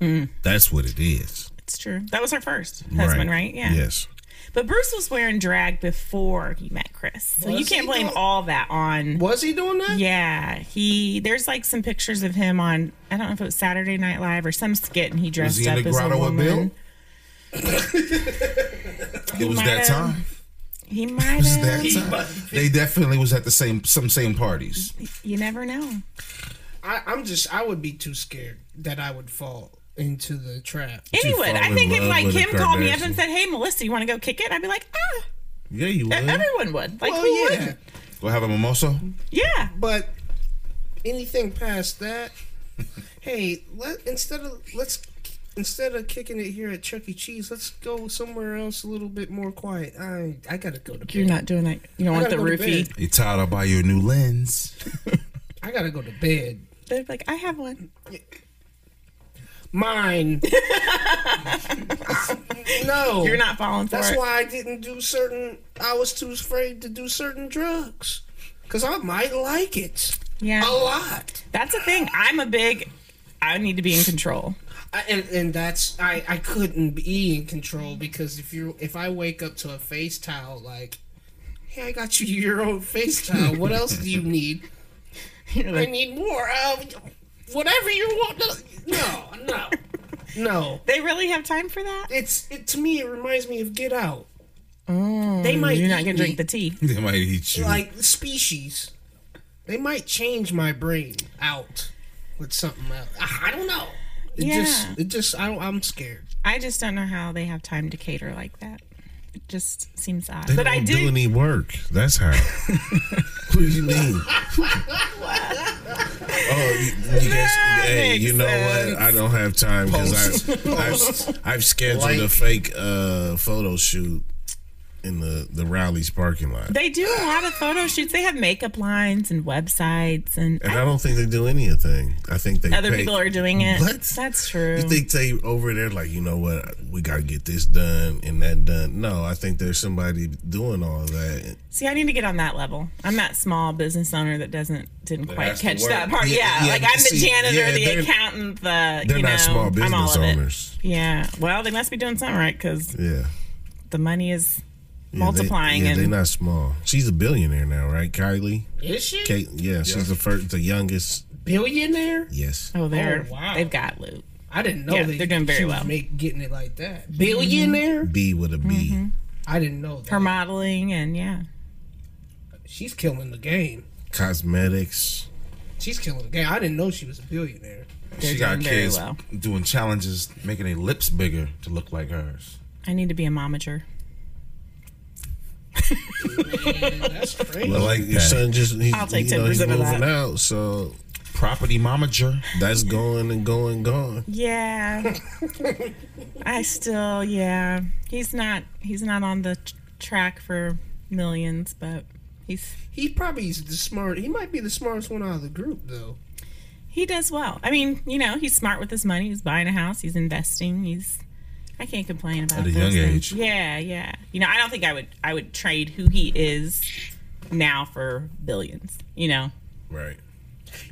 Speaker 2: Mm.
Speaker 3: That's what it is.
Speaker 2: It's true. That was her first husband, right? Yeah.
Speaker 3: Yes.
Speaker 2: But Bruce was wearing drag before he met Chris. So you
Speaker 1: Was
Speaker 2: can't
Speaker 1: he
Speaker 2: blame
Speaker 1: though?
Speaker 2: all that on
Speaker 1: was he doing that?
Speaker 2: Yeah, he there's like some pictures of him on I don't know if it was Saturday Night Live or some skit and he dressed
Speaker 6: Was he
Speaker 2: up
Speaker 6: in the
Speaker 2: as a
Speaker 6: grotto with Bill?
Speaker 2: woman.
Speaker 6: It was
Speaker 2: might
Speaker 6: that
Speaker 2: have-
Speaker 6: time.
Speaker 2: He might have.
Speaker 6: That time. They definitely was at the same some same parties.
Speaker 2: you never know.
Speaker 1: I, I'm just. I would be too scared that I would fall into the trap.
Speaker 2: Anyway,
Speaker 3: fall
Speaker 2: I
Speaker 3: in
Speaker 2: think if
Speaker 3: love
Speaker 2: like
Speaker 3: with a
Speaker 2: him called me up
Speaker 3: Kardashian.
Speaker 2: and said, "Hey, Melissa, you want to go kick it?" I'd be like, "Ah,
Speaker 3: Yeah, you would.
Speaker 2: everyone would." Like,
Speaker 1: Well,
Speaker 2: who
Speaker 1: Oh, yeah.
Speaker 2: wouldn't?
Speaker 6: Go have a mimosa.
Speaker 2: Yeah.
Speaker 1: But anything past that, hey, let instead of let's instead of kicking it here at Chuck E. Cheese, let's go somewhere else a little bit more quiet. I I gotta go to bed.
Speaker 2: You're not doing that. You don't
Speaker 1: I
Speaker 2: want the
Speaker 1: gotta go to
Speaker 2: roofie.
Speaker 1: bed.
Speaker 6: You tired? I'll buy you a new lens.
Speaker 1: I gotta go to bed.
Speaker 2: They're like, I have one.
Speaker 1: Mine. no,
Speaker 2: You're not falling for
Speaker 1: That's
Speaker 2: it.
Speaker 1: why I didn't do certain. I was too afraid to do certain drugs, cause I might like it
Speaker 2: yeah,
Speaker 1: a lot.
Speaker 2: that's the thing. I'm a big. I need to be in control.
Speaker 1: I, and and that's I I couldn't be in control because if you if I wake up to a face towel like, hey I got you your own face towel. What else do you need?
Speaker 2: You're
Speaker 1: I
Speaker 2: like,
Speaker 1: need more. Uh, whatever you want. No, no, no.
Speaker 2: they really have time for that?
Speaker 1: It's it to me. It reminds me of Get Out.
Speaker 2: Mm,
Speaker 1: They might
Speaker 2: You're not
Speaker 1: eat
Speaker 2: gonna
Speaker 1: me.
Speaker 2: drink the tea.
Speaker 6: they might eat you.
Speaker 1: Like species, they might change my brain out with something else. I, I don't know. It
Speaker 2: Yeah.
Speaker 1: just it just I don't, I'm scared.
Speaker 2: I just don't know how they have time to cater like that. It just seems odd.
Speaker 3: They
Speaker 2: but
Speaker 3: don't
Speaker 2: I
Speaker 3: do
Speaker 2: do.
Speaker 3: any work. That's how. what do you mean? oh, you, you guys, hey,
Speaker 2: makes
Speaker 3: you know
Speaker 2: sense.
Speaker 3: what? I don't have time because I've, I've I've scheduled a fake uh, photo shoot in the the Rowley's parking lot,
Speaker 2: They do a lot of photo shoots. They have makeup lines and websites, and
Speaker 3: and I don't think they do anything. I think they
Speaker 2: other
Speaker 3: pay-
Speaker 2: people are doing it.
Speaker 3: What?
Speaker 2: That's true.
Speaker 3: You think they over there like you know what? We gotta get this done and that done. No, I think there's somebody doing all that.
Speaker 2: See, I need to get on that level. I'm that small business owner that doesn't didn't quite
Speaker 6: has to
Speaker 2: catch that
Speaker 6: work.
Speaker 2: part.
Speaker 3: Yeah,
Speaker 2: Yeah,
Speaker 3: yeah,
Speaker 2: like I'm the
Speaker 3: see,
Speaker 2: janitor,
Speaker 3: yeah,
Speaker 2: the
Speaker 3: they're-
Speaker 2: accountant, the
Speaker 3: They're
Speaker 2: you know,
Speaker 3: not small
Speaker 2: I'm all
Speaker 3: business
Speaker 2: of it.
Speaker 3: owners.
Speaker 2: Yeah, well, they must be doing something right because
Speaker 3: Yeah.
Speaker 2: the money is
Speaker 3: Yeah, they-
Speaker 2: multiplying
Speaker 3: Yeah,
Speaker 2: and
Speaker 3: they're not small. She's a billionaire now, right? Kylie,
Speaker 1: Is she
Speaker 3: Kate. Yeah, she's the first, the youngest.
Speaker 1: billionaire?
Speaker 3: Yes.
Speaker 2: oh, they're
Speaker 1: Oh, wow.
Speaker 2: they've got loot.
Speaker 1: I didn't know
Speaker 2: Yeah,
Speaker 1: they,
Speaker 2: they're doing very
Speaker 1: she was
Speaker 2: well.
Speaker 1: Make, getting it like that billionaire.
Speaker 3: B with a B.
Speaker 2: Mm-hmm.
Speaker 1: I didn't know that.
Speaker 2: Her modeling and yeah,
Speaker 1: She's killing the game.
Speaker 3: Cosmetics.
Speaker 1: She's killing the game. I didn't know she was a billionaire.
Speaker 2: they're
Speaker 6: she
Speaker 2: doing
Speaker 6: got
Speaker 2: very
Speaker 6: kids
Speaker 2: well.
Speaker 6: doing challenges, making their lips bigger to look like hers.
Speaker 2: I need to be a momager.
Speaker 1: That's crazy.
Speaker 3: But like your
Speaker 6: that.
Speaker 3: son just he's,
Speaker 2: I'll take
Speaker 3: you know, he's
Speaker 2: 10% of
Speaker 3: moving
Speaker 2: that.
Speaker 3: out, so
Speaker 6: Property momager.
Speaker 3: that's going and going gone.
Speaker 2: Yeah, I still yeah. He's not he's not on the t- track for millions, but he's
Speaker 1: He probably is the smart. He might be the smartest one out of the group though.
Speaker 2: he does well. I mean, you know, he's smart with his money. He's buying a house. He's investing. He's I can't complain about
Speaker 6: At a
Speaker 2: those
Speaker 6: young
Speaker 2: things.
Speaker 6: age.
Speaker 2: Yeah, yeah. You know, I don't think I would I would trade who he is now for billions. You know,
Speaker 3: Right.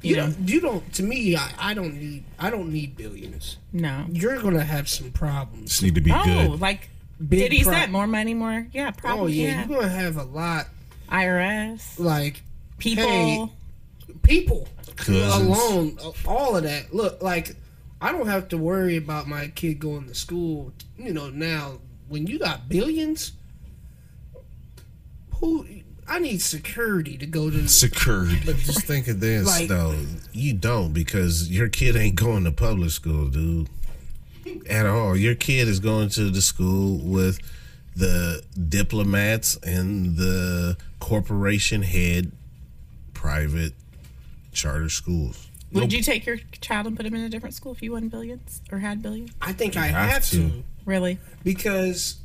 Speaker 1: You
Speaker 2: Yeah.
Speaker 1: don't, you don't. To me, I, I don't need. I don't need billions.
Speaker 2: no.
Speaker 1: You're gonna have some problems.
Speaker 6: Just need to be
Speaker 2: Oh,
Speaker 6: good.
Speaker 2: like
Speaker 1: Big
Speaker 2: did he
Speaker 1: pro-
Speaker 2: said more money, more yeah,
Speaker 1: Oh
Speaker 2: probably
Speaker 1: yeah,
Speaker 2: yeah.
Speaker 1: you're gonna have a lot
Speaker 2: IRS
Speaker 1: like
Speaker 2: people.
Speaker 1: Hey, people
Speaker 6: Cousins.
Speaker 1: alone. All of that. Look, like I don't have to worry about my kid going to school. You know, now when you got billions, who? I need security to go to.
Speaker 6: Secured.
Speaker 3: But just think of this
Speaker 1: Like-
Speaker 3: though. You don't because your kid ain't going to public school, dude. At all. Your kid is going to the school with the diplomats and the corporation head private charter schools.
Speaker 2: Would you take your child and put him in a different school if you won billions or had billions?
Speaker 1: I think I
Speaker 6: have
Speaker 1: have
Speaker 6: to.
Speaker 1: to.
Speaker 2: Really?
Speaker 1: because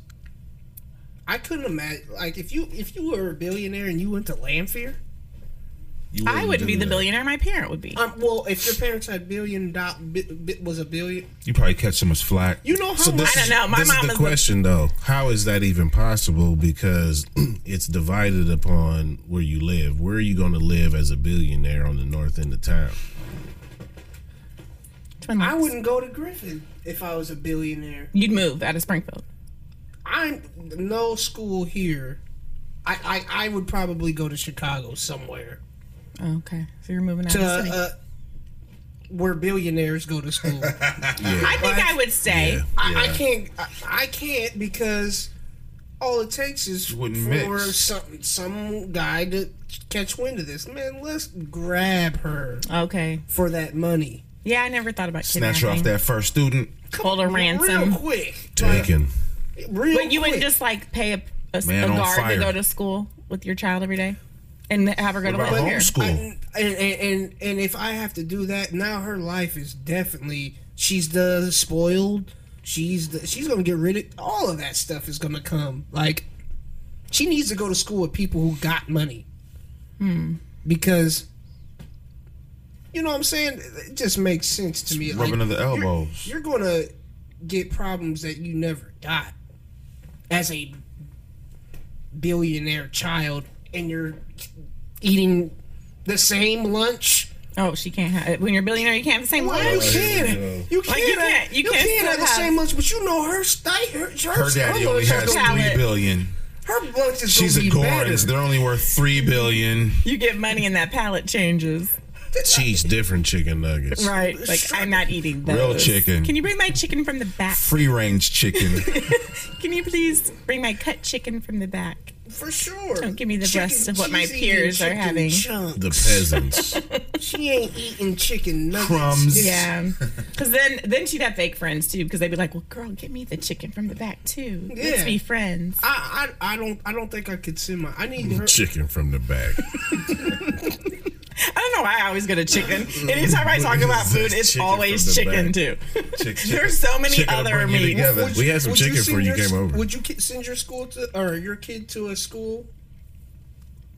Speaker 1: I couldn't imagine like if you if you were a billionaire and you went to Lanphier.
Speaker 3: You
Speaker 2: I wouldn't
Speaker 3: do
Speaker 2: be the
Speaker 3: that.
Speaker 2: billionaire. My parent would be.
Speaker 1: Um, well, if your parents had billion dot bi, bi, was a billion,
Speaker 6: You probably catch some as flack.
Speaker 1: you know how
Speaker 3: So this
Speaker 1: much
Speaker 2: I don't
Speaker 3: is-
Speaker 2: know. My
Speaker 3: this
Speaker 2: mom
Speaker 3: is
Speaker 2: is
Speaker 3: the
Speaker 2: a-
Speaker 3: question though. How is that even possible? Because it's divided upon where you live. Where are you going to live as a billionaire on the north end of town?
Speaker 2: Twin
Speaker 1: I
Speaker 2: Lakes.
Speaker 1: wouldn't go to Griffin if I was a billionaire.
Speaker 2: You'd move out of Springfield.
Speaker 1: I'm no school here. I I, I would probably go to Chicago somewhere
Speaker 2: Oh, okay, so you're moving out
Speaker 1: to
Speaker 2: of the city.
Speaker 1: uh, where billionaires go to school.
Speaker 2: I think I would stay.
Speaker 3: Yeah.
Speaker 1: I, I can't. I, I can't because all it takes is for
Speaker 6: wouldn't mix.
Speaker 1: some some guy to catch wind of this. Man, let's grab her
Speaker 2: Okay.
Speaker 1: for that money.
Speaker 2: Yeah, I never thought about kidnapping.
Speaker 6: Snatch her off that first student.
Speaker 2: Hold her ransom.
Speaker 1: real quick.
Speaker 3: Taken.
Speaker 1: Like, real
Speaker 2: But you
Speaker 1: quick.
Speaker 2: wouldn't just like pay a, a, a
Speaker 6: Man on
Speaker 2: guard to
Speaker 6: fire.
Speaker 2: go to school with your child every day, and have her go
Speaker 6: What
Speaker 2: to
Speaker 6: about
Speaker 2: Lancaster.
Speaker 6: homeschool?
Speaker 1: I- and, and and and if I have to do that now, her life is definitely She's the spoiled. She's the she's gonna get rid of all of that stuff is gonna come. Like she needs to go to school with people who got money. Because you know what I'm saying? It just makes sense to me.
Speaker 6: rubbing of the
Speaker 1: you're-
Speaker 6: elbows.
Speaker 1: You're, gonna get problems that you never got as a billionaire child and you're eating the same lunch.
Speaker 2: Oh, she can't have when you're a billionaire. You can't have the same
Speaker 1: Well, you
Speaker 2: lunch.
Speaker 1: can't. You can't.
Speaker 2: Like, you can't- you
Speaker 1: you
Speaker 2: can't
Speaker 1: can't have the
Speaker 2: have-
Speaker 1: same lunch, but you know her state. Her, her,
Speaker 6: Her daddy
Speaker 1: her
Speaker 6: only
Speaker 1: lunch
Speaker 6: has
Speaker 1: is
Speaker 2: gonna-
Speaker 6: three billion.
Speaker 1: gonna- her lunch is
Speaker 6: She's
Speaker 1: gonna
Speaker 6: a
Speaker 1: be better.
Speaker 6: Gorins. They're only worth three billion.
Speaker 2: You get money and that palate changes.
Speaker 3: She's different chicken nuggets.
Speaker 2: Right. Like I'm not eating those.
Speaker 6: Real chicken.
Speaker 2: Can you bring my chicken from the back?
Speaker 6: Free range chicken.
Speaker 2: Can you please bring my cut chicken from the back?
Speaker 1: for sure.
Speaker 2: Don't give me the
Speaker 1: Chicken-
Speaker 2: rest of what my
Speaker 1: she's eating
Speaker 2: peers are
Speaker 1: chicken
Speaker 2: having.
Speaker 1: chunks.
Speaker 3: The peasants.
Speaker 1: She ain't eating chicken nuggets.
Speaker 6: Crumbs.
Speaker 2: Yeah. Because then then she'd have fake friends too. Because they'd be like, "Well, girl, get me the chicken from the back too. Let's
Speaker 1: Yeah.
Speaker 2: be friends."
Speaker 1: I, I I don't I don't think I could send my I need her.
Speaker 3: chicken from the back.
Speaker 2: I don't know why I always go to chicken. Anytime I talk about food, it's
Speaker 3: Chicken
Speaker 2: always
Speaker 3: from the
Speaker 2: chicken
Speaker 3: back.
Speaker 2: too.
Speaker 6: Chick- chick-
Speaker 2: There's so many
Speaker 6: chicken will
Speaker 2: other
Speaker 6: bring you
Speaker 2: meats.
Speaker 6: together.
Speaker 3: We had some
Speaker 1: Would you
Speaker 3: chicken before
Speaker 1: send
Speaker 3: you
Speaker 1: your-
Speaker 3: came over.
Speaker 1: Would you ki- send your school to or your kid to a school?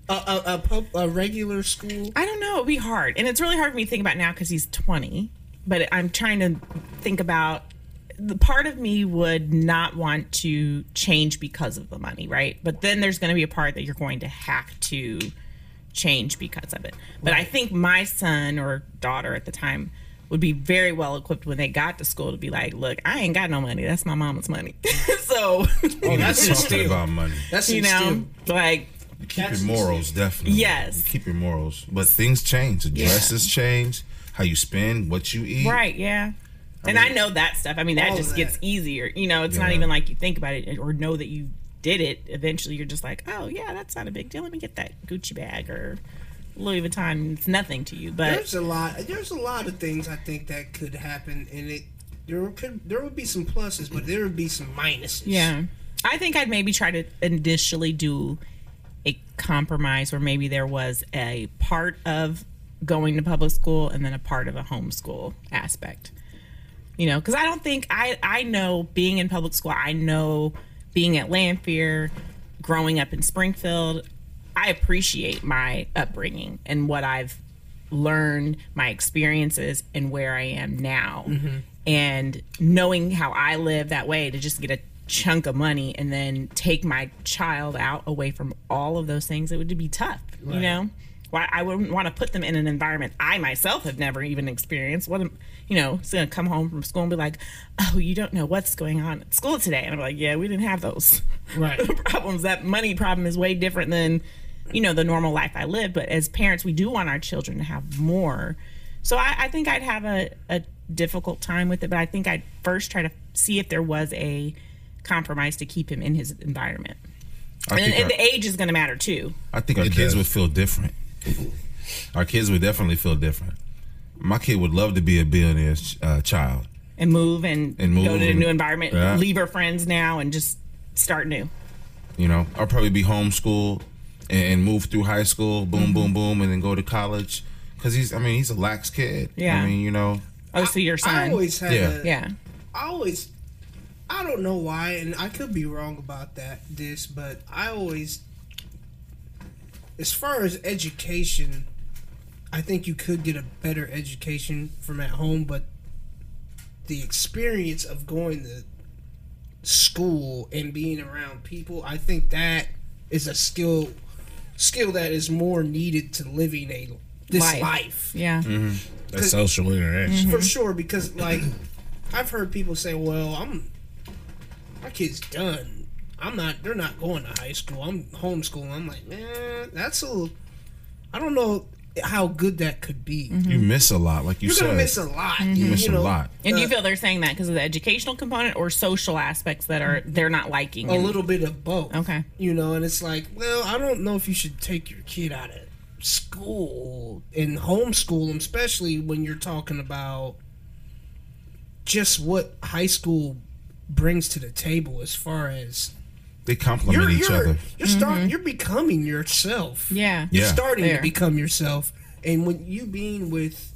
Speaker 1: A a a, pub, a regular school.
Speaker 2: I don't know. It'd be hard, and it's really hard for me to think about now because he's 20. But I'm trying to think about the part of me would not want to change because of the money, right? But then there's going to be a part that you're going to have to change because of it. But I think my son or daughter at the time would be very well equipped when they got to school to be like, "Look, I ain't got no money. That's my mama's money." so,
Speaker 6: Oh,
Speaker 1: that's
Speaker 6: talking
Speaker 1: instilled.
Speaker 6: about money.
Speaker 1: That's
Speaker 2: you know, like
Speaker 6: You keep
Speaker 1: That's
Speaker 6: your morals, definitely.
Speaker 2: Yes.
Speaker 6: You keep your morals. But things change. The dresses change. How you spend, what you eat.
Speaker 2: Right, yeah. and I know that stuff. I mean, that
Speaker 1: All of
Speaker 2: just
Speaker 1: that.
Speaker 2: gets easier. You know, it's not
Speaker 6: Yeah.
Speaker 2: even like you think about it or know that you did it. Eventually, you're just like, oh, yeah, that's not a big deal. Let me get that Gucci bag or Louis Vuitton. It's nothing to you. But
Speaker 1: There's a lot. There's a lot of things I think that could happen, and it there could there would be some pluses, but there would be some minuses.
Speaker 2: yeah, I think I'd maybe try to initially do a compromise where maybe there was a part of going to public school and then a part of a homeschool aspect. you know because i don't think i i know being in public school i know being at lanphier growing up in springfield i appreciate my upbringing and what i've learned my experiences and where i am now and knowing how i live that way to just get a chunk of money and then take my child out away from all of those things it would be tough you know why I wouldn't want to put them in an environment I myself have never even experienced. What am, you know, it's gonna come home from school and be like, "Oh, you don't know what's going on at school today," and I'm like, "Yeah, we didn't have those
Speaker 1: Right.
Speaker 2: problems. That money problem is way different than, you know, the normal life I live. But as parents, we do want our children to have more. So I, I think I'd have a, a difficult time with it. But I think I'd first try to see if there was a compromise to keep him in his environment.
Speaker 6: I
Speaker 2: And,
Speaker 6: think,
Speaker 2: and
Speaker 6: our,
Speaker 2: the age is gonna matter too.
Speaker 6: I think our
Speaker 3: It
Speaker 6: kids
Speaker 3: does.
Speaker 6: would feel different. Our kids would definitely feel different. My kid would love to be a billionaire's uh, child.
Speaker 2: and move and,
Speaker 6: And move
Speaker 2: go to a
Speaker 6: and-
Speaker 2: new environment,
Speaker 6: yeah.
Speaker 2: leave her friends now, and just start new.
Speaker 6: You know, I'll probably be homeschooled and, and move through high school, boom, boom, boom, and then go to college. Because he's, I mean, he's a lax kid.
Speaker 2: Yeah.
Speaker 6: I mean, you know,
Speaker 2: Oh, so your
Speaker 1: I
Speaker 2: son?
Speaker 1: always had.
Speaker 6: Yeah.
Speaker 1: A,
Speaker 2: yeah,
Speaker 1: I always. I don't know why, and I could be wrong about that. This, but I always, as far as education, I think you could get a better education from at home, but the experience of going to school and being around people, I think that is a skill skill that is more needed to living a this
Speaker 2: Life.
Speaker 1: life
Speaker 2: yeah.
Speaker 6: Mm-hmm.
Speaker 3: That's social interaction.
Speaker 1: for sure because like I've heard people say, "Well, I'm my kid's done. I'm not. They're not going to high school. I'm homeschooling." I'm like, man, that's a. I don't know how good that could be.
Speaker 6: you miss a lot, like
Speaker 1: Mm-hmm.
Speaker 6: you
Speaker 1: You're
Speaker 6: said.
Speaker 1: gonna miss a lot. You,
Speaker 6: you Mm-hmm. miss
Speaker 1: know,
Speaker 6: a lot.
Speaker 2: And do you
Speaker 1: Uh,
Speaker 2: feel they're saying that because of the educational component or social aspects that are they're not liking?
Speaker 1: A
Speaker 2: and-
Speaker 1: little bit of both.
Speaker 2: Okay.
Speaker 1: You know, and it's like, well, I don't know if you should take your kid out of school and homeschool them, especially when you're talking about just what high school brings to the table as far as
Speaker 6: They
Speaker 1: you're
Speaker 6: complement each
Speaker 1: you're,
Speaker 6: other.
Speaker 1: you're starting you're becoming yourself.
Speaker 2: Mm-hmm. Yeah.
Speaker 1: You're
Speaker 6: Yeah.
Speaker 1: starting
Speaker 2: There.
Speaker 1: to become yourself. And when you being with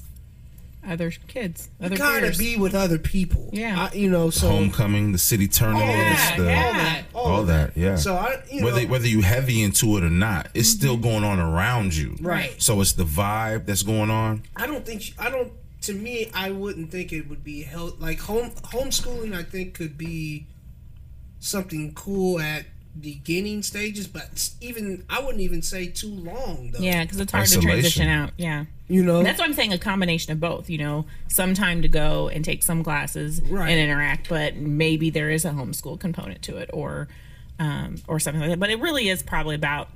Speaker 2: other kids, other
Speaker 1: gotta
Speaker 2: peers.
Speaker 1: be with other people.
Speaker 2: Yeah.
Speaker 1: I, you know, so
Speaker 6: Homecoming, the city tournament,
Speaker 2: Yeah,
Speaker 6: the,
Speaker 2: yeah.
Speaker 6: all that. Yeah.
Speaker 1: So I, you
Speaker 6: whether
Speaker 1: know,
Speaker 6: whether you heavy into it or not, it's
Speaker 2: Mm-hmm.
Speaker 6: still going on around you.
Speaker 1: Right.
Speaker 6: So it's the vibe that's going on.
Speaker 1: I don't think I don't. To me, I wouldn't think it would be held like home homeschooling. I think could be something cool at beginning stages, but s- even I wouldn't even say too long though.
Speaker 2: Yeah, because it's hard
Speaker 6: Isolation.
Speaker 2: to transition out. Yeah.
Speaker 1: you know,
Speaker 2: That's why I'm saying a combination of both, you know, some time to go and take some classes
Speaker 1: Right.
Speaker 2: and interact, but maybe there is a homeschool component to it or um, or something like that. But it really is probably about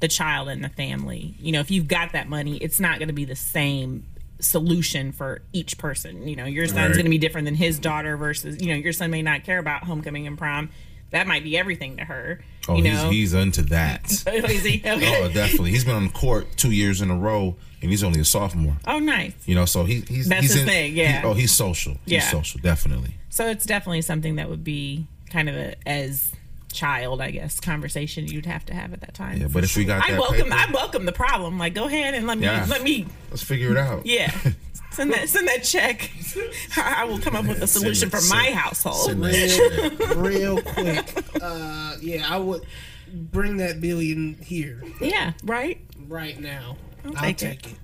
Speaker 2: the child and the family. You know, if you've got that money, it's not going to be the same solution for each person. You know, your son's
Speaker 3: Right.
Speaker 2: going to be different than his daughter versus, you know, your son may not care about homecoming and prom. That might be everything to her.
Speaker 6: Oh,
Speaker 2: you
Speaker 6: he's,
Speaker 2: know,
Speaker 6: he's into that.
Speaker 2: Is he? Okay.
Speaker 6: oh, definitely. He's been on the court two years in a row, and he's only a sophomore.
Speaker 2: oh, nice.
Speaker 6: You know, so he, he's
Speaker 2: That's
Speaker 6: he's
Speaker 2: his thing, yeah.
Speaker 6: he- oh, he's social.
Speaker 2: Yeah.
Speaker 6: He's social, definitely.
Speaker 2: So it's definitely something that would be kind of a as child, I guess, conversation you'd have to have at that time.
Speaker 6: Yeah, but if we got
Speaker 2: I
Speaker 6: that
Speaker 2: welcome
Speaker 6: paper,
Speaker 2: I welcome the problem. Like go ahead and let me
Speaker 6: Yeah.
Speaker 2: let me
Speaker 6: let's figure it out.
Speaker 2: yeah. Send that send that check. I I will come up with a solution
Speaker 3: it,
Speaker 2: for
Speaker 3: send
Speaker 2: my
Speaker 3: it,
Speaker 2: household.
Speaker 3: Send that shit.
Speaker 1: real quick. Uh, yeah, I would bring that billion here
Speaker 2: Yeah, right?
Speaker 1: right now. I'll,
Speaker 2: take
Speaker 1: take it.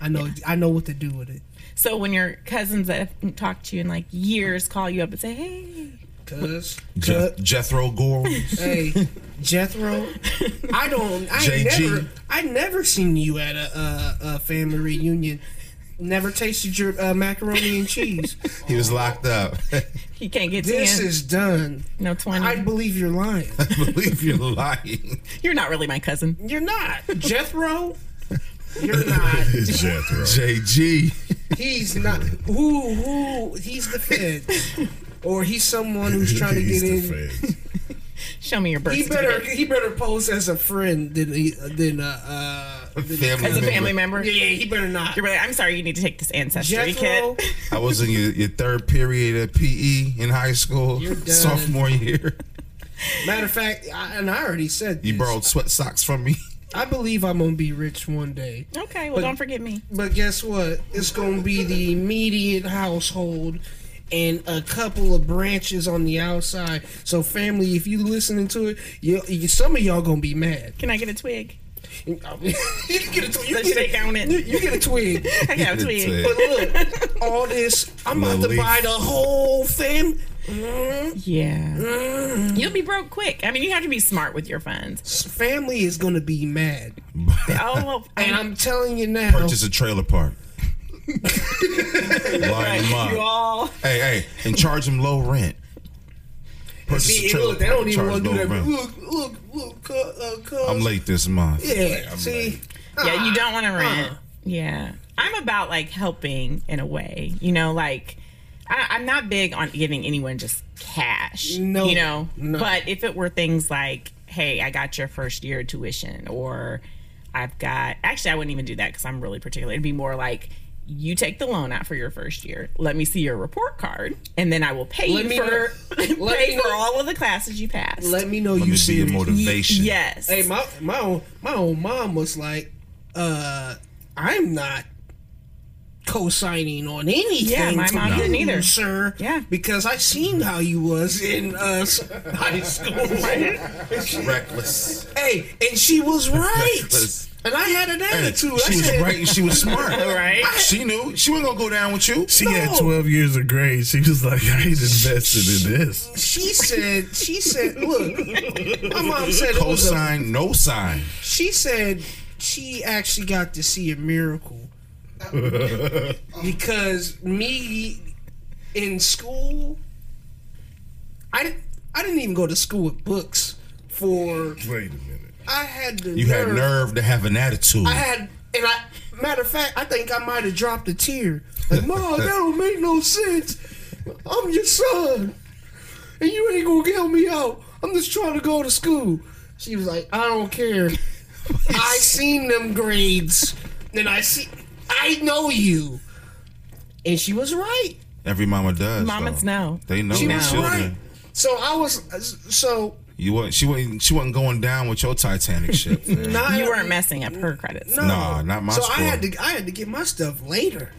Speaker 1: I know. I know what to do with it.
Speaker 2: So when your cousins that haven't talked to you in like years call you up and say, Hey
Speaker 1: Cause,
Speaker 6: Je-
Speaker 1: 'cause-
Speaker 6: Jethro Gore.
Speaker 1: hey, Jethro, I don't. I
Speaker 6: JG.
Speaker 1: never. I never seen you at a, a, a family reunion. Never tasted your uh, macaroni and cheese.
Speaker 6: he was locked up.
Speaker 2: you can't get
Speaker 1: This
Speaker 2: to him.
Speaker 1: is done.
Speaker 2: no twenty.
Speaker 1: I believe you're lying.
Speaker 6: I believe you're lying.
Speaker 2: You're not really my cousin.
Speaker 1: You're not, Jethro. You're not.
Speaker 3: It's Jethro.
Speaker 6: JG.
Speaker 1: He's not. Who? Who? He's the Fed, or he's someone who's trying to
Speaker 3: He's
Speaker 1: get in.
Speaker 3: the feds.
Speaker 2: Show me your birth
Speaker 1: He better.
Speaker 2: certificate.
Speaker 1: He better pose as a friend than he, than uh, uh than
Speaker 6: Family
Speaker 2: As a family
Speaker 6: member.
Speaker 2: member.
Speaker 1: Yeah, he better not.
Speaker 2: You're really, I'm sorry you need to take this ancestry
Speaker 1: Jethro,
Speaker 2: kit.
Speaker 6: I was in your, your third period at PE in high school,
Speaker 1: You're done.
Speaker 6: sophomore year.
Speaker 1: matter of fact, I, and I already said
Speaker 6: You
Speaker 1: this,
Speaker 6: borrowed sweat socks from me.
Speaker 1: I believe I'm gonna be rich one day.
Speaker 2: Okay, well
Speaker 1: But-
Speaker 2: don't forget me.
Speaker 1: But guess what? It's gonna be the immediate household and a couple of branches on the outside. So family, if you listening to it, you, you some of y'all gonna be mad.
Speaker 2: Can I get a twig?
Speaker 1: you get a twig. You,
Speaker 2: Let's
Speaker 1: get
Speaker 2: shake
Speaker 1: a-
Speaker 2: on it.
Speaker 1: you- you get a twig.
Speaker 2: I got a twig.
Speaker 1: But look, all this, I'm about to
Speaker 6: Little
Speaker 1: buy
Speaker 6: leaf.
Speaker 1: the whole fam. Mm,
Speaker 2: Yeah. You'll be broke quick. I mean, you have to be smart with your funds.
Speaker 1: Family is gonna be mad,
Speaker 2: Oh, well,
Speaker 1: and
Speaker 2: I'm,
Speaker 1: I'm telling you now.
Speaker 6: Purchase a trailer park. Line them
Speaker 2: you
Speaker 6: up.
Speaker 2: all.
Speaker 6: Hey, hey, and charge them low rent. Purchase
Speaker 1: See,
Speaker 6: a
Speaker 1: and
Speaker 6: trailer
Speaker 1: look, they
Speaker 6: park,
Speaker 1: don't even
Speaker 6: charge
Speaker 1: want to do
Speaker 6: low
Speaker 1: that.
Speaker 6: rent.
Speaker 1: Look, look, look, cu- uh, cuz.
Speaker 6: I'm late this month.
Speaker 1: Yeah, see,
Speaker 2: Yeah, you don't want to rent. Yeah. I'm about like helping in a way, you know, like I, I'm not big on giving anyone just cash,
Speaker 1: No,
Speaker 2: you know,
Speaker 1: no.
Speaker 2: but if it were things like, hey, I got your first year tuition or I've got, actually, I wouldn't even do that because I'm really particular. It'd be more like, you take the loan out for your first year. Let me see your report card, and then I will pay
Speaker 1: Let
Speaker 2: you
Speaker 1: me
Speaker 2: for
Speaker 1: know- let
Speaker 2: pay
Speaker 1: me
Speaker 2: for
Speaker 1: know-
Speaker 2: all of the classes you passed.
Speaker 1: let me know you
Speaker 6: Let me be your
Speaker 1: serious.
Speaker 6: motivation.
Speaker 2: yes,
Speaker 1: Hey, my my own my own mom was like, uh, I'm not co-signing on anything.
Speaker 2: Yeah, my
Speaker 1: from
Speaker 2: mom didn't
Speaker 1: you,
Speaker 2: either.
Speaker 1: sir.
Speaker 2: Yeah.
Speaker 1: because I seen how you was in uh, s- high school.
Speaker 6: Reckless.
Speaker 1: hey, and she was right.
Speaker 6: Reckless.
Speaker 1: And I had an
Speaker 6: Hey, she
Speaker 1: attitude. I
Speaker 6: was
Speaker 1: said,
Speaker 6: right and she was smart.
Speaker 2: Right.
Speaker 6: She knew. She wasn't going to go down with you.
Speaker 3: She
Speaker 1: No.
Speaker 3: had 12 years of grade. She was like, I ain't invested in this.
Speaker 1: She said. She said. Look, my mom said it was a
Speaker 6: Co-sign, no sign.
Speaker 1: She said she actually got to see a miracle because me in school, I didn't, I didn't even go to school with books. For
Speaker 3: Wait a minute.
Speaker 1: I had the
Speaker 6: You had
Speaker 1: nerve-
Speaker 6: nerve to have an attitude.
Speaker 1: I had, and I matter of fact, I think I might have dropped a tear. Like, Ma, that don't make no sense. I'm your son, and you ain't gonna help me out. I'm just trying to go to school. She was like, I don't care. I seen them grades, and I see, I know you. And she was right.
Speaker 6: Every mama does.
Speaker 2: mamas
Speaker 6: though.
Speaker 2: know.
Speaker 6: They know
Speaker 1: She
Speaker 6: their
Speaker 1: was
Speaker 6: children.
Speaker 1: right. So I was, so
Speaker 6: You wasn't, she wasn't she wasn't going down with your Titanic ship. man.
Speaker 1: not
Speaker 2: you weren't messing up her credits.
Speaker 1: No,
Speaker 6: Nah, not my
Speaker 1: So I
Speaker 6: score.
Speaker 1: had to I had to get my stuff later.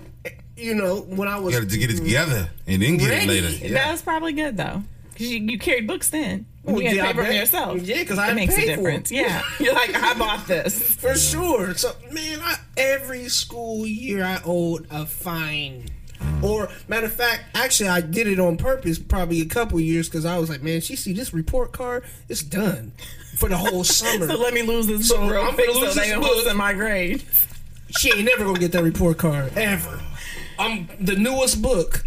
Speaker 1: you know, when I was
Speaker 6: You got to get it together and then get
Speaker 1: Ready.
Speaker 6: it later. Yeah.
Speaker 2: That was probably good though, because you, you carried books then. When
Speaker 1: Well,
Speaker 2: you had
Speaker 1: yeah,
Speaker 2: to
Speaker 1: I
Speaker 2: pay for them
Speaker 1: bet.
Speaker 2: yourself.
Speaker 1: Yeah, 'cause I
Speaker 2: it
Speaker 1: had
Speaker 2: makes a
Speaker 1: paid for 'em.
Speaker 2: difference. Yeah, you're like I bought this.
Speaker 1: for sure. So man, I, every school year I owed a fine. Or matter of fact, actually I did it on purpose probably a couple years because I was like, man, she see this report card, it's done for the whole summer.
Speaker 2: So let me lose this
Speaker 1: So
Speaker 2: book real
Speaker 1: I'm
Speaker 2: quick
Speaker 1: gonna
Speaker 2: so
Speaker 1: lose
Speaker 2: they
Speaker 1: this
Speaker 2: don't
Speaker 1: book.
Speaker 2: lose in my grade.
Speaker 1: she ain't never gonna get that report card ever. I'm the newest book,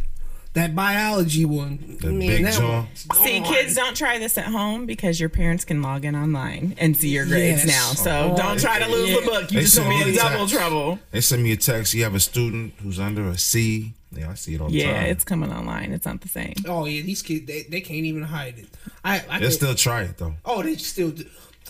Speaker 1: that biology one. Oh,
Speaker 6: The Big
Speaker 1: that
Speaker 6: John.
Speaker 1: one's
Speaker 2: See,
Speaker 1: gone.
Speaker 2: kids, don't try this at home because your parents can log in online and see your grades
Speaker 1: Yes.
Speaker 2: now. So don't try to lose the book. You
Speaker 6: They
Speaker 2: just
Speaker 6: send
Speaker 2: gonna be
Speaker 6: me
Speaker 2: in
Speaker 6: the
Speaker 2: double
Speaker 6: text.
Speaker 2: trouble.
Speaker 6: They send me a text. You have a student who's under a C. Yeah, I see it all the
Speaker 2: Yeah,
Speaker 6: time.
Speaker 2: it's coming online. It's not the same.
Speaker 1: Oh yeah, these kids they, they can't even hide it. I, I
Speaker 6: They
Speaker 1: can,
Speaker 6: still try it though.
Speaker 1: oh they still. Do.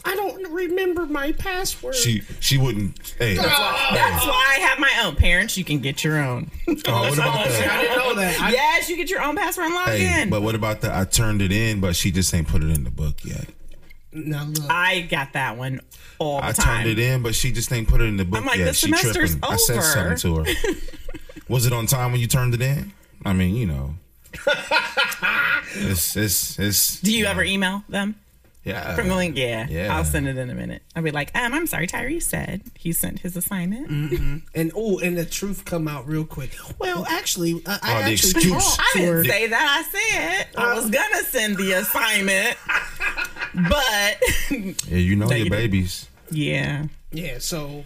Speaker 1: I don't remember my password.
Speaker 6: She she wouldn't. Hey,
Speaker 2: That's why I have my own. Parents, you can get your own.
Speaker 6: oh, what about
Speaker 1: I
Speaker 6: that?
Speaker 1: didn't know that. I,
Speaker 2: yes, you get your own password and log
Speaker 6: Hey,
Speaker 2: in.
Speaker 6: but what about that? I turned it in, but she just ain't put it in the book yet.
Speaker 1: Now look,
Speaker 2: I got that one all the
Speaker 6: I
Speaker 2: time.
Speaker 6: turned it in, but she just ain't put it in the book
Speaker 2: I'm like,
Speaker 6: yet.
Speaker 2: the
Speaker 6: she
Speaker 2: semester's
Speaker 6: tripping. I said
Speaker 2: over.
Speaker 6: something to her. Was it on time when you turned it in? I mean, you know. it's it's it's
Speaker 2: Do you ever email them
Speaker 6: yeah.
Speaker 2: from the link? Yeah,
Speaker 6: yeah.
Speaker 2: I'll send it in a minute. I'll be like, um, I'm sorry, Tyree said he sent his assignment.
Speaker 1: and oh, and the truth come out real quick. Well, actually, I, I
Speaker 6: Oh, the
Speaker 1: actually
Speaker 6: excuse.
Speaker 1: talked
Speaker 2: I
Speaker 1: to her.
Speaker 2: didn't say that. I said I was gonna send the assignment, but
Speaker 6: Yeah, you know
Speaker 2: No,
Speaker 6: your
Speaker 2: you don't.
Speaker 6: babies.
Speaker 2: yeah,
Speaker 1: Yeah, so,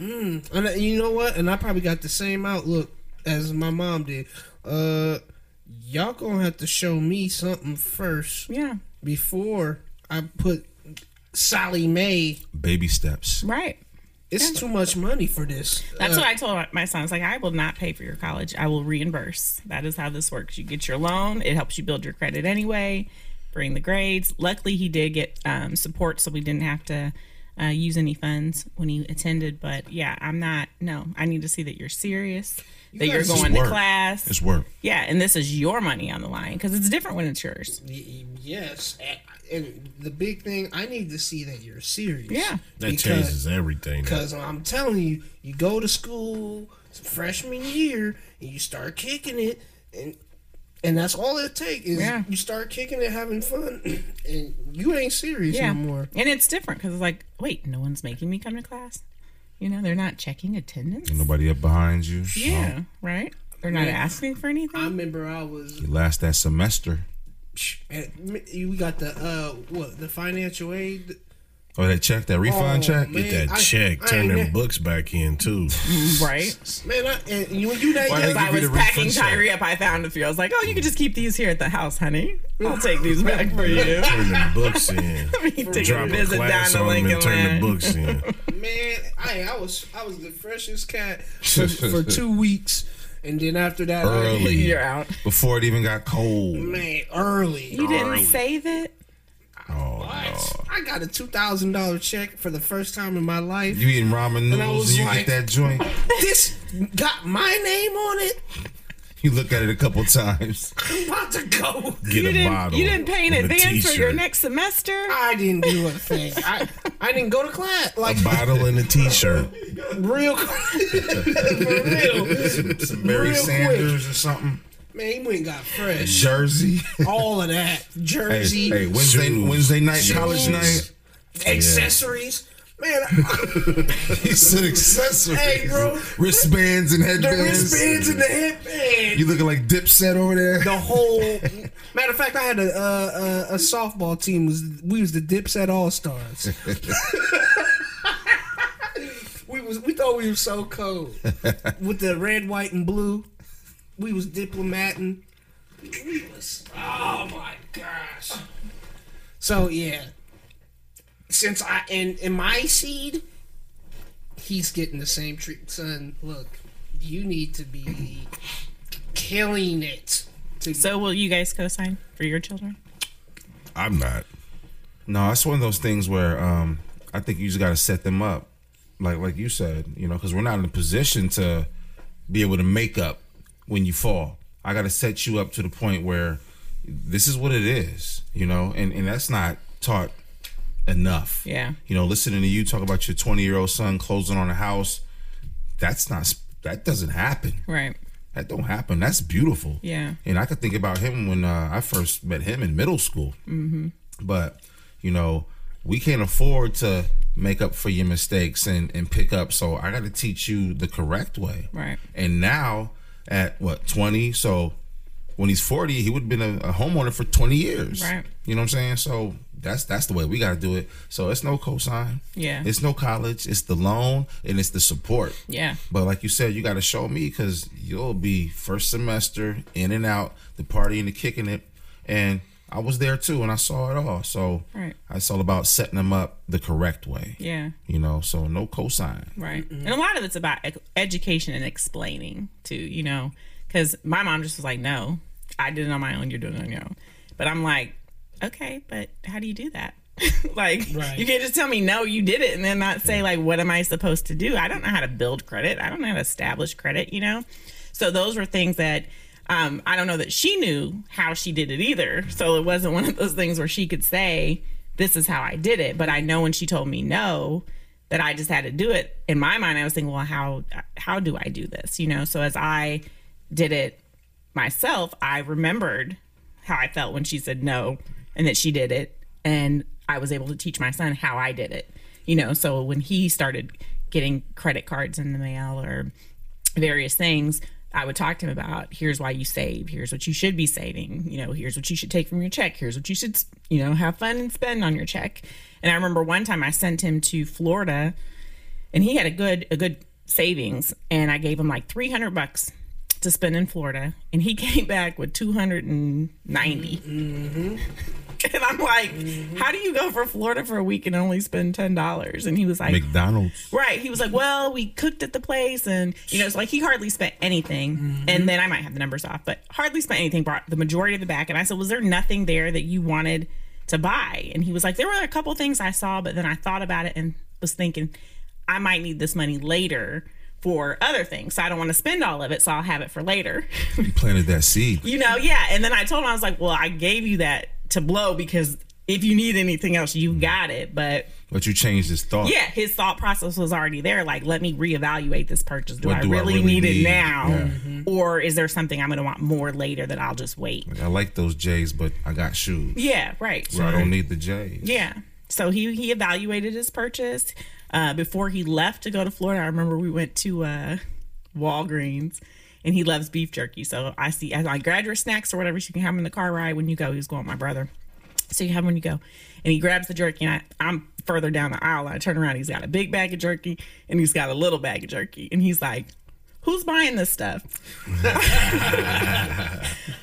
Speaker 1: mm, and I- you know what? And I probably got the same outlook as my mom did. Uh, y'all gonna have to show me something first
Speaker 2: yeah,
Speaker 1: before I put Sally Mae.
Speaker 6: Baby steps.
Speaker 2: right.
Speaker 1: It's too much money for this.
Speaker 2: That's what I told my son. I was like, I will not pay for your college. I will reimburse. That is how this works. You get your loan. It helps you build your credit anyway. Bring the grades. Luckily, he did get um, support, so we didn't have to uh, use any funds when he attended. But yeah, I'm not. No, I need to see that you're serious. that you're
Speaker 1: guys just
Speaker 2: going to
Speaker 6: work.
Speaker 2: class.
Speaker 6: It's work.
Speaker 2: Yeah, and this is your money on the line because it's different when it's yours.
Speaker 1: Y- y- Yes, and- and the big thing I need to see that you're serious.
Speaker 2: Yeah.
Speaker 3: That
Speaker 1: Because-
Speaker 3: changes everything.
Speaker 1: Because I'm telling you, you go to school freshman year and you start kicking it, and and that's all it takes is
Speaker 2: Yeah.
Speaker 1: you start kicking it, having fun, and you ain't serious
Speaker 2: Yeah,
Speaker 1: no more.
Speaker 2: and it's different because it's like, wait, no one's making me come to class. You know, they're not checking attendance.
Speaker 6: Nobody up behind you.
Speaker 2: Yeah, right. They're not
Speaker 1: Yeah.
Speaker 2: asking for anything.
Speaker 1: I remember I was
Speaker 6: You last that semester.
Speaker 1: at, we got the uh what the financial aid.
Speaker 6: Oh, that check, that refund
Speaker 1: Oh,
Speaker 6: check.
Speaker 1: man.
Speaker 3: Get that
Speaker 1: I-
Speaker 3: check,
Speaker 1: I
Speaker 3: turn
Speaker 1: ain't
Speaker 3: them
Speaker 1: ne-
Speaker 3: books back in too.
Speaker 2: right.
Speaker 1: Man, I, and when you that
Speaker 6: Why
Speaker 1: young,
Speaker 6: they
Speaker 2: As I
Speaker 6: give
Speaker 2: was
Speaker 6: you the
Speaker 2: packing
Speaker 6: refund check.
Speaker 2: Tyree up, I found a few. I was like, oh, you can just keep these here at the house, honey. I'll take these back for you.
Speaker 3: turn them books in.
Speaker 2: He took a
Speaker 3: Drop a
Speaker 2: visit down
Speaker 3: class
Speaker 2: to
Speaker 3: on them
Speaker 2: Lincoln
Speaker 3: and turn the
Speaker 2: Land.
Speaker 3: books in.
Speaker 1: man, I I was I was the freshest cat for, for two weeks, and then after that, I-
Speaker 6: Early.
Speaker 2: You're out.
Speaker 6: Before it even got cold.
Speaker 1: man, early.
Speaker 2: You didn't save it.
Speaker 6: Oh,
Speaker 1: What? I got a two thousand dollar check for the first time in my life.
Speaker 6: You eating ramen
Speaker 1: And I was
Speaker 6: noodles and you
Speaker 1: like-
Speaker 6: get that joint.
Speaker 1: this got my name on it.
Speaker 6: You look at it a couple times.
Speaker 1: I'm about to go.
Speaker 3: Get
Speaker 2: You
Speaker 3: a
Speaker 2: didn't.
Speaker 3: bottle.
Speaker 2: You didn't pay in
Speaker 3: and a
Speaker 2: advance for your
Speaker 3: t-shirt.
Speaker 2: next semester.
Speaker 1: I didn't do a thing. I, I didn't go to class. Like
Speaker 3: bottle and a t-shirt.
Speaker 1: real, for real.
Speaker 6: Some Mary
Speaker 1: Real quick.
Speaker 6: Sanders or something.
Speaker 1: Man, he went and got fresh.
Speaker 6: Jersey.
Speaker 1: All of that
Speaker 6: hey,
Speaker 1: jersey
Speaker 6: hey, Wednesday
Speaker 3: Shoes.
Speaker 6: Wednesday night,
Speaker 3: Shoes.
Speaker 6: college night.
Speaker 1: accessories. Man,
Speaker 6: He said accessories.
Speaker 1: Hey, bro.
Speaker 6: Wristbands and
Speaker 1: the
Speaker 6: headbands.
Speaker 1: wristbands and the headband.
Speaker 6: You looking like Dipset over there?
Speaker 1: the whole matter of fact, I had a uh, a, a softball team. Was we was the Dipset All Stars. we was we thought we were so cool with the red, white, and blue. We was diplomating. We was oh my gosh. So yeah, since I and in my seed, he's getting the same treat. Son, look, you need to be killing it. To
Speaker 2: So will you guys co-sign for your children?
Speaker 3: I'm not.
Speaker 6: No, that's one of those things where um, I think you just got to set them up, like like you said, you know, because we're not in a position to be able to make up when you fall. I got to set you up to the point where this is what it is, you know, and and that's not taught enough.
Speaker 2: Yeah.
Speaker 6: you know, listening to you talk about your twenty year old son closing on a house, that's not that doesn't happen
Speaker 2: Right.
Speaker 6: That don't happen. That's beautiful.
Speaker 2: Yeah.
Speaker 6: And I could think about him when uh, I first met him in middle school. Mm-hmm. But you know, we can't afford to make up for your mistakes and and pick up. So I got to teach you the correct way.
Speaker 2: Right.
Speaker 6: And now at what twenty? So when he's forty, he would have been a, a homeowner for twenty years.
Speaker 2: Right.
Speaker 6: You know what I'm saying? So that's that's the way we got to do it. So it's no cosign.
Speaker 2: Yeah.
Speaker 6: It's no college. It's the loan and it's the support.
Speaker 2: Yeah.
Speaker 6: But like you said, you got to show me because you'll be first semester in and out, the party and the kicking it, and I was there too, and I saw it all. So
Speaker 2: Right.
Speaker 6: it's all about setting them up the correct way.
Speaker 2: Yeah.
Speaker 6: You know, so no cosign.
Speaker 2: Right. And a lot of it's about ec- education and explaining to, you know, because my mom just was like, no, I did it on my own. You're doing it on your own. But I'm like, okay, but how do you do that? like,
Speaker 1: Right.
Speaker 2: you can't just tell me, no, you did it, and then not say, like, what am I supposed to do? I don't know how to build credit. I don't know how to establish credit, you know? So those were things that um, I don't know that she knew how she did it either. So it wasn't one of those things where she could say, this is how I did it. But I know when she told me no, that I just had to do it. In my mind, I was thinking, well, how how do I do this? You know. So as I did it myself, I remembered how I felt when she said no, and that she did it, and I was able to teach my son how I did it. You know. So when he started getting credit cards in the mail or various things I would talk to him about. Here's why you save. Here's what you should be saving. You know, here's what you should take from your check. Here's what you should, you know, have fun and spend on your check. And I remember one time I sent him to Florida and he had a good a good savings and I gave him like 300 bucks to spend in Florida and he came back with 290. And I'm like, how do you go for Florida for a week and only spend $10? And he was like,
Speaker 6: McDonald's.
Speaker 2: Right. He was like, well, we cooked at the place. And, you know, it's like he hardly spent anything. And then I might have the numbers off, but hardly spent anything, brought the majority of the back. And I said, was there nothing there that you wanted to buy? And he was like, there were a couple things I saw, but then I thought about it and was thinking, I might need this money later for other things. So I don't want to spend all of it. So I'll have it for later.
Speaker 6: You planted that seed.
Speaker 2: you know, yeah. And then I told him, I was like, well, I gave you that to blow because if you need anything else, you got it. But,
Speaker 6: But you changed his thought.
Speaker 2: yeah, his thought process was already there. Like, let me reevaluate this purchase. Do,
Speaker 6: What
Speaker 2: I,
Speaker 6: do I
Speaker 2: really
Speaker 6: really
Speaker 2: need,
Speaker 6: need?
Speaker 2: it now,
Speaker 6: Yeah.
Speaker 2: or is there something I'm going to want more later that I'll just wait?
Speaker 6: Like, I like those J's, but I got shoes.
Speaker 2: Yeah, right.
Speaker 6: So I don't need the J's.
Speaker 2: Yeah. So he he evaluated his purchase uh, before he left to go to Florida. I remember we went to uh, Walgreens, and he loves beef jerky. So I see as I grab your snacks or whatever, so you can have them in the car ride when you go. He was going with my brother, so you have 'em when you go. And he grabs the jerky, and I, I'm further down the aisle. I turn around, he's got a big bag of jerky, and he's got a little bag of jerky, and he's like, "Who's buying this stuff?"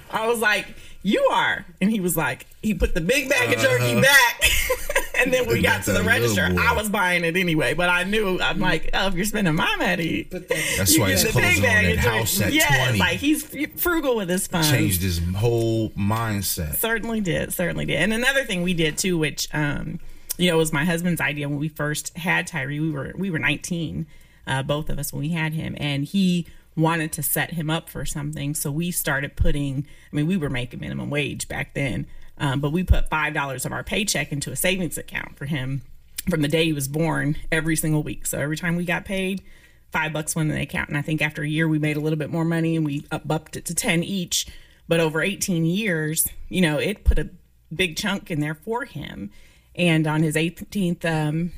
Speaker 2: I was like, "You are," and he was like, he put the big bag of jerky back, and then we got to the
Speaker 6: Uh-huh. That little
Speaker 2: register.
Speaker 6: boy.
Speaker 2: I was buying it anyway, but I knew I'm like, "Oh, if you're spending my money."
Speaker 1: But that,
Speaker 6: That's why he's
Speaker 2: the
Speaker 6: closing on that house at
Speaker 2: yeah,
Speaker 6: 20.
Speaker 2: like he's frugal with his funds.
Speaker 6: Changed his whole mindset.
Speaker 2: Certainly did. Certainly did. And another thing we did too, which um, you know, was my husband's idea when we first had Tyree. We were we were 19, uh, both of us when we had him, and he wanted to set him up for something. So we started putting. I mean, we were making minimum wage back then, um, but we put five dollars of our paycheck into a savings account for him from the day he was born every single week. So every time we got paid, five bucks went in the account. And I think after a year, we made a little bit more money and we up- upped it to 10 each. But over 18 years, you know, it put a big chunk in there for him. And on his 18th um,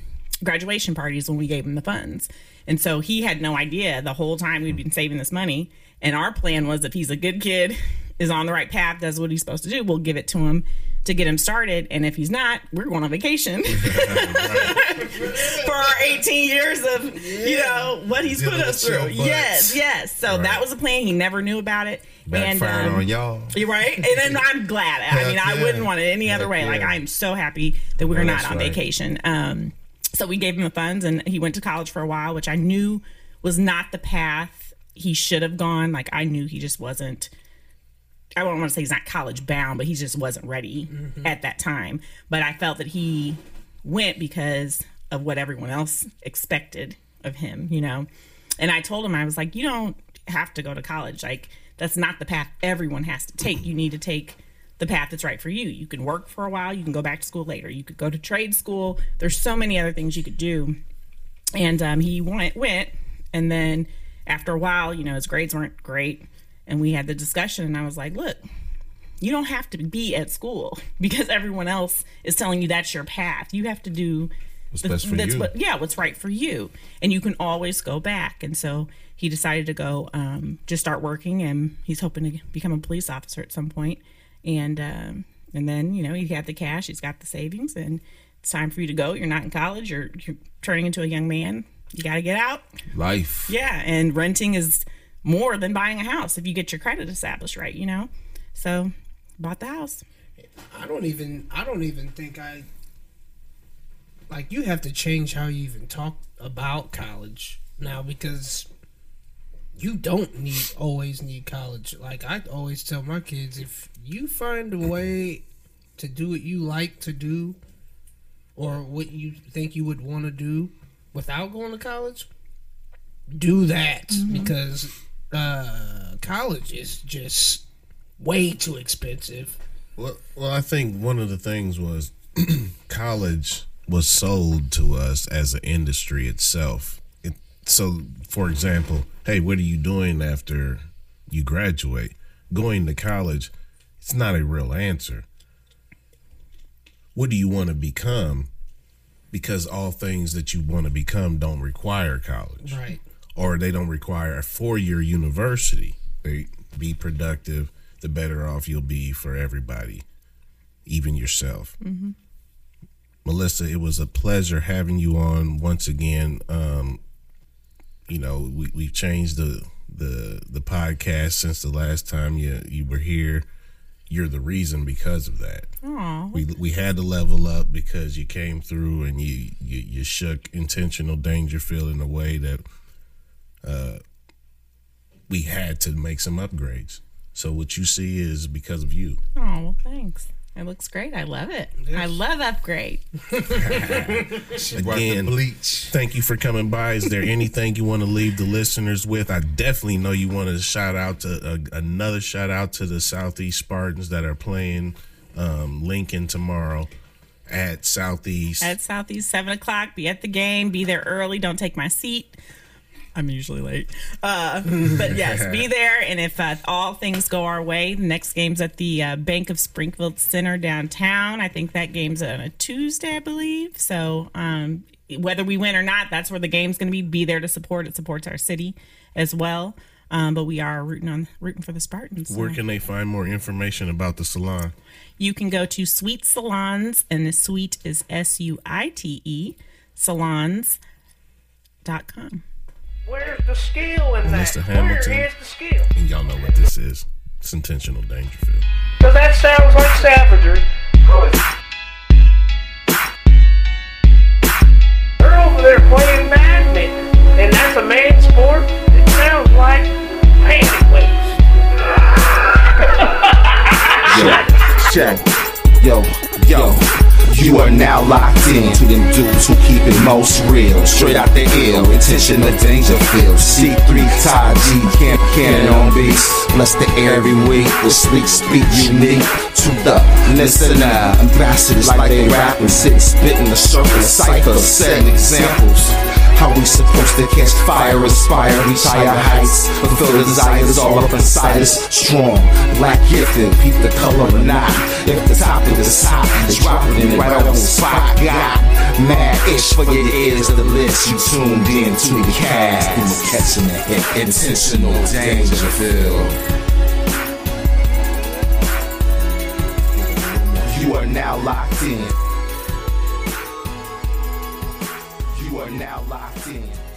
Speaker 2: graduation party is when we gave him the funds. And so he had no idea the whole time we'd been saving this money. And our plan was if he's a good kid, is on the right path, does what he's supposed to do, we'll give it to him to get him started. And if he's not, we're going on vacation for our 18 years of you know what he's
Speaker 6: Dealing
Speaker 2: put us
Speaker 6: with your
Speaker 2: through.
Speaker 6: butts.
Speaker 2: Yes, yes. So that was a plan. He never knew about it.
Speaker 6: Backfired
Speaker 2: and um,
Speaker 6: on y'all.
Speaker 2: you're right. And then I'm glad. I mean,
Speaker 6: Heck
Speaker 2: I
Speaker 6: yeah.
Speaker 2: wouldn't want it any other
Speaker 6: Heck
Speaker 2: way. Like
Speaker 6: yeah.
Speaker 2: I'm so happy that we were
Speaker 6: Oh,
Speaker 2: not
Speaker 6: that's
Speaker 2: on
Speaker 6: right.
Speaker 2: vacation. Um, so we gave him the funds, and he went to college for a while, which I knew was not the path he should have gone. Like I knew he just wasn't. I don't want to say he's not college bound, but he just wasn't ready
Speaker 6: Mm-hmm.
Speaker 2: at that time. But I felt that he went because of what everyone else expected of him, you know. And I told him, I was like, you don't have to go to college. Like, that's not the path everyone has to take. You need to take the path that's right for you. You can work for a while, you can go back to school later, you could go to trade school. There's so many other things you could do and um, he went went and then after a while you know his grades weren't great and we had the discussion and i was like look you don't have to be at school because everyone else is telling you that's your path you have to do
Speaker 6: What's best for
Speaker 2: that's
Speaker 6: you.
Speaker 2: what yeah what's right for you and you can always go back and so he decided to go um, just start working and he's hoping to become a police officer at some point and um, and then you know he had the cash he's got the savings and it's time for you to go you're not in college you're, you're turning into a young man you got to get out
Speaker 6: Life.
Speaker 2: yeah, and renting is more than buying a house if you get your credit established right, you know. So, bought the house.
Speaker 1: I don't even I don't even think I like you have to change how you even talk about college now because you don't need always need college. Like I always tell my kids if you find a way to do what you like to do or what you think you would want to do without going to college, do that because uh college is just way too expensive.
Speaker 3: Well, well, I think one of the things was college was sold to us as an industry itself. It, so, for example, hey, what are you doing after you graduate? Going to college, it's not a real answer. What do you want to become? Because all things that you want to become don't require college
Speaker 1: Right.
Speaker 3: or they don't require a four-year university. They be productive, the better off you'll be for everybody, even yourself. Melissa, it was a pleasure having you on once again. Um, you know, we we've changed the the the podcast since the last time you you were here. You're the reason because of that
Speaker 2: Aw,
Speaker 3: we we had to level up because you came through and you you, you shook intentional Dangerfield in a way that uh we had to make some upgrades. So what you see is because of you.
Speaker 2: oh, well, thanks. It looks great. I love it. I love upgrade.
Speaker 3: Again,
Speaker 6: bleach.
Speaker 3: thank you for coming by. Is there anything you want to leave the listeners with? I definitely know you want to shout out to uh, another shout out to the Southeast Spartans that are playing um, Lincoln tomorrow at Southeast.
Speaker 2: At Southeast, seven o'clock. Be at the game. Be there early. Don't take my seat. I'm usually late. Uh, but yes, be there. And if uh, all things go our way, the next game's at the uh, Bank of Springfield Center downtown. I think that game's on a Tuesday, I believe. So um, whether we win or not, that's where the game's going to be. Be there to support. It supports our city as well. Um, but we are rooting on rooting for the Spartans.
Speaker 3: Where can they find more information about the salon?
Speaker 2: You can go to Sweet Salons, and the sweet is S U I T E salons.com.
Speaker 4: Where's the skill in that?
Speaker 3: Unless the Hamilton-
Speaker 4: Where is the skill?
Speaker 3: And y'all know what this is. It's intentional Dangerfield.
Speaker 4: Because that sounds like savagery. Screw it. They're over there playing badminton, and that's a man's sport. It sounds like panty waves.
Speaker 5: Yo, check. Yo, yo. You are now locked in to them dudes who keep it most real. Straight out the ill, intention of Dangerfield. C3 Ty G, Camp Cannon on beats. Bless the air every week with sleek speak unique to the listener. Ambassadors like they rapping, sitting spitting the circle, cipher, setting examples. How we supposed to catch fire, aspire, reach higher heights, fulfill the desires all up inside us. Strong, black gifted, peep the color or not. If the topic is hot, it's dropping it right on the spot. Got mad ish for your ears, the list you tuned in to the cast. And we're catching it, intentional danger feel. You are now locked in. You are now locked in.